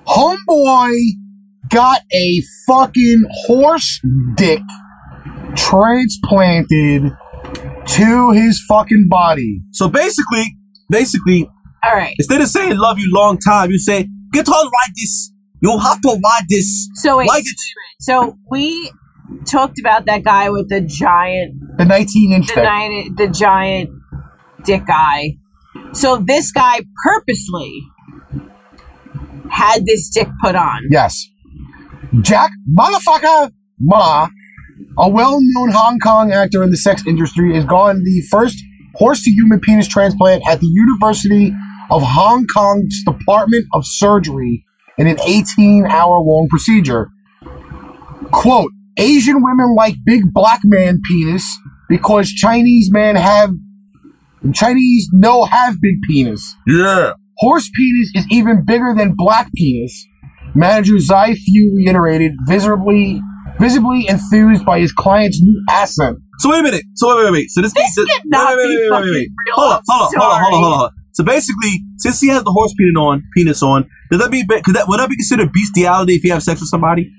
D: Homeboy got a fucking horse dick transplanted to his fucking body.
C: So basically, basically,
E: All right.
C: instead of saying "love you" long time, you say "get on ride this." You have to ride this.
E: So wait.
C: Like it.
E: So we talked about that guy with the giant,
D: The 19 inch
E: the,
D: thing.
E: ni- the giant dick guy. So this guy purposely had this dick put on.
D: Yes. Jack motherfucker Ma, a well-known Hong Kong actor in the sex industry, has gone the first horse-to-human penis transplant at the University of Hong Kong's Department of Surgery in an 18-hour-long procedure. Quote, Asian women like big black man penis because Chinese men have Chinese no have big penis.
C: Yeah.
D: Horse penis is even bigger than black penis. Manager Zai Few reiterated, visibly visibly enthused by his client's new asset.
C: So wait a minute. So wait, wait, wait. So this,
E: This
C: this
E: cannot be fucking real.
C: Hold on, hold on,
E: I'm
C: hold on, hold on,
E: sorry.
C: hold on. So basically, since he has the horse penis on, penis on, does that be could that would that be considered bestiality if you have sex with somebody?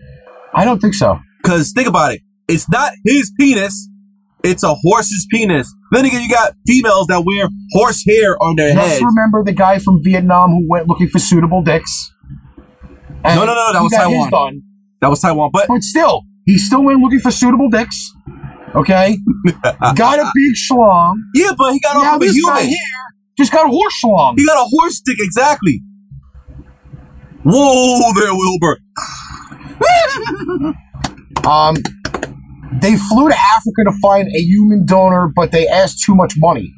D: I don't think so.
C: Because think about it, it's not his penis; it's a horse's penis. Then again, you got females that wear horse hair on their
D: Let's
C: heads.
D: remember the guy from Vietnam who went looking for suitable dicks. And
C: No, no, no, that
D: he
C: was
D: got his
C: Taiwan.
D: done.
C: That was Taiwan, but
D: But still, he still went looking for suitable dicks. Okay?
C: Uh,
D: got a big schlong.
C: yeah, but he got
D: Now
C: off of a
D: this guy
C: human.
D: here just got a horse schlong.
C: He got a horse dick, exactly. Whoa there, Wilbur.
D: Um, they flew to Africa to find a human donor, but they asked too much money.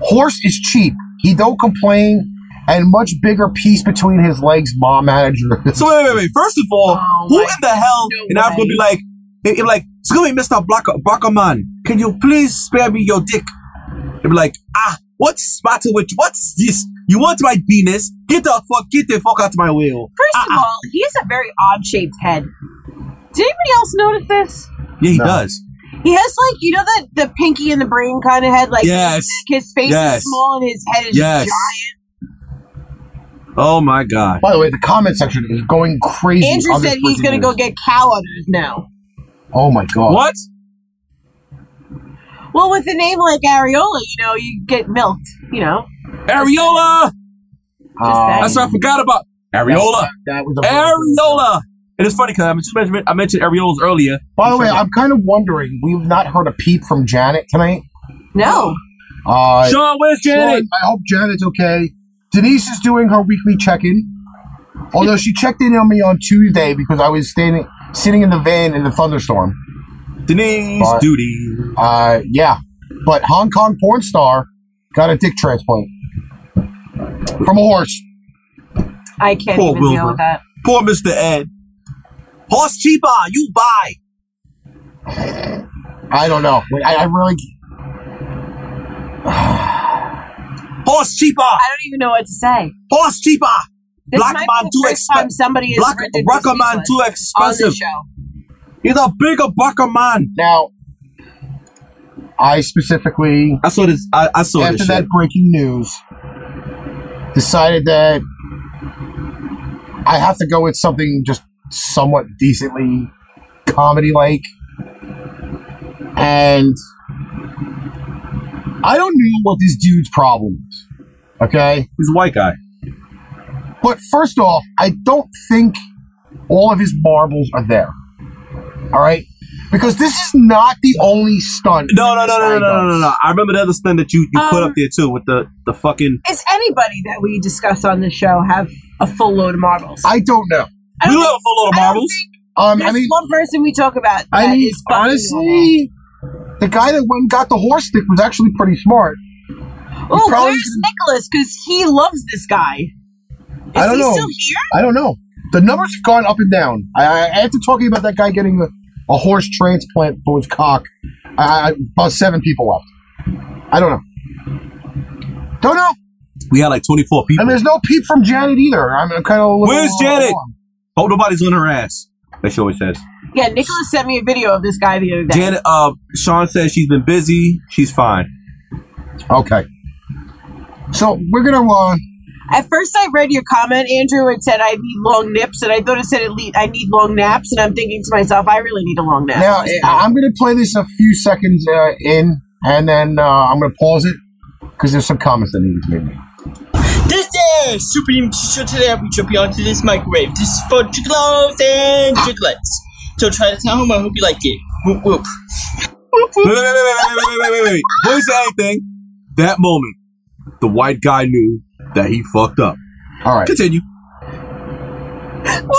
D: Horse is cheap. He don't complain, and much bigger piece between his legs. Ma manager.
C: So wait, wait, wait. First of all,
E: Oh,
C: who
E: my
C: in the hell
E: no
C: in Africa
E: way.
C: be like, they- they be like, excuse me, Mister Blocker, Blockerman, can you please spare me your dick? They be like, ah, what's the matter with you? What's this? You want my penis? Get the fuck, get the fuck out of my way! oh."
E: First of all, he has a very odd shaped head. Did anybody else notice this?
C: Yeah, he does.
E: He has like you know the the pinky and the brain kind of head. Like
C: Yes.
E: his, his face
C: Yes.
E: is small and his head is
C: Yes.
E: giant.
C: Oh my god.
D: By the way, the comment section is going crazy.
E: Andrew
D: on this
E: said he's gonna go
D: particular-
E: get cow udders now.
D: Oh my god!
C: What?
E: Well, with a name like Ariola, you know you get milked. You know,
C: Ariola!
E: saying.
D: Um,
C: That's what I forgot about. Ariola!
D: That was a-
C: Ariola! And it's funny because I mentioned, I mentioned areolas earlier.
D: By the way, I'm kind of wondering. We've not heard a peep from Janet tonight.
E: no.
D: Uh,
C: Sean, where's Janet?
D: Sean, I hope Janet's okay. Denise is doing her weekly check-in. Although she checked in on me on Tuesday because I was standing sitting in the van in the thunderstorm.
C: Denise
D: Bye.
C: Duty.
D: Uh, yeah, but Hong Kong porn star got a dick transplant from a horse.
E: I can't
C: Poor
E: even
C: Wilbur.
E: deal with that.
C: Poor Mr. Ed. Horse Chiba, you buy.
D: I don't know. Like, I, I really
C: Horse Chiba.
E: I don't even know what to say.
C: Horse Chiba.
E: This
C: Black
E: might
C: man
E: be
C: too
E: the first time
C: expensive.
E: somebody has
C: Black
E: rented
C: rocker
E: this
C: man
E: necklace
C: too
E: on the
C: expensive.
E: show.
C: He's a bigger bucker man.
D: now. I specifically
C: I saw this. I, I saw
D: after
C: this.
D: that
C: shit.
D: breaking news, decided that I have to go with something just somewhat decently comedy like. And I don't know what this dude's problem is. Okay?
C: He's a white guy.
D: But first off, I don't think all of his marbles are there. All right? Because this is not the only stunt.
C: No, no, no, no, no, no, no, no. I remember the other stunt that you, you put
E: Um,
C: up there too with the the fucking.
E: Is anybody that we discuss on the show have a full load of marbles?
D: I don't know.
E: I
C: We don't
E: don't think-
C: have a full load of
E: I don't
C: marbles.
E: think
D: Um,
E: There's
D: I mean,
E: one person we talk about.
D: I
E: that
D: mean,
E: is fucking normal.
D: honestly, the guy that went and got the horse stick was actually pretty smart.
E: Oh,
D: probably-
E: where's Nicholas? Because he loves this guy. Is
D: I don't
E: he
D: know.
E: still here?
D: I don't know. The numbers have gone up and down. I, I after talking about that guy getting a, a horse transplant for his cock, I, I, about seven people left. I don't know. Don't know.
C: We had like 24 people.
D: And there's no peep from Janet either. I'm, I'm kind of.
C: Where's Janet? Hope nobody's on her ass. That's what she always says.
E: Yeah, Nicholas sent me a video of this guy the other day.
C: Janet, uh, Sean says she's been busy. She's fine.
D: Okay. So we're gonna. Uh,
E: At first, I read your comment, Andrew, and said I need long nips, and I thought it said at least I need long naps, and I'm thinking to myself, I really need a long nap.
D: Now I- I'm going to play this a few seconds uh, in, and then uh, I'm going to pause it because there's some comments that need to be made.
F: This is Super Demon Show today. I'll be jumping onto this microwave. This is for Jiggalos and Jiglets. So try this at home. I hope you like it. Whoop whoop.
C: Wait, wait, wait, wait, wait, wait, wait, wait, wait, wait. Before you say anything, that moment, the white guy knew that he fucked up.
D: All right.
C: Continue.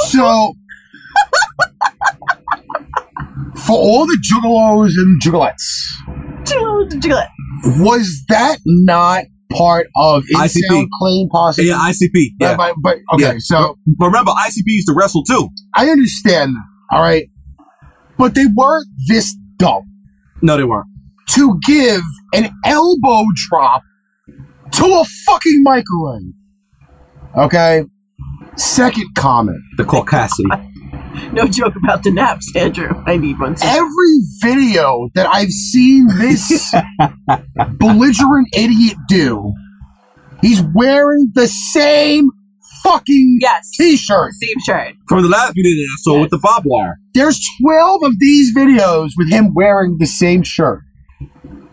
D: So, for all the juggalos and juggalettes,
E: Jiglet.
D: was that not part of
C: ICP?
D: Insane Claim Posse?
C: Yeah, ICP. Yeah.
D: But, but okay,
C: Yeah.
D: so
C: But remember, ICP used to wrestle too.
D: I understand. All right, but they weren't this dumb.
C: No, they weren't.
D: to give an elbow drop to a fucking microwave. Okay? Second comment.
C: The Caucasity.
E: No joke about the naps, Andrew. I need one. too.
D: Every video that I've seen this belligerent idiot do, he's wearing the same fucking
E: Yes.
D: t shirt.
E: Same shirt.
C: From the last video that I saw with the barbed wire.
D: There's 12 of these videos with him wearing the same shirt.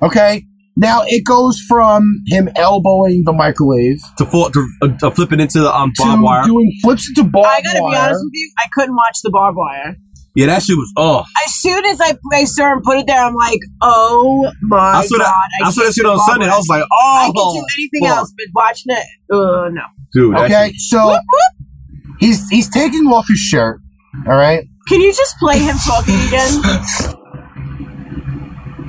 D: Okay? Now it goes from him elbowing the microwave
C: To, for, to, uh, to flipping into the um, barbed
D: to
C: wire.
D: doing flips into barbed
E: I gotta be
D: wire.
E: honest with you, I couldn't watch the barbed wire.
C: Yeah, that shit was, oh.
E: As soon as I, I saw him put it there, I'm like, oh my
C: I saw
E: god!
C: that, I, saw that
E: can't
C: shit
E: do
C: on
E: barbed
C: Sunday.
E: wire.
C: I was like,
E: I
C: oh.
E: can do anything
C: fuck.
E: else, but watching it, uh, no.
C: Dude, that
D: Okay,
C: shit-
D: so he's he's taking off his shirt. All right,
E: Can you just play him talking again?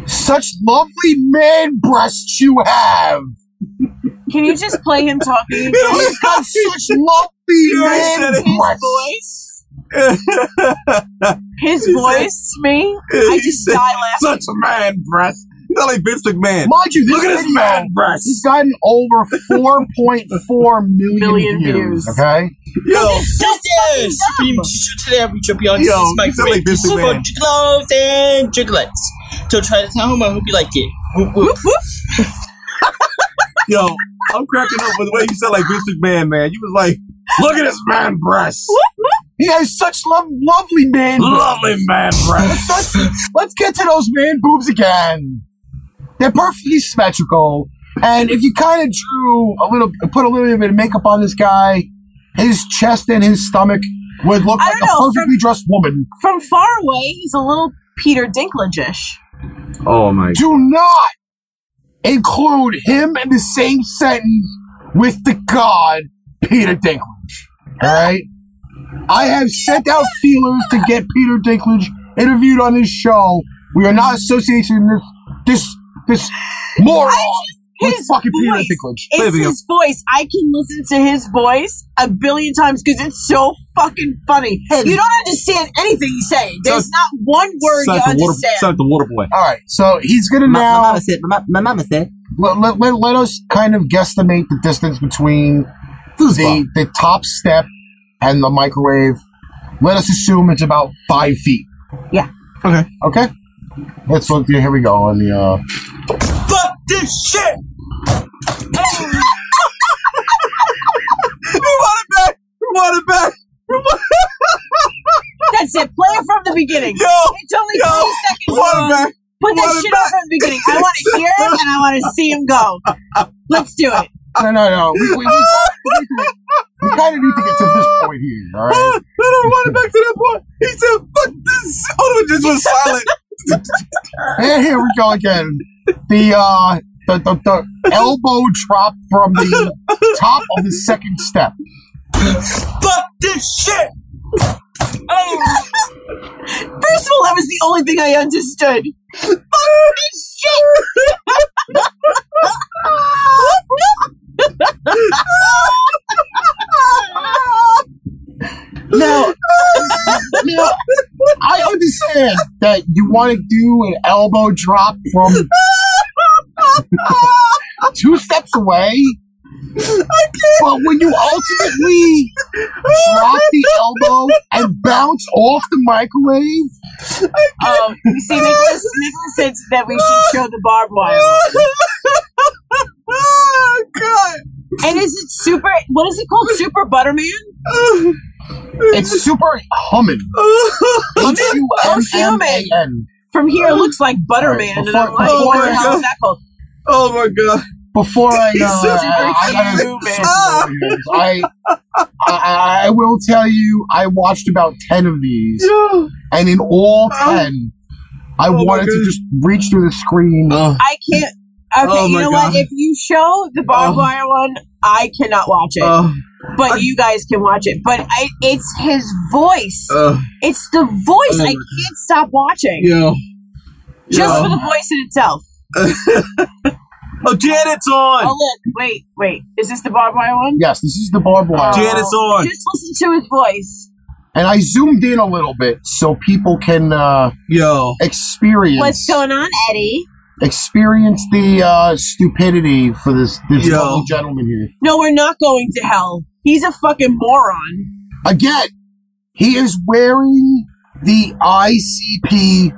D: such lovely man breasts you have.
E: Can you just play him talking again?
D: He's got such lovely
C: You already said
D: man
C: it.
E: His
D: breasts.
E: voice. His voice, me. I
C: He
E: just
C: said-
E: die laughing.
C: Such a man, breast. He's not like Vince McMahon.
D: Mind you, this
C: Look at his
D: video,
C: man breasts.
D: He's gotten over 4.4 million
E: Million
D: views,
E: views.
D: Okay,
C: Yo,
F: This is Super Demon Show today. I'll be jumping onto
C: Yo,
F: this
C: you sound like
F: microwave. This is
C: Vince
F: for
C: McMahon.
F: Jiggalos and Jiglets. Till try to tell him, I hope you like it. Whoop, whoop.
C: Yo, I'm cracking up with the way you sound like Vince McMahon, man. You was like, look at this man breasts.
D: He has such lo- lovely man.
C: Lovely man breasts.
D: Let's, let's get to those man boobs again. They're perfectly symmetrical. And if you kind of drew a little, put a little bit of makeup on this guy, his chest and his stomach would look
E: I
D: like a
E: don't know,
D: perfectly dressed woman.
E: From far away, he's a little Peter Dinklage-ish.
C: Oh my
D: Do not include him in the same sentence with the god Peter Dinklage. All right, I have sent out feelers to get Peter Dinklage interviewed on this show. We are not associating this this this moron with
E: His
D: fucking Peter
E: voice.
D: Dinklage.
E: It's
C: Living
E: his voice. I can listen to his voice a billion times because it's so fucking funny. You don't understand anything he's saying. There's
C: Sounds-
E: not one word you
C: Sound like the water,
E: understand.
C: sound like the water boy.
D: All right, so he's gonna
G: My, my
D: now
G: mama said. My, my mama said.
D: let, let, let, let us kind of guesstimate the distance between the, the top step and the microwave. Let us assume it's about five feet.
E: Yeah.
D: Okay. Okay. Let's look. Here we go on the. Uh,
F: Fuck this shit!
E: That's it. Play it from the beginning.
C: Yo,
E: it's only
C: yo,
E: 20 seconds long.
C: Water
E: Put that
C: Water
E: shit up from the beginning. I want to hear him and I want to see him go. Let's do it.
D: no, no, no. We, we, we, we kind of need to get to this point here. All right.
C: back. No, no, water back to that boy. He said, fuck this. Oh, no, it just was silent.
D: And here we go again. The uh, the, the, the elbow drop from the top of the second step.
F: Fuck this shit!
E: First of all, that was the only thing I understood. Fuck this shit.
D: Now, now, I understand that you want to do an elbow drop from two steps away. But when you ultimately drop the elbow and bounce off the microwave,
E: Oh, you see, Nicholas, Nicholas said that we should show the barbed wire. Ah,
C: oh, God.
E: And is it super? What is it called? Super Butterman?
D: it's super humming. H-U-M-M-A-N.
E: From here, it looks like Butterman, and I'm like,
D: Oh
E: what
C: my
E: the hell is
C: God.
E: that called?
C: Oh, my God.
D: Before I, uh,
C: Super
D: I, I, I,
E: Human.
D: I, I, I will tell you, I watched about 10 of these, and in all 10, I
C: Oh. my
D: wanted to
C: goodness.
D: just reach through the screen.
E: I can't. Okay,
C: Oh
E: you
C: my
E: know
C: God.
E: what? If you show the barbed
C: Oh.
E: wire one, I cannot watch it,
C: Oh,
E: but you guys can watch it. But I, it's his voice.
C: oh,
E: it's the voice.
C: Oh my
E: I can't stop watching
C: yo.
E: just
C: yo.
E: for the voice in itself.
C: Oh, Janet's on.
E: Oh look, wait, wait. Is this the barbed wire one?
D: Yes, this is the barbed wire.
E: Oh.
C: Janet's on.
E: Just listen to his voice.
D: And I zoomed in a little bit so people can uh,
C: Yo.
D: experience
E: What's going on, Eddie?
D: experience the uh, stupidity for this, this
C: Yo.
D: lovely gentleman here.
E: No, we're not going to hell. He's a fucking moron.
D: Again, he is wearing the ICP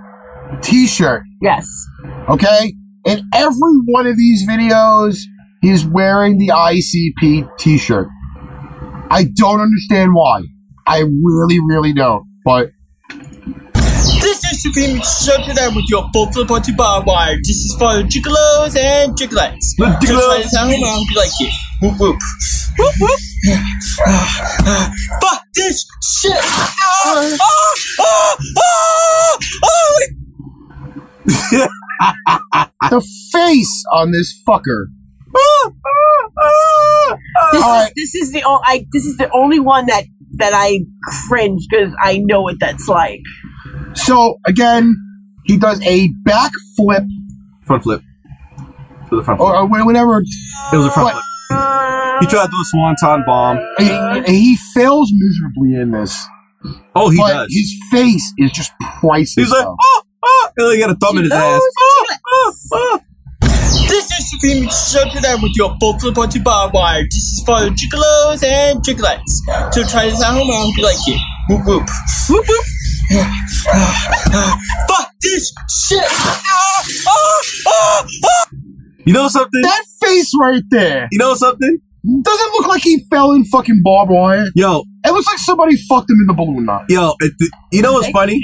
D: t shirt.
E: Yes.
D: Okay? In every one of these videos, he's wearing the ICP t shirt. I don't understand why. I really, really don't. But
F: This is Supreme Show today with your full flip onto barbed wire. This is for gigolos and gigolets.
C: The
F: Till try
C: gigolos.
F: to tell him, I hope you like it. Whoop, whoop.
E: Whoop, whoop.
F: Fuck this shit! Ah, ah, ah, ah, ah.
D: the face on this fucker.
C: Oh.
E: This
D: All
E: is
D: right.
E: this is the o- I this is the only one that that I cringe because I know what that's like.
D: So, again, he does a backflip
C: Front flip. To the front flip.
D: or, or whenever
C: It was a front
D: What?
C: flip. He tried to do a swanton bomb.
D: he, he fails miserably in this.
C: Oh, he
D: but
C: does.
D: his face is just priceless.
C: He's like,
D: though.
C: oh, oh. And he got a thumb in his ass. Oh, oh, oh.
F: This is Supreme Show today with your full flip onto barbed wire. This is for gigolos and gigolets. So try this at home, I hope you like it. Whoop, whoop.
E: Whoop, whoop.
F: Fuck
H: this shit. Ah, ah, ah, ah.
C: You know something?
D: That face right there
C: You know something?
D: doesn't look like he fell in fucking barbed wire.
C: Yo,
D: It looks like somebody fucked him in the balloon knot.
C: yo, it, you know what's funny?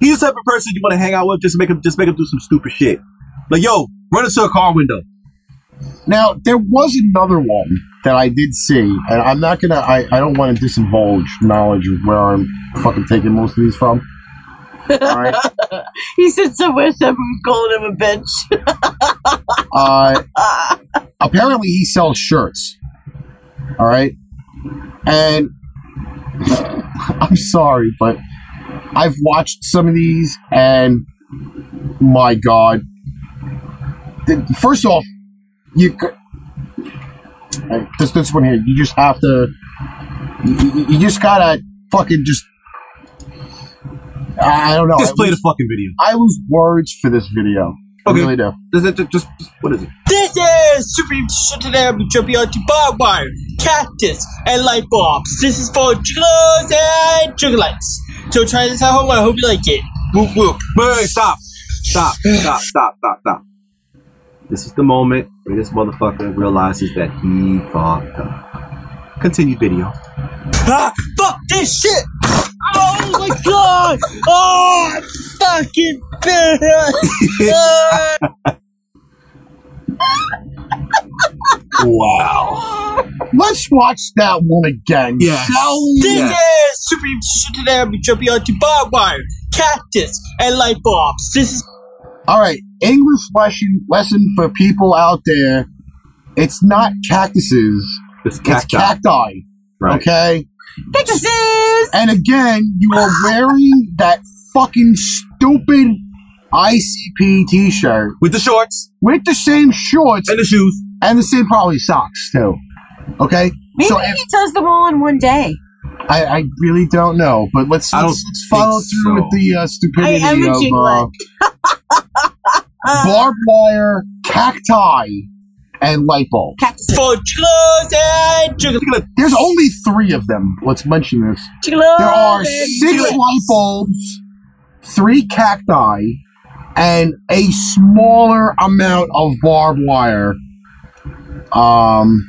C: He's the type of person you want to hang out with. Just make him, just make him do some stupid shit. Like, yo, run into a car window.
D: Now there was another one that I did see, and I'm not gonna. I, I don't want to disinvolge knowledge of where I'm fucking taking most of these from. All right.
E: He sits there with him, calling him a bitch.
D: Uh, apparently, he sells shirts. All right, and I'm sorry, but I've watched some of these, and my god, The- first off, you c- Hey, this this one here, you just have to, you, you- you just gotta fucking just. I I don't know.
C: Just
D: Oh, I
C: play the
D: lose,
C: fucking video.
D: I lose words for this video.
C: Okay.
D: I really do.
C: Just, just, just, just- what is it?
H: This is Supreme Show today. I'm jumping onto barbed wire, cactus, and light bulbs. This is for juggalos and juggalites. So try this at home. I hope you like it. Whoop whoop.
C: Wait, wait, wait, stop. Stop, stop, stop, stop, stop. This is the moment where this motherfucker realizes that he fucked up. Continue video.
H: Ah, fuck this shit. Oh my god. Oh, I'm fucking. Ah.
D: Let's watch that one again.
C: Yes.
D: Shall we?
H: This is Supreme Show today. I'm jumping onto barbed wire, cactus, and light bulbs. This is
D: All right. English lesson lesson for people out there. It's not cactuses.
C: It's cacti.
D: It's cacti.
C: right.
D: Okay.
E: Pegasus!
D: And again, you are wearing that fucking stupid ICP T-shirt
C: With the shorts
D: with the same shorts
C: and the shoes.
D: and the same probably socks too. Okay.
E: Maybe
D: so if-
E: he does them all in one day.
D: I, I really don't know, but let's,
C: I don't
D: let's, let's follow
C: think
D: through
C: so.
D: with the uh, stupidity
E: I am a
D: of
E: jinglet.
D: uh, barbed wire, cacti, and light bulbs.
E: Cactus.
H: for juggalos and juggalites.
D: There's only three of them. Let's mention this.
E: Oh,
D: There are six light bulbs, three cacti, and a smaller amount of barbed wire. Um,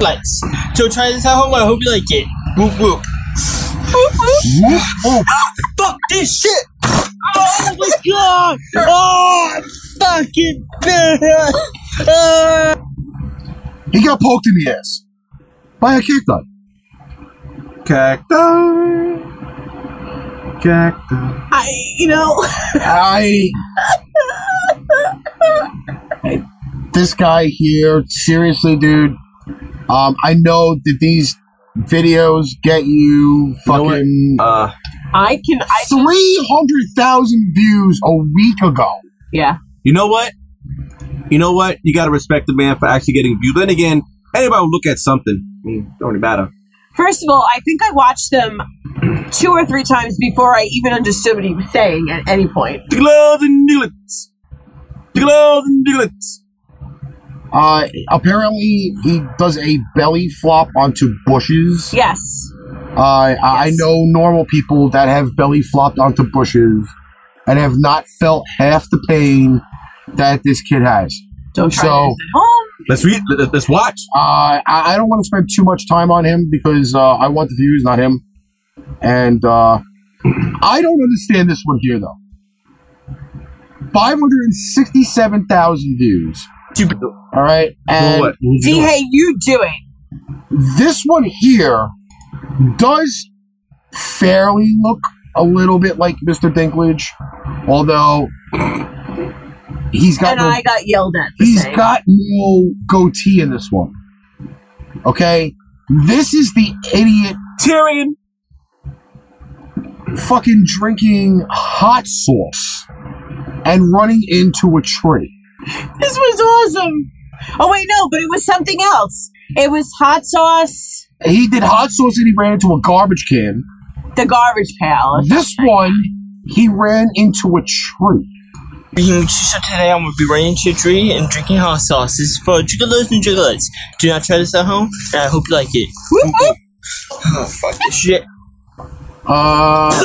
H: lights. So try this at home. I hope you like it. Whoop whoop.
D: whoop, oh, whoop.
H: Fuck this shit. Oh my god. Oh, I'm fucking. Ah.
D: he got poked in the ass by a cacti.
C: Cacti. Cacti.
E: I, you know,
D: I. this guy here, seriously, dude. Um, I know that these videos get you
C: know what?
D: fucking
C: Uh,
E: I can. I
D: three hundred thousand views a week ago.
E: yeah.
C: you know what? You know what? You gotta respect the man for actually getting views. Then again, anybody will look at something. I mean, don't really matter.
E: First of all, I think I watched them two or three times before I even understood what he was saying at any point.
C: The gloves and nigglets. The gloves and nigglets.
D: Uh, apparently, he does a belly flop onto bushes.
E: Yes.
D: Uh, I I know normal people that have belly flopped onto bushes and have not felt half the pain that this kid has.
E: Don't try
D: So-
E: this at home.
C: Let's read. let- Let's watch.
D: Uh, I, I don't want to spend too much time on him because uh, I want the views, not him. And uh, I don't understand this one here, though. 567,000 views.
C: Stupid.
D: All right. And
C: what? Who's
E: D,
C: doing it?
E: hey, you do it.
D: this one here does fairly look a little bit like Mr. Dinklage, although he's got
E: And
D: no
E: I got yelled at. The
D: He's
E: same.
D: got no goatee in this one. Okay? This is the idiot
C: Tyrion.
D: fucking drinking hot sauce and running into a tree.
E: This was awesome. Oh, wait, no, but it was something else. It was hot sauce,
D: He did hot sauce and he ran into a garbage can.
E: the garbage pail.
D: This one, he ran into a tree.
H: Being so today, I'm gonna be running to a tree and drinking hot sauce. This is for juggalos and juggalettes. Do not try this at home, and I hope you like it. Whoop, whoop. Oh, fuck this shit.
D: Uh,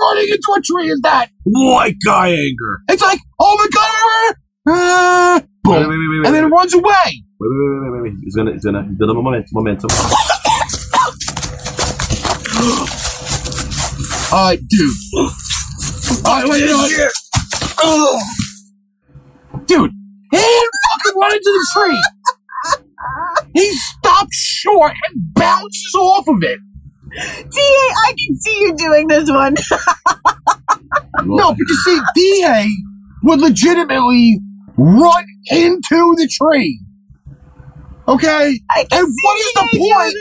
D: running into a tree is that?
C: White guy anger.
D: It's like, oh my god, ah, boom,
C: Wait, wait, wait, wait,
D: and
C: wait.
D: then it runs away.
C: Wait, wait, wait, wait, wait. He's gonna, he's gonna, he's gonna moment, momentum.
D: Uh, dude. Uh, wait, wait, wait. Ugh. Dude, he didn't fucking run into the tree. He stops short and bounces off of it.
E: DA, I can see you doing this one.
D: No, but you see, DA would legitimately run into the tree. Okay?
E: I can
D: And
E: see
D: what is the
E: DA doing
D: point?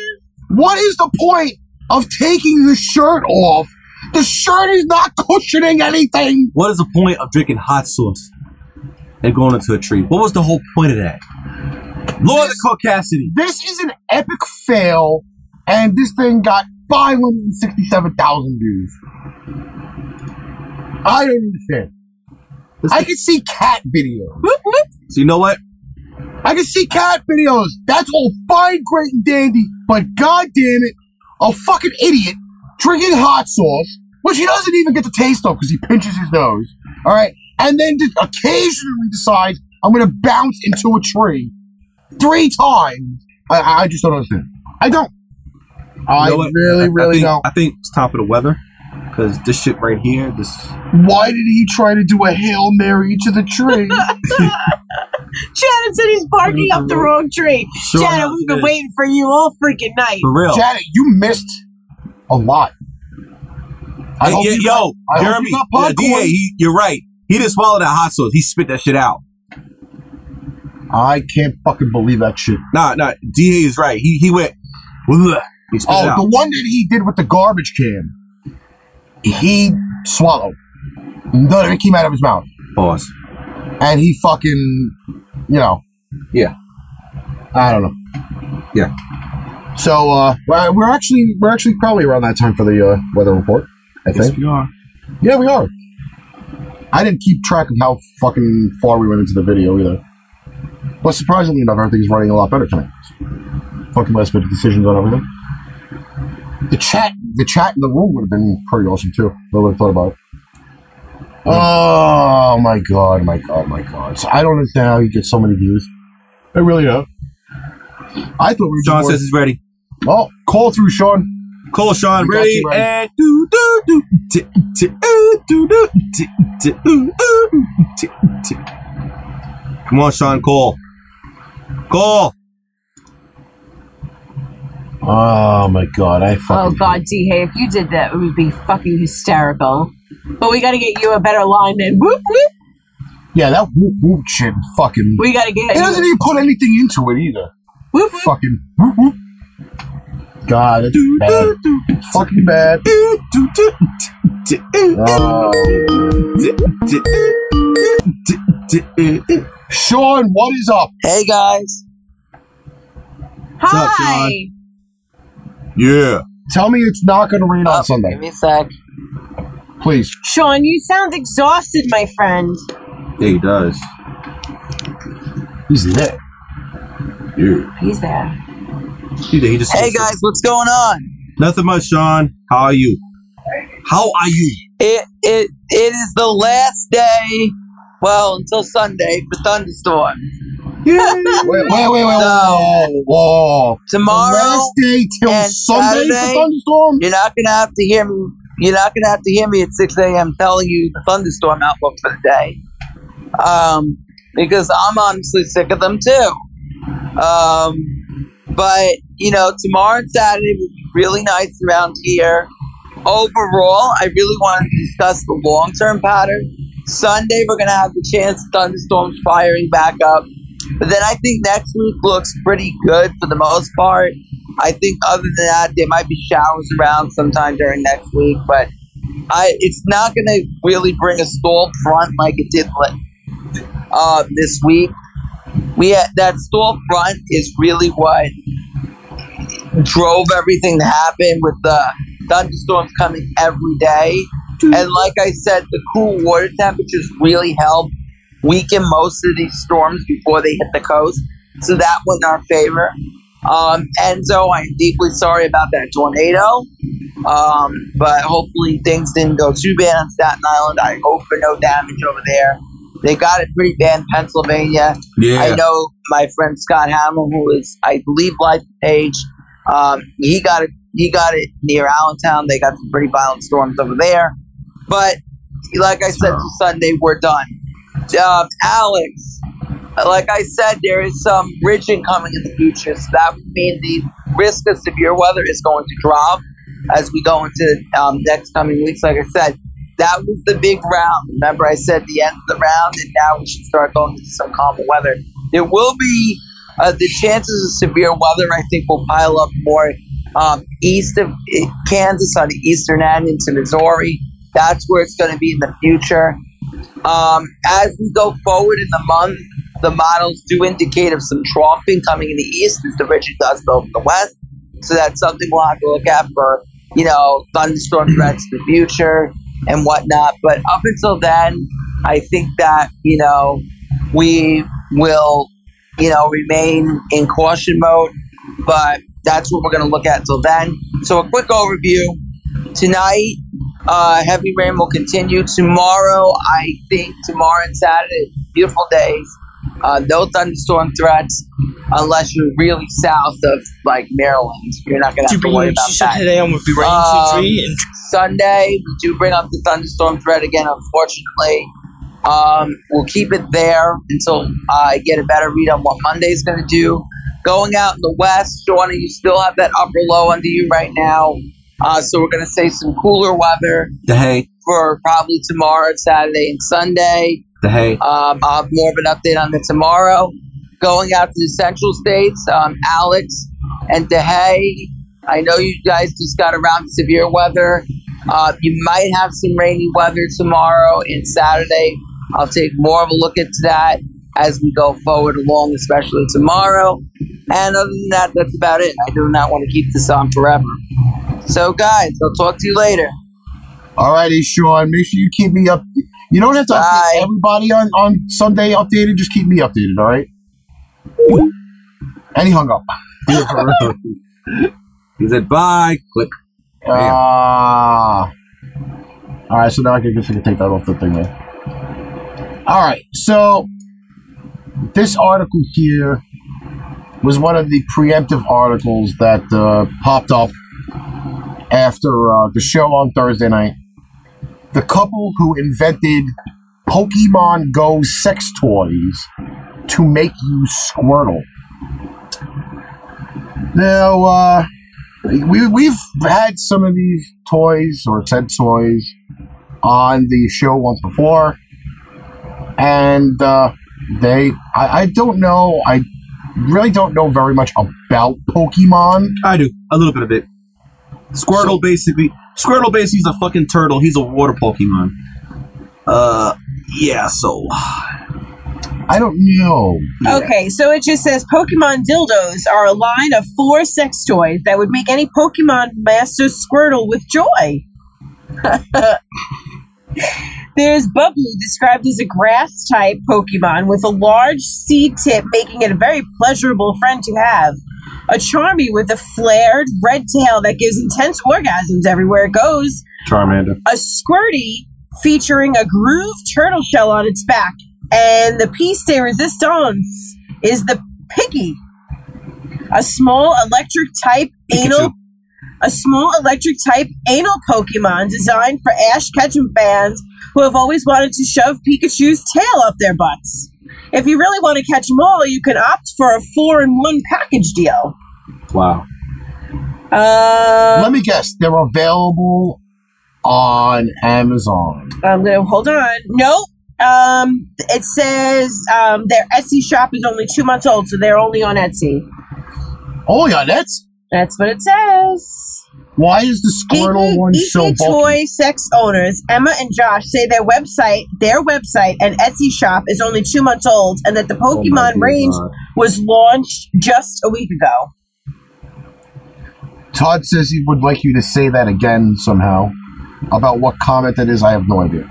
D: What is the point of taking the shirt off? The shirt is not cushioning anything.
C: What is the point of drinking hot sauce and going into a tree? What was the whole point of that? Lord of Caucasity.
D: This is an epic fail, and this thing got 567,000 views. I don't understand. I can see cat videos.
C: So you know what?
D: I can see cat videos. That's all fine, great, and dandy. But goddamn it, a fucking idiot drinking hot sauce, which he doesn't even get the taste of because he pinches his nose. All right, and then just occasionally decides I'm gonna bounce into a tree three times. I- I, I just don't understand. I don't. I
C: You know what?
D: really, really
C: think,
D: don't.
C: I think it's top of the weather because this shit right here, this
D: Why did he try to do a hail mary to the tree?
E: Janet said he's barking up the wrong tree.
C: Sure
E: Janet,
C: enough,
E: we've
C: it
E: been
C: is.
E: waiting for you all freaking night.
C: for real.
D: Janet, you missed a lot. I
C: Hey,
D: hope
C: yeah,
D: you
C: yo,
D: I hope you
C: Jeremy,
D: got
C: yeah,
D: popcorn.
C: DA, he, you're right. He didn't swallow that hot sauce. He spit that shit out.
D: I can't fucking believe that shit.
C: Nah, nah. DA is right. He he went. "Bleh." He spit
D: Oh,
C: it out.
D: the one that he did with the garbage can. He swallowed. None of it came out of his mouth.
C: Pause.
D: And he fucking, you know,
C: Yeah,
D: I don't know.
C: yeah.
D: So uh we're we're actually we're actually probably around that time for the uh, weather report. I think.
C: we are.
D: Yeah, we are. I didn't keep track of how fucking far we went into the video either. But surprisingly enough, everything's running a lot better tonight. Fucking last minute decisions on everything. The chat, the chat in the room would have been pretty awesome too. Nobody thought about it. Oh my god, my god, my god! So I don't understand how you get so many views. I really don't. I thought we were
C: Sean says he's ready.
D: "Oh, call through, Sean."
C: Cool, Sean.
D: We got
C: Ready
D: you, buddy.
C: and do do do do do do do do do do do do. Come on, Sean. Cole. Cole.
D: Oh my god, I
E: Oh
D: fucking.
E: God, D. Hey, if you did that, it would be fucking hysterical. But we got to get you a better line than whoop whoop.
D: Yeah, that whoop whoop shit, fucking.
E: We got to get.
D: He
E: you-
D: doesn't even put anything into it either.
E: whoop, whoop.
D: Fucking. whoop, whoop. God, it's bad. It's fucking bad. Um, Sean, what is up?
F: Hey guys.
C: up,
E: Hi.
C: Yeah.
D: Tell me it's not going to rain
F: Uh,
D: on Sunday,
F: Give me a sec.
D: please.
E: Sean, you sound exhausted, my friend.
C: Yeah, he does.
D: He's lit.
C: Yeah.
E: He's there.
C: He, he just
F: Hey guys, what's going on?
C: Nothing much, Sean. How are you? How are you?
F: It it it is the last day. Well, until Sunday for thunderstorm.
D: Wait, wait, wait, wait. Whoa, whoa.
F: Tomorrow
D: The last day till
F: and
D: Sunday
F: Saturday.
D: for thunderstorm?
F: You're not gonna have to hear me. You're not gonna have to hear me at 6 a.m. telling you the thunderstorm outlook for the day, um, because I'm honestly sick of them too. Um, but you know, tomorrow and Saturday will be really nice around here. Overall, I really want to discuss the long-term pattern. Sunday, we're gonna have the chance of thunderstorms firing back up. But then I think next week looks pretty good for the most part. I think other than that, there might be showers around sometime during next week, but I it's not going to really bring a stall front like it did like, uh, this week. We had, that stall front is really what drove everything to happen with the thunderstorms coming every day. And like I said, the cool water temperatures really help weaken most of these storms before they hit the coast. So that went in our favor. Um, Enzo, I'm deeply sorry about that tornado. Um, but hopefully things didn't go too bad on Staten Island. I hope for no damage over there. They got it pretty bad in Pennsylvania.
C: Yeah.
F: I know my friend Scott Hamill, who is, I believe, life page. Um, he got it. He got it near Allentown. They got some pretty violent storms over there. But like I said, Sunday we're done. Uh, Alex, like I said, there is some ridging coming in the future, so that would mean the risk of severe weather is going to drop as we go into um, next coming weeks. Like I said, that was the big round. Remember, I said the end of the round, and now we should start going into some calmer weather. There will be uh, the chances of severe weather. I think will pile up more um, east of eh, Kansas on the eastern end into Missouri. That's where it's going to be in the future. Um, as we go forward in the month, the models do indicate of some troughing coming in the east as the rigid does go from the west. So that's something we'll have to look at for, you know, thunderstorm threats in the future and whatnot. But up until then, I think that, you know, we will, you know, remain in caution mode. But that's what we're going to look at until then. So a quick overview tonight. Uh, heavy rain will continue tomorrow. I think tomorrow and Saturday, beautiful days. Uh, no thunderstorm threats unless you're really south of like Maryland. You're not gonna have to worry about that.
G: today I'm gonna be writing
F: Um,
G: to tree and
F: Sunday, we do bring up the thunderstorm threat again, unfortunately. Um, we'll keep it there until I get a better read on what Monday's going to do. Going out in the west, Shauna, you still have that upper low under you right now. Uh, so we're going to say some cooler weather
C: The hay,
F: for probably tomorrow, Saturday, and Sunday.
C: the hay.
F: Um, I'll have more of an update on it tomorrow. Going out to the central states, um, Alex and DeHay, I know you guys just got around severe weather. Uh, you might have some rainy weather tomorrow and Saturday. I'll take more of a look at that as we go forward along, especially tomorrow. And other than that, that's about it. I do not want to keep this on forever. So, guys, I'll talk to you later.
D: All righty, Sean. Make sure you keep me up. You don't have to
F: Bye.
D: update everybody on, on Sunday updated. Just keep me updated, all right? And he hung up.
C: He said, bye. Click.
D: Ah. all right, so now I can guess I can take that off the thing there. All right, so this article here was one of the preemptive articles that uh, popped up after uh, the show on Thursday night. The couple who invented Pokemon Go sex toys to make you Squirtle. Now, uh, we, we've had some of these toys or said toys on the show once before and uh, they I, I don't know i really don't know very much about pokemon
C: I do a little bit of it. Squirtle basically, Squirtle basically is a fucking turtle. He's a water Pokemon. Uh, yeah. So
D: i don't know
E: Okay, so it just says Pokemon dildos are a line of four sex toys that would make any Pokemon Master Squirtle with joy. There's Bubbly, described as a grass type Pokemon with a large seed tip, making it a very pleasurable friend to have. A Charmy with a flared red tail that gives intense orgasms everywhere it goes.
D: charmander
E: A Squirty featuring a grooved turtle shell on its back. And the piece de resistance is the Piggy, a small electric type anal. A small electric type anal Pokemon designed for Ash Ketchum fans who have always wanted to shove Pikachu's tail up their butts. If you really want to catch them all, you can opt for a four in one package deal.
C: wow.
E: Uh,
D: let me guess they're available on amazon
E: I'm gonna Um, hold on. Nope. Um, it says um, their Etsy shop is only two months old, so they're only on Etsy.
D: oh yeah that's
E: That's what it says.
D: why is the squirtle
E: Geeky,
D: one
E: geeky
D: so bulky
E: toy sex owners Emma and Josh say their website, their website and Etsy shop is only two months old, and that the
C: Oh my
E: Pokemon
C: dear
E: range
C: God.
E: was launched just a week ago.
D: todd says he would like you to say that again somehow about what comment that is i have no idea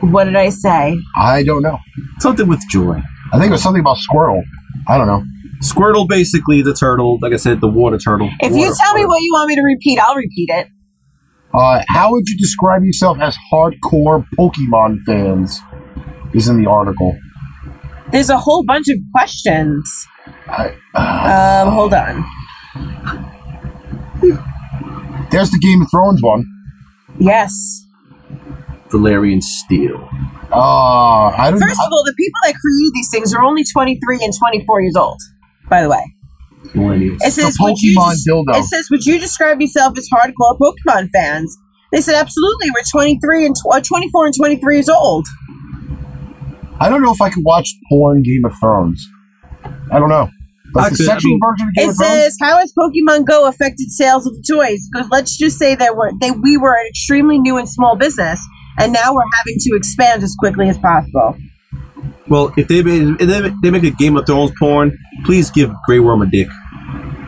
E: What did I say?
D: i don't know
C: Something with joy.
D: I think it was something about Squirtle. I don't know.
C: Squirtle basically the turtle, like I said, the water turtle.
E: If
C: Water
E: you tell me
C: turtle.
E: what you want me to repeat, I'll repeat it.
D: Uh, how would you describe yourself as hardcore Pokemon fans? Is in the article.
E: There's a whole bunch of questions.
D: I-
E: Um, hold on.
D: There's the Game of Thrones one.
E: Yes.
C: Valerian Steel.
D: Uh, I don't.
E: First of all, the people that created these things are only 23 and 24 years old. By the way,
C: Millennials.
E: it says
D: The
E: would you
D: Pokemon
E: des-
D: dildo.
E: It says would you describe yourself as hardcore Pokemon fans? They said absolutely. We're 23 and tw- uh, 24 and 23 years old.
D: I don't know if I could watch porn Game of Thrones. I don't know.
C: I
D: Like the
C: could, I
D: sexual
C: mean-
D: version of Game
E: It
D: of Thrones.
E: says, "How has Pokemon Go affected sales of toys?" Because let's just say that we're, that we were an extremely new and small business, and now we're having to expand as quickly as possible.
C: Well, if they, made, if they they make a Game of Thrones porn, please give Grey Worm a dick.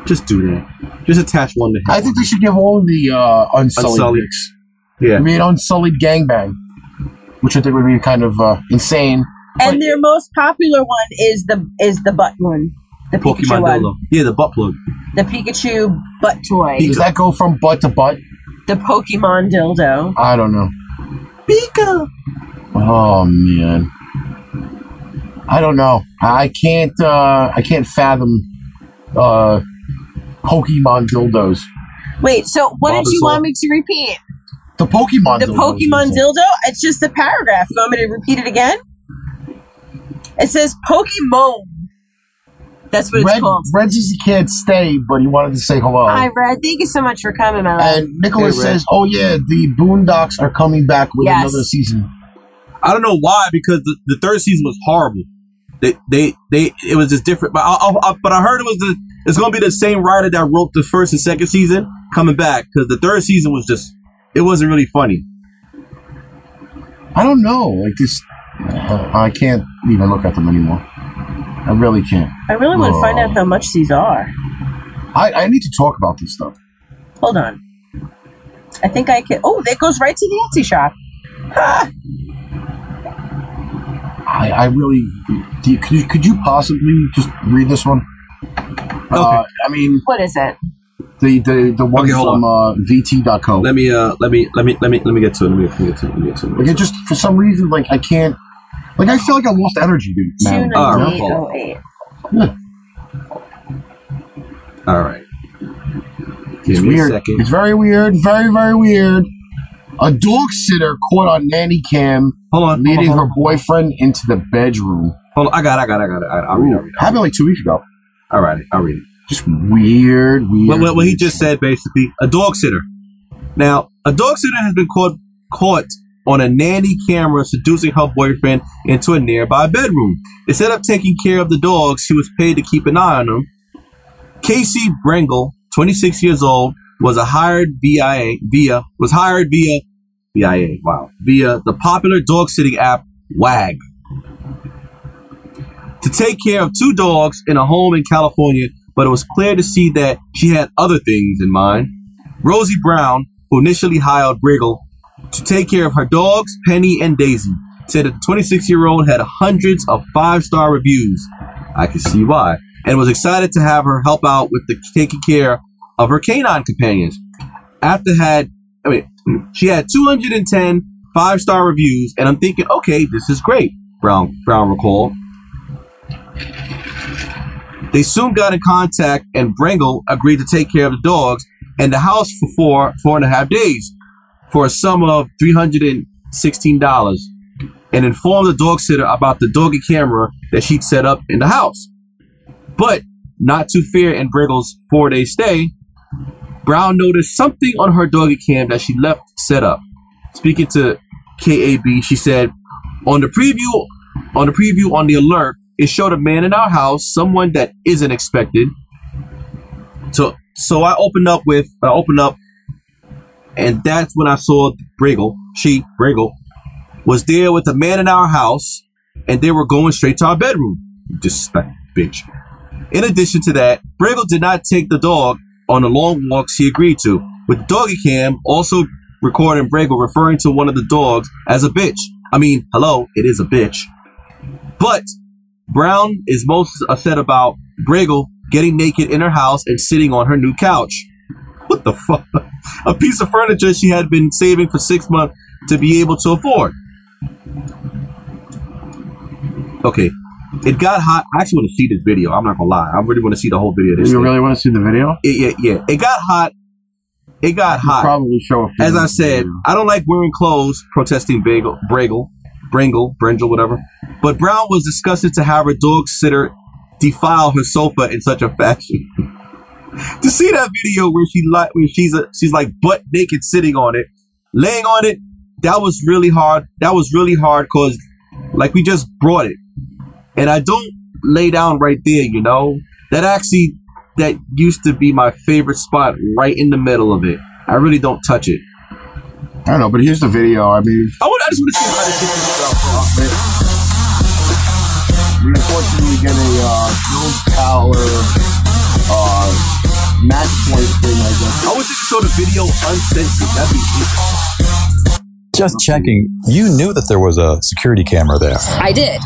C: Just do that. Just attach one to him.
D: I think they should give all the uh, unsullied.
C: Unsullied.
D: dicks. I
C: Yeah.
D: mean, unsullied gangbang, which I think would be kind of uh, insane.
E: And their most popular one is the is the butt one, the Pikachu
C: Pokemon
E: one,
C: Dildo. Yeah, the butt plug.
E: the Pikachu butt toy,
D: Does that go from butt to butt?
E: the Pokemon dildo.
D: I don't know.
E: Pika.
D: Oh man, I don't know. I can't. Uh, I can't fathom uh, Pokemon dildos.
E: Wait, so what did you
C: Bulbasaur.
E: want me to repeat?
D: The Pokemon.
E: The
D: dildos,
E: Pokemon
D: you said.
E: dildo? It's just the paragraph. You want me to repeat it again? It says Pokemon. That's what it's
D: Red,
E: called.
D: Red says he can't stay, but he wanted to say hello.
E: Hi, Red. Thank you so much for coming, my love.
D: and Nicholas
C: Hey, Red.
D: says, "Oh yeah, the Boondocks are coming back with
E: Yes.
D: another season."
C: I don't know why because the, the third season was horrible. They they they it was just different. But I, I, I- but I heard it was the it's gonna be the same writer that wrote the first and second season coming back because the third season was just it wasn't really funny.
D: I don't know. Like this, I can't even look at them anymore. I really can't.
E: I really want to find
D: Oh.
E: out how much these are.
D: I, I need to talk about this stuff.
E: Hold on. I think I can. Oh, that goes right to the Etsy shop.
D: I, I really. Do you, could, you, could you possibly just read this one? Uh, I mean,
E: What is it?
D: the the, the one
C: Okay, hold
D: from uh, VT.co.
C: Let me uh let me let me let me let me get to it. Let me, let me get to it. Let me get to it.
D: Like, it just for some reason, like I can't. Like I feel like I lost energy, dude. man.
E: June
C: Oh,
E: of
C: no.
E: 0808.
C: All right. Give
D: It's
C: me
D: weird.
C: a second.
D: It's very weird. Very very weird. A dog sitter caught on nanny cam
C: Hold on. Hold on,
D: leading
C: hold
D: her
C: on.
D: boyfriend into the bedroom.
C: Hold on. I got. it, I got. it, I got. it. I- I'll read. it, I'll read. it.
D: Happened like two weeks ago.
C: All right. I'll read. it.
D: Just weird, weird.
C: What, what, what he
D: weird
C: just
D: shit.
C: said basically a dog sitter. Now, a dog sitter has been caught caught on a nanny camera seducing her boyfriend into a nearby bedroom. Instead of taking care of the dogs, she was paid to keep an eye on them. Casey Brengel, 26 years old, was a hired via via was hired via via wow via the popular dog sitting app Wag to take care of two dogs in a home in California, but it was clear to see that she had other things in mind. Rosie Brown, who initially hired Briggle to take care of her dogs, Penny and Daisy, said that the 26 year old had hundreds of five star reviews. I can see why. And was excited to have her help out with the taking care of her canine companions. After had, I mean, she had 210 five star reviews, and I'm thinking, okay, this is great. Brown, Brown recalled. They soon got in contact, and Brangle agreed to take care of the dogs and the house for four four and a half days for a sum of three hundred and sixteen dollars, and informed the dog sitter about the doggy camera that she'd set up in the house. But not to fear in Brangle's four day stay, Brown noticed something on her doggy cam that she left set up. Speaking to KAB, she said, "On the preview on the preview on the alert, it showed a man in our house, someone that isn't expected. So so I opened up with I opened up and that's when I saw Briggle, she Briggle, was there with a man in our house, and they were going straight to our bedroom. Disrespect bitch. In addition to that, Briggle did not take the dog on the long walks he agreed to, with Doggy Cam also recording Briggle referring to one of the dogs as a bitch. I mean, hello, it is a bitch. But Brown is most upset about Bragle getting naked in her house and sitting on her new couch. What the fuck? A piece of furniture she had been saving for six months to be able to afford. Okay. It got hot. I actually want to see this video. I'm not gonna lie. I really want to see the whole video. Of this
D: You
C: thing.
D: really want to see the video?
C: It- yeah, yeah. It got hot. It got hot.
D: Probably show a few
C: As I
D: minutes of
C: said,
D: video.
C: I don't like wearing clothes, protesting Bagel, Bragle, Bringle, Bringle, whatever. But Brown was disgusted to have her dog sitter defile her sofa in such a fashion. to see that video where she like where she's a, she's like butt naked sitting on it, laying on it, that was really hard. That was really hard because like we just brought it, and I don't lay down right there. You know that actually that used to be my favorite spot, right in the middle of it. I really don't touch it.
D: I don't know, but here's the video. I mean,
C: I, want, I just want to see how this is.
D: we unfortunately get a uh, Bill Power uh, match point thing, I guess.
C: I wish they could show the video uncensored. That'd be easy.
G: Just checking. You knew that there was a security camera there.
I: I did.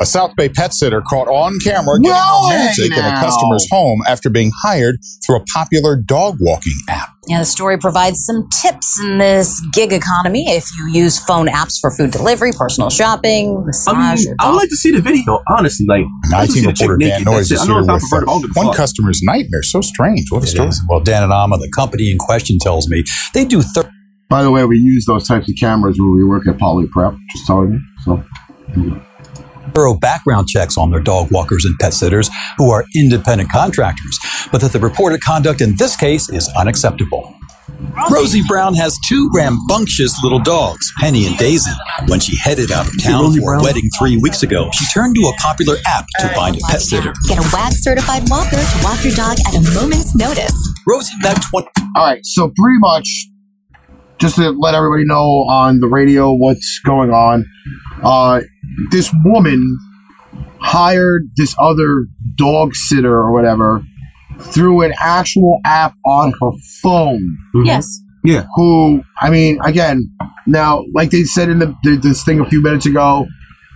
J: A South Bay pet sitter caught on camera getting
D: No way
J: romantic in a
D: now.
J: customer's home after being hired through a popular dog walking app.
I: Yeah, the story provides some tips in this gig economy if you use phone apps for food delivery, personal shopping,
C: I
I: massage,
C: mean,
I: or
C: I
I: golf.
C: would like to see the video, honestly. Like, I
J: My
C: just
J: team
C: see the chick
J: reporter Dan
C: naked,
J: Noyes
C: that's
J: is
C: it. I know
J: here
C: it's not
J: with
C: perverted, but I don't give a
J: one
C: fuck.
J: customer's nightmare. So strange. What a
G: It
J: story.
G: is. Well, Dan and Ama, the company in question, tells me they do third.
D: By the way, we use those types of cameras when we work at Poly Prep, just telling you. So,
G: thorough background checks on their dog walkers and pet sitters who are independent contractors, but that the reported conduct in this case is unacceptable. Rosie Brown has two rambunctious little dogs, Penny and Daisy. When she headed out of town
C: Rosie
G: for
C: Brown?
G: a wedding three weeks ago, she turned to a popular app to find a pet sitter.
K: Get a WAG certified walker to walk your dog at a moment's notice.
G: Rosie met 20
D: all right. So, pretty much, just to let everybody know on the radio what's going on, uh, this woman hired this other dog sitter or whatever through an actual app on her phone.
E: Yes.
D: who I mean, again, now like they said in the, the this thing a few minutes ago,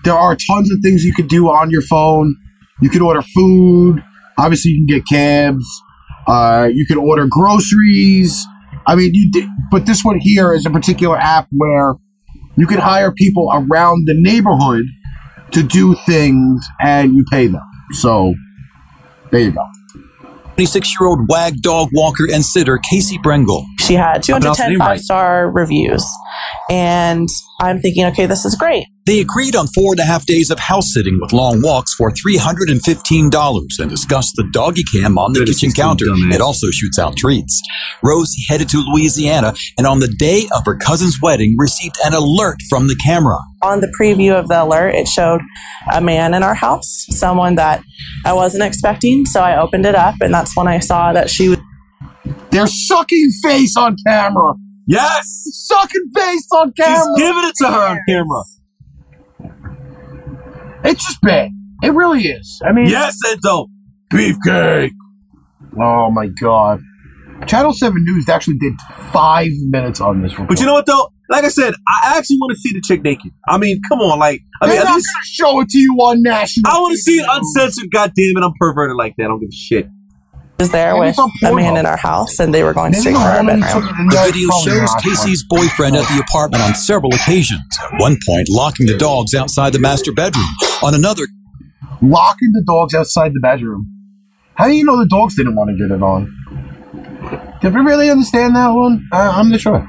D: there are tons of things you could do on your phone. You can order food. Obviously, you can get cabs. Uh, you can order groceries. I mean, you di- but this one here is a particular app where you can hire people around the neighborhood to do things, and you pay them. So there you go.
G: 26 year old wag dog walker and sitter Casey Brengel.
L: She had
C: pronounced the
L: 210
C: name right.
L: five star reviews. And I'm thinking, okay, this is great.
G: They agreed on four and a half days of house sitting with long walks for $315 and discussed the doggy cam on the
C: Good
G: kitchen
C: system,
G: counter.
C: dumbass.
G: It also shoots out treats. Rosie headed to Louisiana and on the day of her cousin's wedding received an alert from the camera.
L: On the preview of the alert, it showed a man in our house, someone that I wasn't expecting. So I opened it up, and that's when I saw that she was
D: They're sucking face on camera.
C: Yes!
D: Sucking face on
C: She's
D: camera.
C: giving it to her on camera.
D: It's just bad. It really is. I mean,
C: Yes, and dope. Beefcake.
D: oh my god. Channel Seven News actually did five minutes on this report.
C: But you know what, though? Like I said, I actually want to see the chick naked. I mean, come on. Like, I
D: they're
C: mean, at
D: not
C: least
D: gonna show it to you on national.
C: I want to see it
D: TV.
C: uncensored. God damn it, I'm perverted like that. I don't give a shit.
L: there
D: Maybe
L: with
D: it's on
L: a man
D: Pornhub.
L: in our house, and they were going
D: Maybe
L: straight
D: the
L: for our
D: woman
L: bedroom.
D: took it
G: The
D: and-
G: video
D: Probably
G: shows
D: not.
G: Casey's boyfriend at the apartment on several occasions. At one point, locking the dogs outside the master bedroom. On another,
D: locking the dogs outside the bedroom. How do you know the dogs didn't want to get it on? Did we really understand that one? Uh, I'm not sure.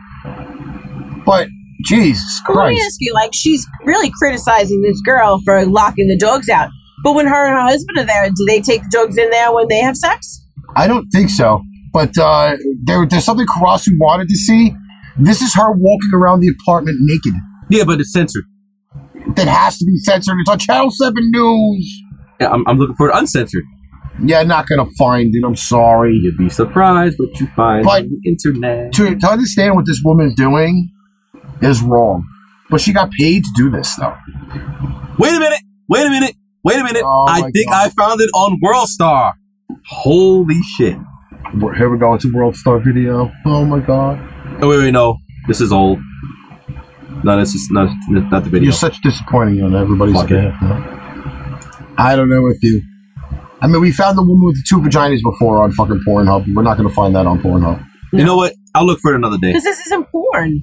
D: But Jesus
E: But Let me
D: Christ,
E: ask you, like, she's really criticizing this girl for locking the dogs out. But when her and her husband are there, do they take the dogs in there when they have sex?
D: I don't think so. But uh, there, there's something Karasu wanted to see. This is her walking around the apartment naked.
C: Yeah, but it's censored.
D: that has to be censored. It's on Channel 7 News.
C: Yeah, I'm, I'm looking for it uncensored.
D: Yeah, not gonna find it. I'm sorry.
C: You'd be surprised what you find
D: But-
C: on the internet.
D: To, to understand what this woman's doing is wrong. But she got paid to do this, though.
C: Wait a minute. Wait a minute. Wait a minute.
D: Oh
C: I
D: my
C: think
D: God.
C: I found it on Worldstar. Holy shit.
D: We're- Here we go. It's a World Star video. Oh my god.
C: Oh, wait, wait, no. This is old. No, this is not, not the video.
D: You're such disappointing on everybody's
C: Fuck it.
D: behalf. man. I don't know with you. I mean, we found the woman with the two vaginas before on fucking Pornhub. We're not going to find that on Pornhub.
C: You know what? I'll look for it another day.
E: Because this isn't porn.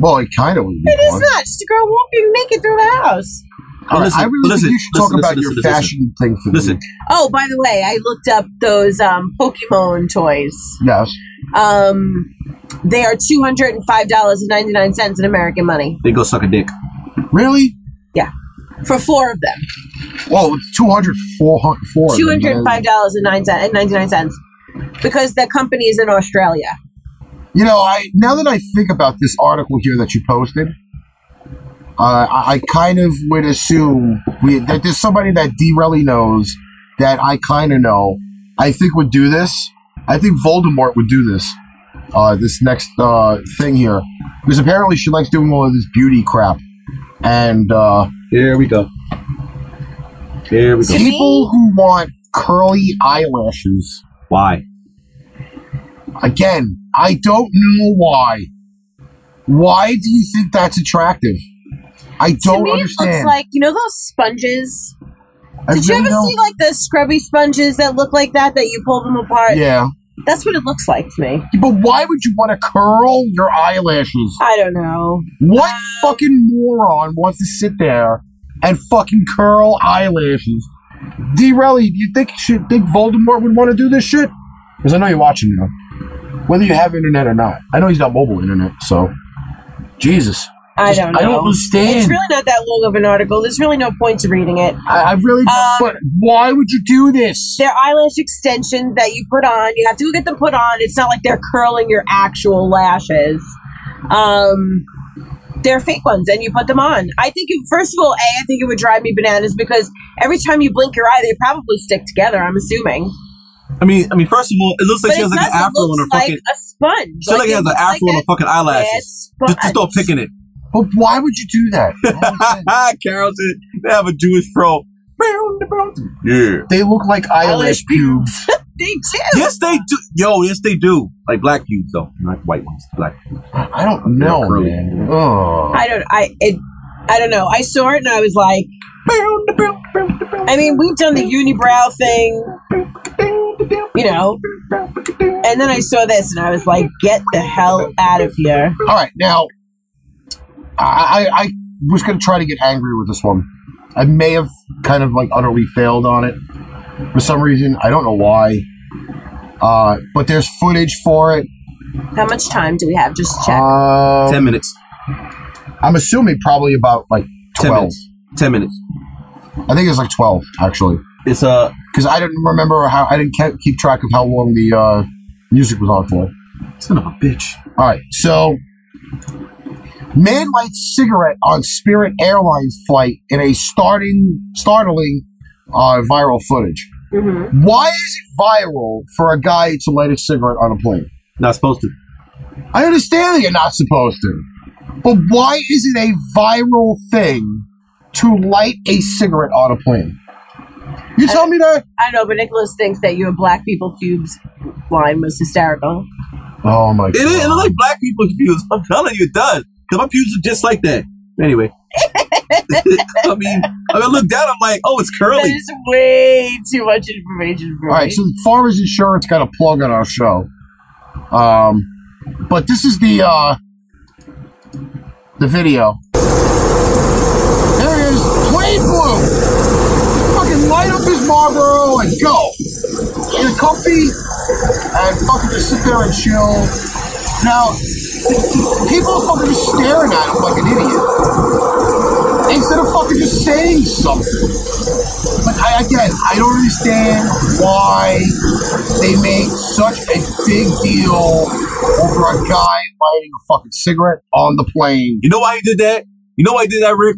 D: Well, it kind of would be.
E: It is
D: porn.
E: not. Just a girl walking naked through the house.
C: Oh,
D: All right, I really think you should talk about your fashion thing for listen.
E: Oh, by the way, I looked up those um, Pokemon toys.
D: Yes.
E: Um, they are two hundred and five dollars and ninety nine cents in American money.
C: They go suck a dick.
D: Really?
E: Yeah, for four of them,
D: Whoa, it's 200, 400,
E: two hundred and five dollars and nine cent and ninety nine cents, because the company is in Australia.
D: You know, I now that I think about this article here that you posted, uh, I, I kind of would assume we, that there's somebody that D really knows that I kind of know. I think would do this. I think Voldemort would do this. Uh, this next uh, thing here, because apparently she likes doing all of this beauty crap. And uh,
C: here we go. Here we go.
D: People who want curly eyelashes.
C: Why?
D: Again, I don't know why. Why do you think that's attractive? I don't
E: to me, it looks
D: understand.
E: like you know those sponges.
D: I
E: Did you
D: really
E: ever
D: don't-
E: see like the scrubby sponges that look like that that you pull them apart?
D: Yeah.
E: that's what it looks like to me.
D: But why would you want to curl your eyelashes?
E: I don't know.
D: What fucking moron wants to sit there and fucking curl eyelashes? D. Relly, do you think should think Voldemort would want to do this shit? Because I know you're watching now, whether you have internet or not. I know he's got mobile internet, so Jesus.
E: I don't know.
D: I don't understand.
E: It's really not that long of an article. There's really no point to reading it.
D: I, I really. but why would you do this?
E: They're eyelash extensions that you put on. You have to get them put on. It's not like they're curling your actual lashes. Um, they're fake ones, and you put them on. I think, it, first of all, a, I think it would drive me bananas because every time you blink your eye, they probably stick together. I'm assuming.
C: I mean, I mean, first of all, it looks like
E: But
C: she
E: it
C: has like an
E: doesn't
C: afro on her
E: look like
C: fucking.
E: a sponge.
C: She like,
E: it
C: has an
E: looks
C: afro on her
E: that
C: fucking eyelashes.
E: bad
C: Just, just start picking it.
D: But why would you do that?
C: Carol said they have a Jewish fro. Yeah.
D: They look like eyelash pubes.
E: they do.
C: Yes, they do. Yo, yes, they do. Like black pubes, though, not white ones. Black. Pubes.
D: I don't know, man. Oh.
E: I don't. I it. I don't know. I saw it and I was like, I mean, we've done the unibrow thing, you know, and then I saw this and I was like, get the hell out of here.
D: All right, now I, I, I was going to try to get angry with this one. I may have kind of like utterly failed on it for some reason. I don't know why. Uh, but there's footage for it.
E: How much time do we have? Just check.
D: Um,
C: Ten minutes.
D: I'm assuming probably about like
C: Ten
D: twelve.
C: minutes. Ten minutes.
D: I think it's like twelve actually.
C: It's uh
D: because I didn't remember how I didn't ke- keep track of how long the uh, music was on for.
C: Son of a bitch.
D: All right, so man lights cigarette on Spirit Airlines flight in a starting startling uh, viral footage. Why is it viral for a guy to light a cigarette on a plane?
C: Not supposed to.
D: I understand that you're not supposed to, but why is it a viral thing to light a cigarette on a plane? You tell me that.
E: I know, but Nicholas thinks that your black people cubes line was hysterical.
D: Oh my
C: It is. It looks like black people's views. I'm telling you, it does. Cause my views are just like that. Anyway. I mean, I mean, look down. I'm like, oh, it's
E: That
C: curly.
E: is way too much information for
D: All right,
E: me.
D: so Farmers Insurance got a plug on our show. Um, but this is the uh, the video. There he is, plain blue. Fucking light up his Marlboro and go. Get comfy and fucking just sit there and chill. Now, people are fucking just staring at him like an idiot instead of fucking just saying something. But I, again, I don't understand why they make such a big deal over a guy lighting a fucking cigarette on the plane.
C: You know why he did that? You know why he did that, Rick?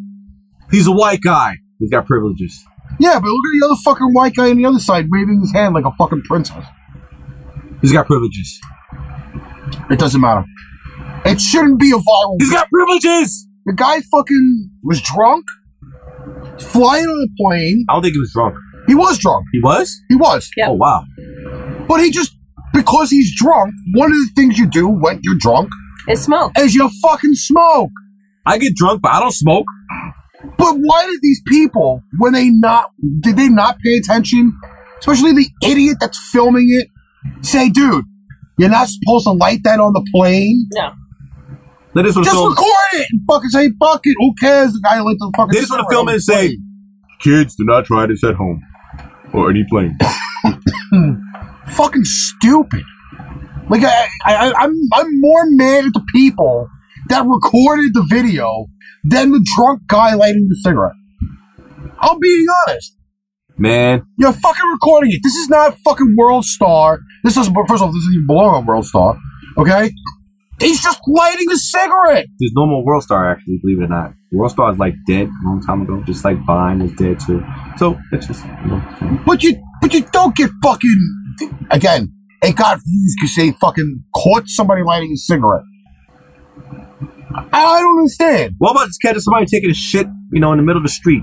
C: He's a white guy. He's got privileges.
D: Yeah, but look at the other fucking white guy on the other side waving his hand like a fucking princess.
C: He's got privileges.
D: It doesn't matter. It shouldn't be a viral.
C: He's got privileges.
D: The guy fucking was drunk, flying on a plane.
C: I don't think he was drunk.
D: He was drunk.
C: He was?
D: He was.
E: Yeah.
C: Oh wow.
D: But he just because he's drunk, one of the things you do when you're drunk
E: It's smoke.
D: is you fucking smoke.
C: I get drunk, but I don't smoke.
D: But why did these people, when they not, did they not pay attention? Especially the idiot that's filming it, say, dude, you're not supposed to light that on the plane.
E: No.
C: They just wanna
D: Just
C: film-
D: record it and fucking say, fuck it. Who cares? The guy lit the fucking
C: They just want to
D: cigarette
C: film
D: on
C: it
D: the
C: and say, kids, do not try this at home or any plane.
D: plane." Fucking stupid. Like, I, I, I- I'm, I'm more mad at the people that recorded the video than the drunk guy lighting the cigarette. I'm being honest.
C: Man,
D: You're fucking recording it. This is not fucking World Star. This doesn't. First of all, this doesn't even belong on World Star. Okay, he's just lighting a cigarette.
C: there's no more World Star actually, believe it or not. World Star is like dead a long time ago, just like Vine is dead too. So it's just you know,
D: But you, but you don't get fucking. Again, it got views because they fucking caught somebody lighting a cigarette. I I don't understand.
C: What about this cat of somebody taking a shit, you know, in the middle of the street?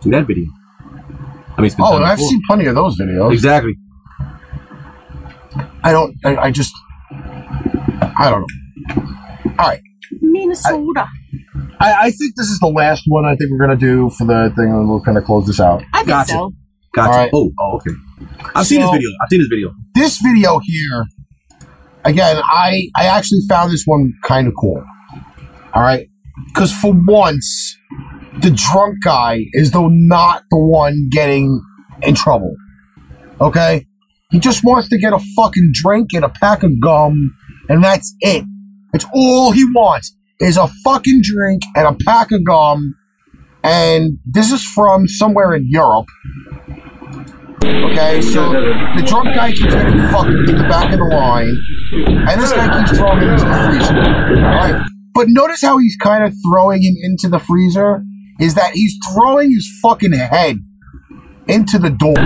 C: Do that video. I mean it's been
D: Oh,
C: done
D: and I've
C: before.
D: seen plenty of those videos.
C: Exactly.
D: I don't. I, I just. I don't know. All right.
E: Minnesota.
D: I, I think this is the last one. I think we're gonna do for the thing, and we're gonna close this out.
E: I, think
C: Gotcha.
E: so.
C: Gotcha.
D: All right.
C: Oh, oh, okay. I've seen this
D: So-
C: video. I've seen this video.
D: this video here again i i actually found this one kind of cool all right because for once the drunk guy is though not the one getting in trouble okay he just wants to get a fucking drink and a pack of gum and that's it that's all he wants is a fucking drink and a pack of gum and this is from somewhere in europe Okay, so the drunk guy keeps getting fucked in the back of the line, and this guy keeps throwing him into the freezer. Alright. But notice how he's kind of throwing him into the freezer? Is that he's throwing his fucking head into the door.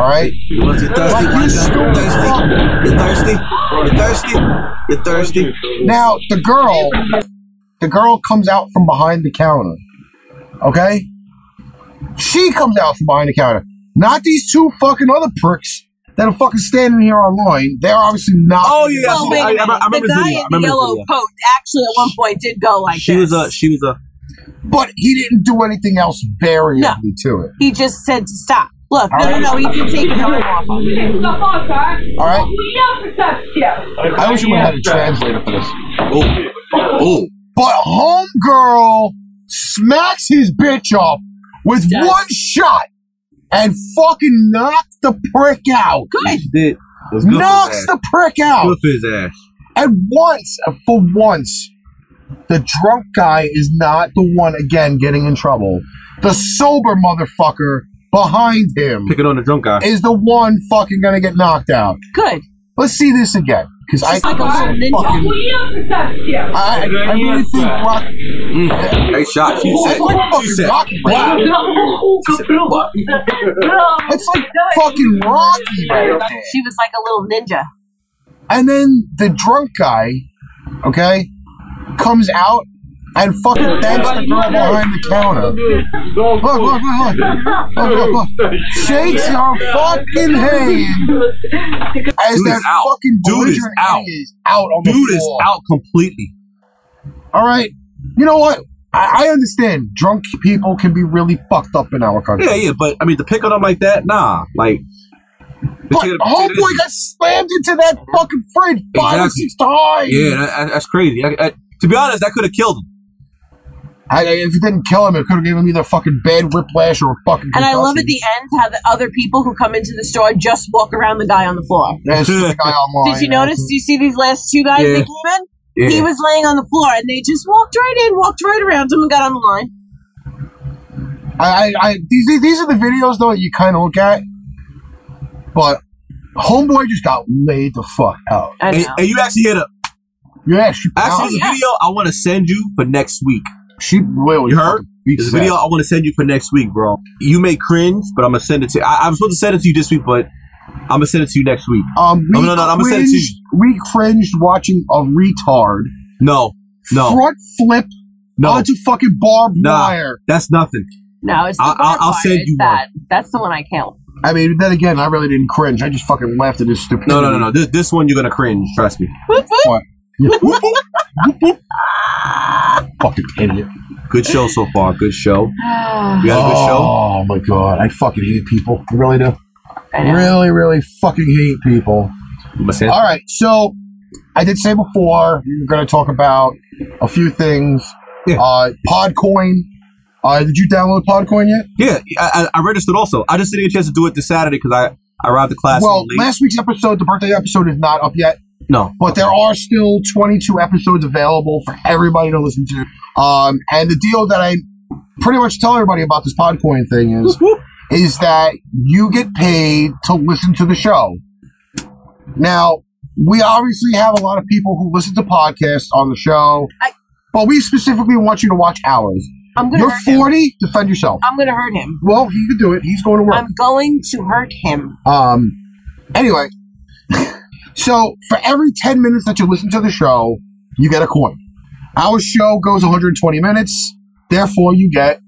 D: Alright?
A: Was it thirsty?
D: Like you stupid fuck.
A: You thirsty? You thirsty? You thirsty?
D: Now the girl the girl comes out from behind the counter. Okay? She comes out from behind the counter. Not these two fucking other pricks that are fucking standing here online. They're obviously not.
C: Oh yeah,
E: Well, wait
C: I, I,
E: a Oh, minute.
C: I remember
E: the
C: this
E: guy
C: video. I
E: in the
C: remember this
E: yellow
C: video.
E: coat actually at one point did go like
C: She
E: this.
C: was a she was a
D: But he didn't do anything else very
E: No.
D: ugly to it.
E: he just said to stop. Look, no, no, no, he did take it over off. of it.
D: All right? I wish we would have had a translator for this.
C: oh oh
D: But homegirl smacks his bitch up with
E: Yes.
D: one shot and fucking knocks the prick out.
C: she did. It was good for his
D: Knocks
C: ass.
D: the prick out.
C: good for his ass.
D: And once, for once, the drunk guy is not the one again getting in trouble. The sober motherfucker behind him
C: Pick it on the drunk guy.
D: is the one fucking gonna get knocked out.
E: Good.
D: Let's see this again, because I
E: She's like
D: think
E: a little
D: I'm so
E: ninja.
D: fucking. I, I really think Rock.
C: Mm. Great shot. She
D: It's
C: said.
D: like
C: She
D: fucking
C: said.
D: Rocky. man.
C: She said, "Fuck."
D: It's like fucking Rocky right there.
E: She was like a little ninja.
D: And then the drunk guy, okay, comes out and fucking thanks the girl behind the counter. Look, look, look, look. Look, look, look. Shakes your fucking hand as
C: Dude
D: that
C: is out.
D: fucking
C: Dude is
D: belligerent
C: out.
D: hand is out on
C: Dude
D: the
C: is
D: floor.
C: out completely.
D: All right. You know what? I, I understand drunk people can be really fucked up in our country.
C: Yeah, yeah, but I mean, to pick on him like that, nah. Like,
D: But homeboy got slammed into that fucking fridge five or
C: Exactly.
D: six times.
C: yeah, that, that- that's crazy. I, I, to be honest, that could have killed him.
D: I, I- if it didn't kill him, it could have given him either fucking bad whiplash or a fucking.
E: And I love
D: concussion.
E: at the end how the other people who come into the store just walk around the guy on the floor.
D: Yeah, it's just the guy online,
E: Did you
D: know,
E: notice? Do you see these last two guys
C: Yeah.
E: that came in?
C: Yeah.
E: He was laying on the floor and they just walked right in, walked right around him and got on the line.
D: I, I, I these these- these are the videos though that you kind of look at, but homeboy just got laid the fuck out.
E: I
C: and,
E: know.
C: and you actually hit a.
D: Yeah, she
E: Oh,
C: Actually, there's
D: actually
C: a video I want to send you for next week.
D: she really.
C: You heard?
D: fucking beat
C: There's a
D: his
C: video
D: ass.
C: I want to send you for next week, bro. You may cringe, but I'm gonna send it to. I, I'm supposed to send it to you this week, but I'm gonna send it to you next week.
D: Um, we
C: Oh, No, no, no, I'ma send it to you.
D: cringed, we cringed watching a retard
C: No, no,
D: front flip
C: No.
D: onto fucking barbed
C: Nah.
D: wire.
C: that's nothing.
E: no, it's the
C: I'll- I'll-
E: barbed
C: I'll
E: wire.
C: send
E: It's
C: you one.
E: that. That's the one I can't.
D: I mean, then again, I really didn't cringe. I just fucking laughed at his stupidity.
C: No, no, no, no. This, this one you're gonna cringe. Trust me.
D: What? Yeah. Whoop, whoop. Whoop, whoop. Fucking idiot.
C: Good show so far. Good show.
E: Ah.
C: You had a good show?
D: Oh my god, I fucking hate people. I really do. I really, really fucking hate people. All right, so I did say before we we're going to talk about a few things. Uh, Podcoin. Uh, did you download Podcoin yet?
C: Yeah, I, I I registered also. I just didn't get a chance to do it this Saturday because I, I arrived to class
D: well,
C: late.
D: last week's episode, the birthday episode, is not up yet.
C: no.
D: But there are still 22 episodes available for everybody to listen to. Um, and the deal that I pretty much tell everybody about this Podcoin thing is is that you get paid to listen to the show. Now, we obviously have a lot of people who listen to podcasts on the show, but we specifically want you to watch ours.
E: I'm gonna
D: You're
E: hurt him.
D: 40. Defend yourself.
E: I'm going to hurt him.
D: Well, he can do it. He's going to work.
E: Uh, I'm going to hurt him.
D: Um. Anyway, so for every 10 minutes that you listen to the show, you get a coin. Our show goes 120 minutes, therefore you get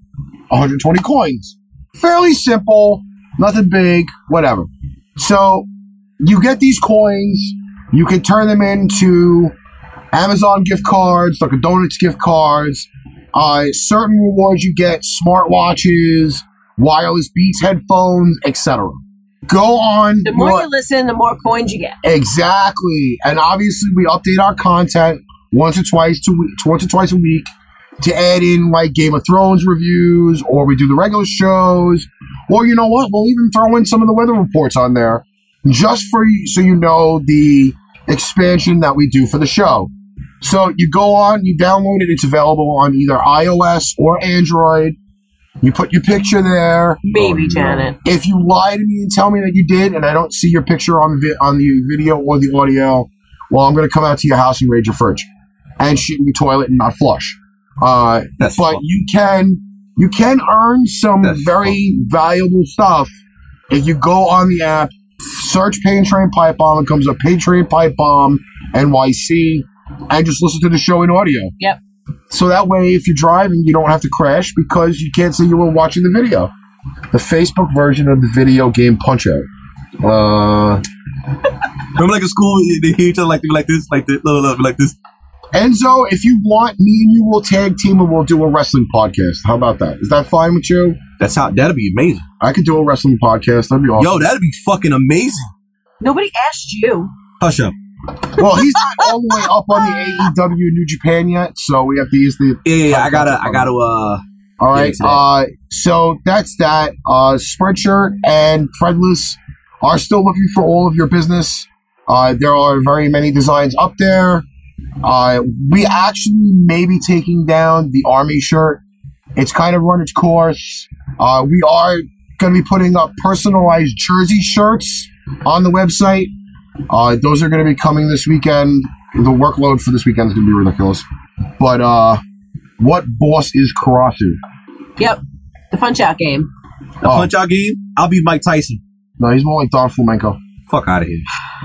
D: 120 coins. Fairly simple, nothing big, whatever. So you get these coins. You can turn them into Amazon gift cards, Dunkin' Donuts gift cards. Uh, certain rewards you get: smartwatches, wireless Beats headphones, etc. Go on.
E: The more
D: what-
E: you listen, the more coins you get.
D: Exactly. And obviously, we update our content once or twice to we- once or twice a week to add in like Game of Thrones reviews, or we do the regular shows, or you know what, we'll even throw in some of the weather reports on there, just for you, so you know the expansion that we do for the show. So you go on, you download it. It's available on either iOS or Android. You put your picture there,
E: baby Janet.
D: if you lie to me and tell me that you did, and I don't see your picture on the vi- on the video or the audio, well, I'm gonna come out to your house and raid your fridge, and shit in your toilet and not flush. Uh, but you can you can earn some very valuable stuff if you go on the app, search Pain Train Pipe Bomb, it comes up Pain Train Pipe Bomb NYC, and just listen to the show in audio.
E: Yep.
D: So that way, if you're driving, you don't have to crash because you can't say you were watching the video. The Facebook version of the video game Punch Out. Uh,
C: Remember, like in school, they hear each other like, they be like this, like this, look, look, like this.
D: Enzo, if you want, me and you will tag team and we'll do a wrestling podcast. How about that? Is that fine with you?
C: That's how. That'd be amazing.
D: I could do a wrestling podcast. That'd be awesome.
C: Yo, that'd be fucking amazing.
E: Nobody asked you.
C: Hush up.
D: well, he's not all the way up on the AEW New Japan yet, so we have to use the.
C: Yeah, yeah, I gotta, I gotta. uh
D: All right.
C: into that.
D: Uh, so that's that. Uh, Spreadshirt and Fredless are still looking for all of your business. Uh, there are very many designs up there. Uh, we actually may be taking down the army shirt. It's kind of run its course. Uh, we are going to be putting up personalized jersey shirts on the website. Uh, those are going to be coming this weekend. The workload for this weekend is going to be ridiculous. But uh, what boss is Karasu?
E: Yep. The punch out game.
D: Oh.
C: The punch out game. I'll be Mike Tyson.
D: No, he's more like Don Flamenco.
C: Fuck out of here.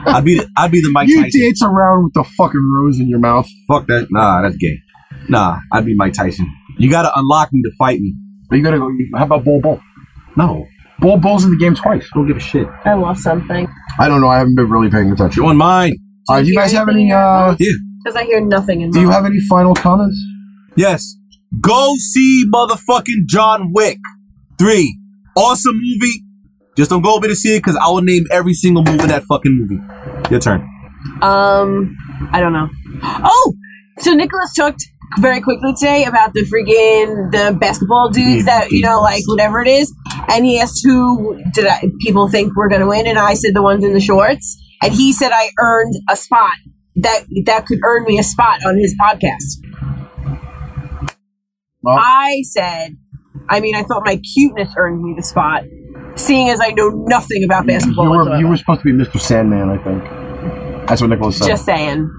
C: I'd be, the, I'd be the Mike
D: you
C: Tyson.
D: dance around with the fucking rose in your mouth.
C: Fuck that. Nah, that's gay. Nah, I'd be Mike Tyson. You gotta unlock me to fight me.
D: You gotta go. How about Bull Bull?
C: No.
D: Bull Bull's in the game twice. Don't give a shit.
E: I lost something.
D: I don't know. I haven't been really paying attention.
C: You on mine?
D: Uh, do you guys have any? Uh,
E: Because I hear nothing in
D: do you
E: mine.
D: have any final comments?
C: Yes. Go see motherfucking John Wick 3. Awesome movie. Just don't go over to see it because I will name every single move in that fucking movie. Your turn.
E: Um, I don't know. Oh, so Nicholas talked very quickly today about the freaking the basketball dudes that you know, like whatever it is, and he asked who did I, people think were going to win, and I said the ones in the shorts, and he said I earned a spot that that could earn me a spot on his podcast. I said, I mean, I thought my cuteness earned me the spot, seeing as I know nothing about basketball.
D: You were,
E: whatsoever.
D: you were supposed to be Mr. Sandman, I think. That's what Nicholas said.
E: Just saying.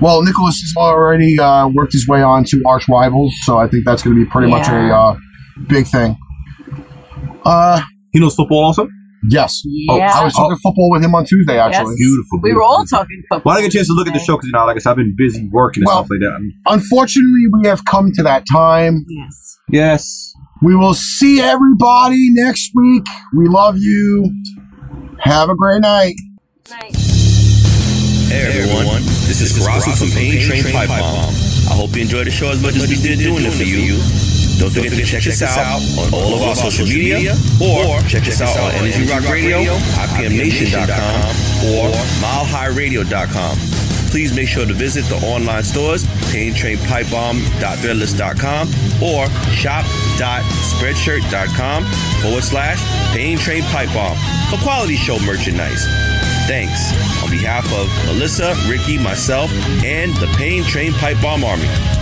D: well, Nicholas has already uh, worked his way on to Arch Rivals, so I think that's going to be pretty much a
E: Yeah.
D: uh, big thing. Uh,
C: he knows football also?
D: Yes.
E: Yeah.
D: I was talking football with him on Tuesday, actually.
E: Yes. We were all talking football.
C: Well, I didn't get a chance to look at the show because, you know, like I said, I've been busy working and
D: Well-
C: stuff like that. I'm-
D: Unfortunately, we have come to that time.
E: Yes.
C: yes.
D: We will see everybody next week. We love you. Have a great night.
M: Hey everyone, this is Ross from Pain Train Pipe Bomb. I hope you enjoyed the show as much as we did doing it for you.
C: Don't forget to check us out on all of our social media or check us out on Energy Rock Radio, IPMNation.com, or MileHighRadio.com. Please make sure to visit the online stores, Pain Train Pipe Bomb.threadless.com or shop.spreadshirt.com forward slash Pain Train Pipe Bomb for quality show merchandise. Thanks on behalf of Melissa, Ricky, myself, and the Pain Train Pipe Bomb Army.